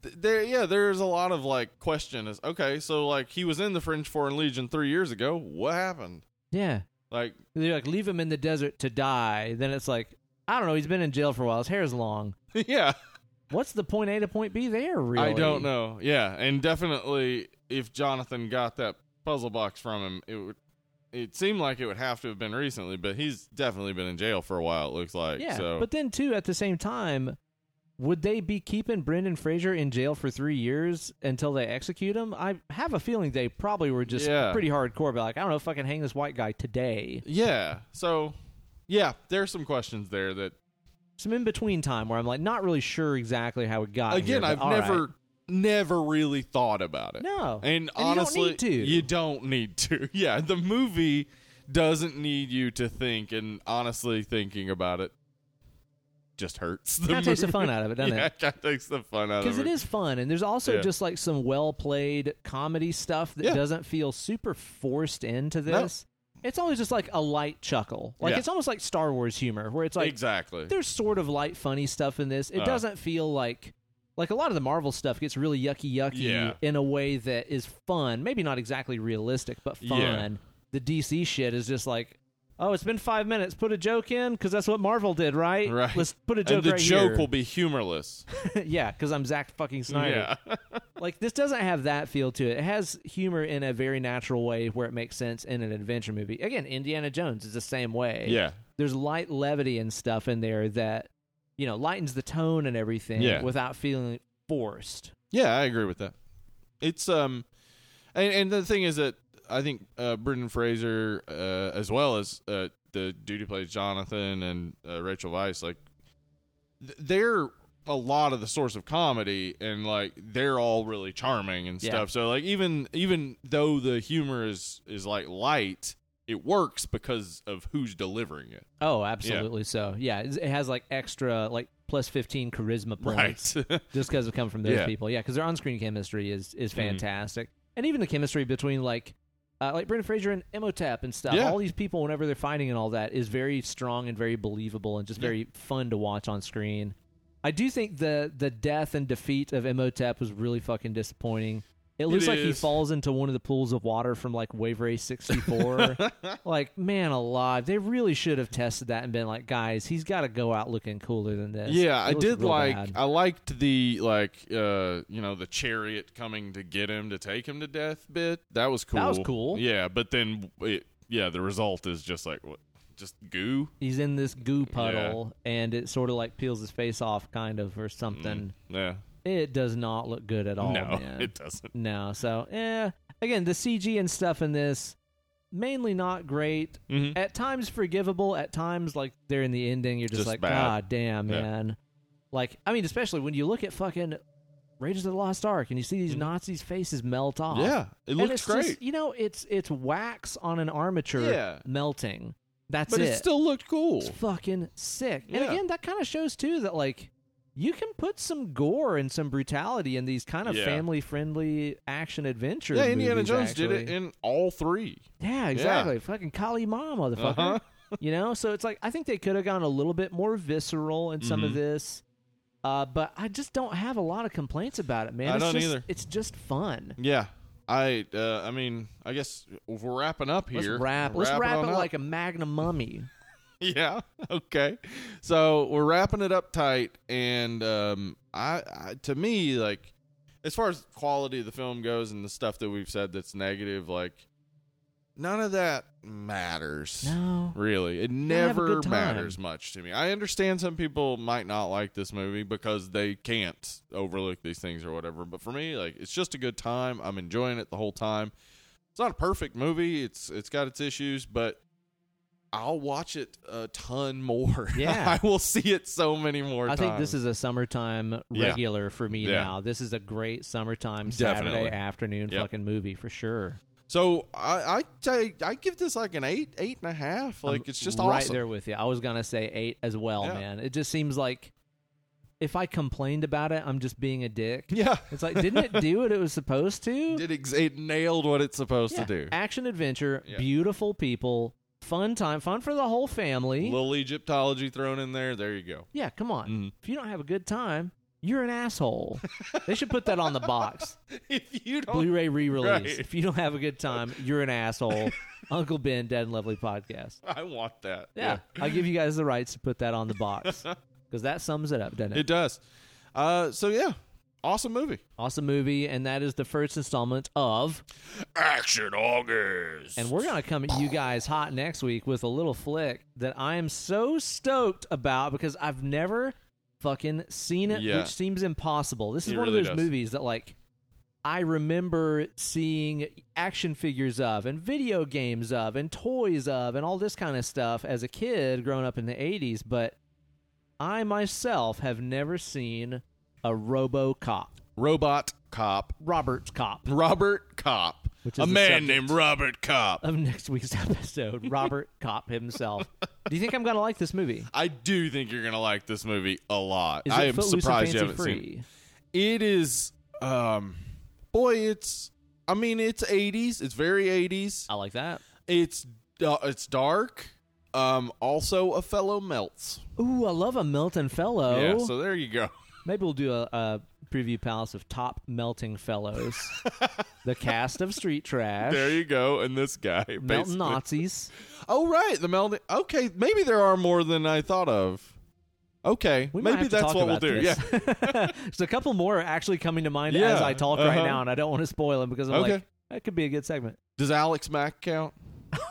A: th- there yeah, there's a lot of like question is okay, so like he was in the French Foreign Legion three years ago. What happened?
B: Yeah.
A: Like
B: they're like leave him in the desert to die then it's like i don't know he's been in jail for a while his hair's long
A: yeah.
B: what's the point a to point b there really
A: I don't know. Yeah, and definitely if Jonathan got that puzzle box from him, it would it seemed like it would have to have been recently, but he's definitely been in jail for a while, it looks like.
B: yeah
A: so
B: but then too at the same time would they be keeping brendan fraser in jail for three years until they execute him i have a feeling they probably were just
A: Yeah.
B: pretty hardcore but like i don't know if i can hang this white guy today
A: Yeah. So yeah, there's some questions there that
B: some in-between time where i'm like not really sure exactly how it got here,
A: again
B: but
A: I've
B: all right.
A: never never really thought about it.
B: no
A: And,
B: you don't
A: honestly
B: need to.
A: you don't need to. Yeah. The movie doesn't need you to think and honestly thinking about it just hurts. The
B: kind of takes the
A: movie.
B: fun out of it doesn't it
A: yeah, kinda takes the fun out of
B: because it is fun and there's also
A: Yeah.
B: just like some well played comedy stuff that
A: Yeah.
B: doesn't feel super forced into
A: No.
B: this it's always just like a light chuckle like
A: Yeah.
B: it's almost like star wars humor where it's like
A: exactly.
B: there's sort of light funny stuff in this it
A: Uh.
B: doesn't feel like like a lot of the marvel stuff gets really yucky yucky
A: Yeah.
B: in a way that is fun maybe not exactly realistic but
A: Yeah.
B: fun the dc shit is just like Oh, it's been five minutes. Put a joke in because that's what Marvel did, right?
A: Right.
B: Let's put a joke
A: and the
B: right
A: joke
B: here.
A: will be humorless.
B: yeah, because I'm Zach fucking Snyder
A: Yeah.
B: like this doesn't have that feel to it. It has humor in a very natural way where it makes sense in an adventure movie. Again, Indiana Jones is the same way.
A: yeah.
B: There's light levity and stuff in there that, you know, lightens the tone and everything
A: Yeah.
B: without feeling forced.
A: Yeah, I agree with that. It's um and, and the thing is that I think uh Brendan Fraser uh as well as uh the dude who plays Jonathan and uh, Rachel Weisz, like th- they're a lot of the source of comedy and like they're all really charming and
B: Yeah.
A: stuff. So like even even though the humor is is like light, it works because of who's delivering it.
B: Oh, absolutely. So yeah, it's- it has like extra like plus fifteen charisma points
A: Right.
B: just because it comes from those
A: Yeah. Mm-hmm.
B: people. Yeah, because their on-screen chemistry is is fantastic, and even the chemistry between like. Uh, like Brendan Fraser and Emotep and stuff.
A: Yeah.
B: All these people, whenever they're fighting and all that, is very strong and very believable and just
A: Yeah.
B: very fun to watch on screen. I do think the the death and defeat of Emotep was really fucking disappointing. It looks like he
A: is.
B: falls into one of the pools of water from like Wave Race 64. like, man alive. They really should have tested that and been like, guys, he's got to go out looking cooler than this.
A: yeah,
B: It
A: I
B: looks
A: did
B: real
A: like
B: bad.
A: I liked the like uh you know the chariot coming to get him to take him to death bit. That was cool.
B: That was cool.
A: Yeah, but then it, yeah, the result is just like what just goo.
B: He's in this goo puddle and it sort of like peels his face off, kind of, or something.
A: Yeah.
B: It does not look good at all,
A: Mm. no,
B: Oh, man.
A: it doesn't.
B: No. So, eh. Again, the CG and stuff in this, mainly not great.
A: Mhm.
B: At times forgivable. At times, like, they're in the ending. You're just,
A: Just
B: like,
A: bad.
B: God damn,
A: Yeah.
B: man. Like, I mean, especially when you look at fucking Raiders of the Lost Ark and you see these Nazis' faces melt off.
A: Mm. Yeah, it
B: And
A: looks
B: it's
A: great.
B: Just, you know, it's it's wax on an armature
A: Yeah.
B: melting. That's
A: but
B: it.
A: it still looked cool.
B: it's fucking sick. And
A: Yeah.
B: again, that kind of shows too that like you can put some gore and some brutality in these kind of
A: Yeah.
B: family friendly action adventure.
A: Yeah, Indiana
B: movies,
A: Jones did it
B: actually.
A: in all three.
B: yeah, exactly. Fucking Kali Ma, motherfucker.
A: Uh-huh.
B: You know, so it's like I think they could have gone a little bit more visceral in some of
A: Mhm.
B: this. Uh, but I just don't have a lot of complaints about it, man.
A: I
B: it's
A: don't
B: just,
A: either.
B: It's just fun.
A: Yeah. I uh, I mean, I guess if we're wrapping up here.
B: Let's wrap. Let's wrap it,
A: on up.
B: like a Magnum mummy.
A: Yeah. Okay. So we're wrapping it up tight, and um, I, I to me like as far as quality of the film goes and the stuff that we've said that's negative, like none of that matters.
B: No.
A: Really, it
B: have a
A: never
B: good time.
A: matters much to me. I understand some people might not like this movie because they can't overlook these things or whatever, but for me, like it's just a good time. I'm enjoying it the whole time. It's not a perfect movie. It's it's got its issues, but I'll watch it a ton more.
B: Yeah.
A: I will see it so many more
B: I
A: times.
B: think this is a summertime
A: Yeah.
B: regular for me
A: Yeah.
B: now. This is a great summertime
A: Definitely.
B: Saturday afternoon
A: Yep.
B: fucking movie for sure.
A: so I I take I give this like an eight, eight and a half. Like
B: I'm
A: it's just
B: right
A: awesome.
B: there with you. I was gonna say eight as well,
A: Yeah.
B: man. It just seems like if I complained about it, I'm just being a dick.
A: Yeah.
B: It's like, didn't it do what it was supposed to?
A: It, ex- it nailed what it's supposed
B: Yeah.
A: to do.
B: Action adventure,
A: Yeah.
B: beautiful people, fun time, fun for the whole family.
A: Little Egyptology thrown in there. There you go.
B: yeah, come on.
A: Mhm.
B: If you don't have a good time, you're an asshole. they should put that on the box.
A: if you don't
B: Blu-ray re-release.
A: Right.
B: If you don't have a good time, you're an asshole. Uncle Ben, Dead and Lovely podcast.
A: I want that.
B: Yeah, I give you guys the rights to put that on the box because that sums it up, doesn't it?
A: It does. Uh so yeah. Awesome movie.
B: Awesome movie, and that is the first installment of.
A: Action August.
B: And we're gonna come at you guys hot next week with a little flick that I am so stoked about because I've never fucking seen it,
A: Yeah.
B: which seems impossible. This is
A: It
B: one
A: really
B: of those
A: does.
B: movies that like. I remember seeing action figures of and video games of and toys of and all this kind of stuff as a kid growing up in the 80s, but I myself have never seen a RoboCop,
A: Robot Cop.
B: Robert Cop
A: Robert Cop.
B: Which is
A: a
B: the
A: man
B: subject.
A: named Robert Cop.
B: of next week's episode, Robert Cop himself. Do you think I'm going to like this movie?
A: I do think you're gonna like this movie a lot.
B: Is
A: I
B: it
A: am
B: Footloose and
A: surprised you
B: Fancy
A: haven't seen
B: Free?
A: it. It is um boy, it's I mean it's eighties. It's very eighties.
B: I like that.
A: It's uh, it's dark. Um also a fellow melts.
B: Ooh, I love a Melton Fellow.
A: Yeah, so there you go.
B: Maybe we'll do a, a preview palace of top melting fellows. the cast of Street Trash.
A: There you go. And this guy.
B: Melton
A: basically.
B: Nazis.
A: Oh, right. The melting. Okay. Maybe there are more than I thought of. Okay.
B: We might
A: maybe
B: have to
A: that's
B: talk
A: what we'll
B: about
A: do. Yeah.
B: this. so a couple more are actually coming to mind
A: Yeah,
B: as I talk right
A: uh-huh.
B: now, and I don't want to spoil them because I'm like,
A: Okay.
B: that could be a good segment.
A: Does Alex Mack count?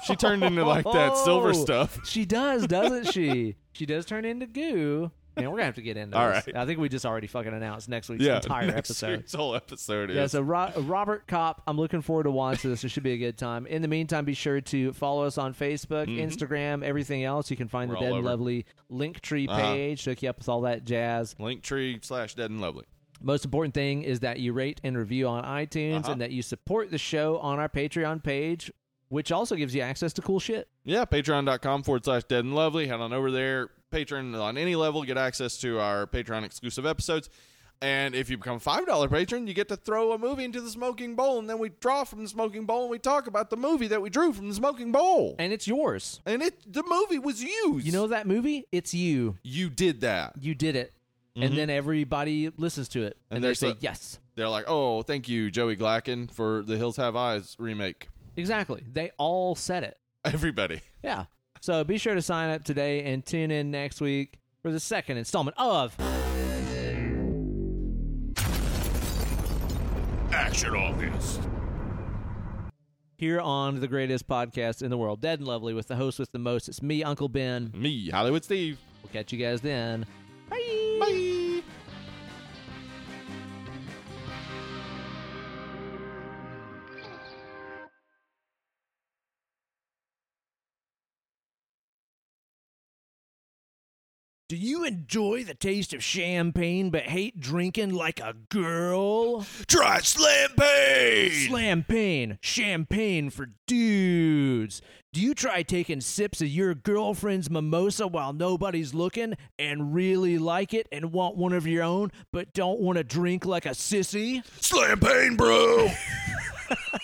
A: She turned into like that silver
B: Oh.
A: stuff.
B: She does, doesn't she? she does turn into goo. Man, we're gonna have to get into
A: All
B: this.
A: right.
B: I think we just already fucking announced next week's
A: Yeah.
B: entire
A: next
B: episode.
A: week's whole episode is.
B: Yeah, so Ro- Robert Cop, I'm looking forward to watching this. It should be a good time. In the meantime, be sure to follow us on Facebook, Instagram, everything else. You can find
A: Mm-hmm. We're
B: the Dead
A: all
B: and
A: over.
B: Lovely Linktree
A: Uh-huh.
B: page to hook you up with all that jazz.
A: Linktree slash Dead and Lovely.
B: Most important thing is that you rate and review on iTunes
A: Uh-huh.
B: and that you support the show on our Patreon page. which also gives you access to cool shit.
A: Yeah, patreon.com forward slash dead and lovely. Head on over there. Patron on any level, get access to our Patreon exclusive episodes. And if you become a $5 patron, you get to throw a movie into the smoking bowl, and then we draw from the smoking bowl and we talk about the movie that we drew from the smoking bowl.
B: And it's yours.
A: And it the movie was used.
B: You know that movie? It's you.
A: you did that.
B: You did it. And then everybody listens to it Mm-hmm. and,
A: And
B: they
A: there's
B: say,
A: a-
B: yes.
A: They're like, oh, thank you, Joey Glacken, for the Hills Have Eyes remake.
B: Exactly. They all said it.
A: Everybody.
B: Yeah. So be sure to sign up today and tune in next week for the second installment of
C: Action on this.
B: here on the greatest podcast in the world, Dead and Lovely, with the host with the most. It's me, Uncle Ben.
A: Me, Hollywood Steve.
B: We'll catch you guys then.
A: Bye.
B: Do you enjoy the taste of champagne but hate drinking like a girl?
C: Try Slam Page!
B: Slampagne, champagne for dudes. Do you try taking sips of your girlfriend's mimosa while nobody's looking and really like it and want one of your own but don't want to drink like a sissy?
C: Slam Page, bro!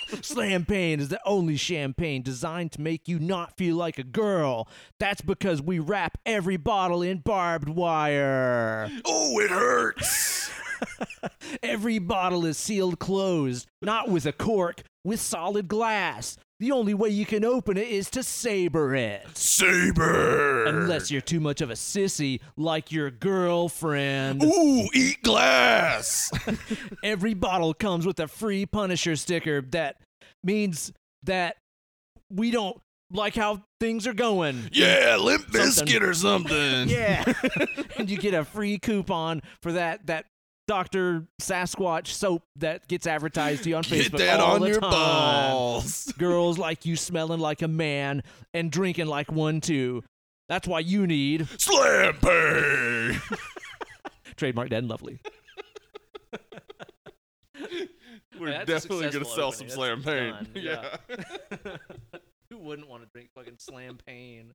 B: Slampagne is the only champagne designed to make you not feel like a girl. That's because we wrap every bottle in barbed wire.
C: oh, it hurts!
B: Every bottle is sealed closed, not with a cork, with solid glass. The only way you can open it is to saber it.
C: Saber!
B: Unless you're too much of a sissy like your girlfriend.
C: Ooh, eat glass!
B: Every bottle comes with a free Punisher sticker that means that we don't like how things are going.
C: yeah, Limp
B: Something.
C: Biscuit or something!
B: Yeah. and you get a free coupon for that that Dr. Sasquatch soap that gets advertised to you on
C: Get
B: Facebook.
C: that
B: all
C: on
B: the
C: your
B: time.
C: balls!
B: girls like you smelling like a man and drinking like one too. That's why you need
C: Slam Page!
B: trademark dead and lovely.
A: We're
B: That's a
A: definitely going to
B: successful
A: sell some slam
B: opening.
A: pain.
B: That's done, yeah. Who wouldn't want to drink fucking slam pain?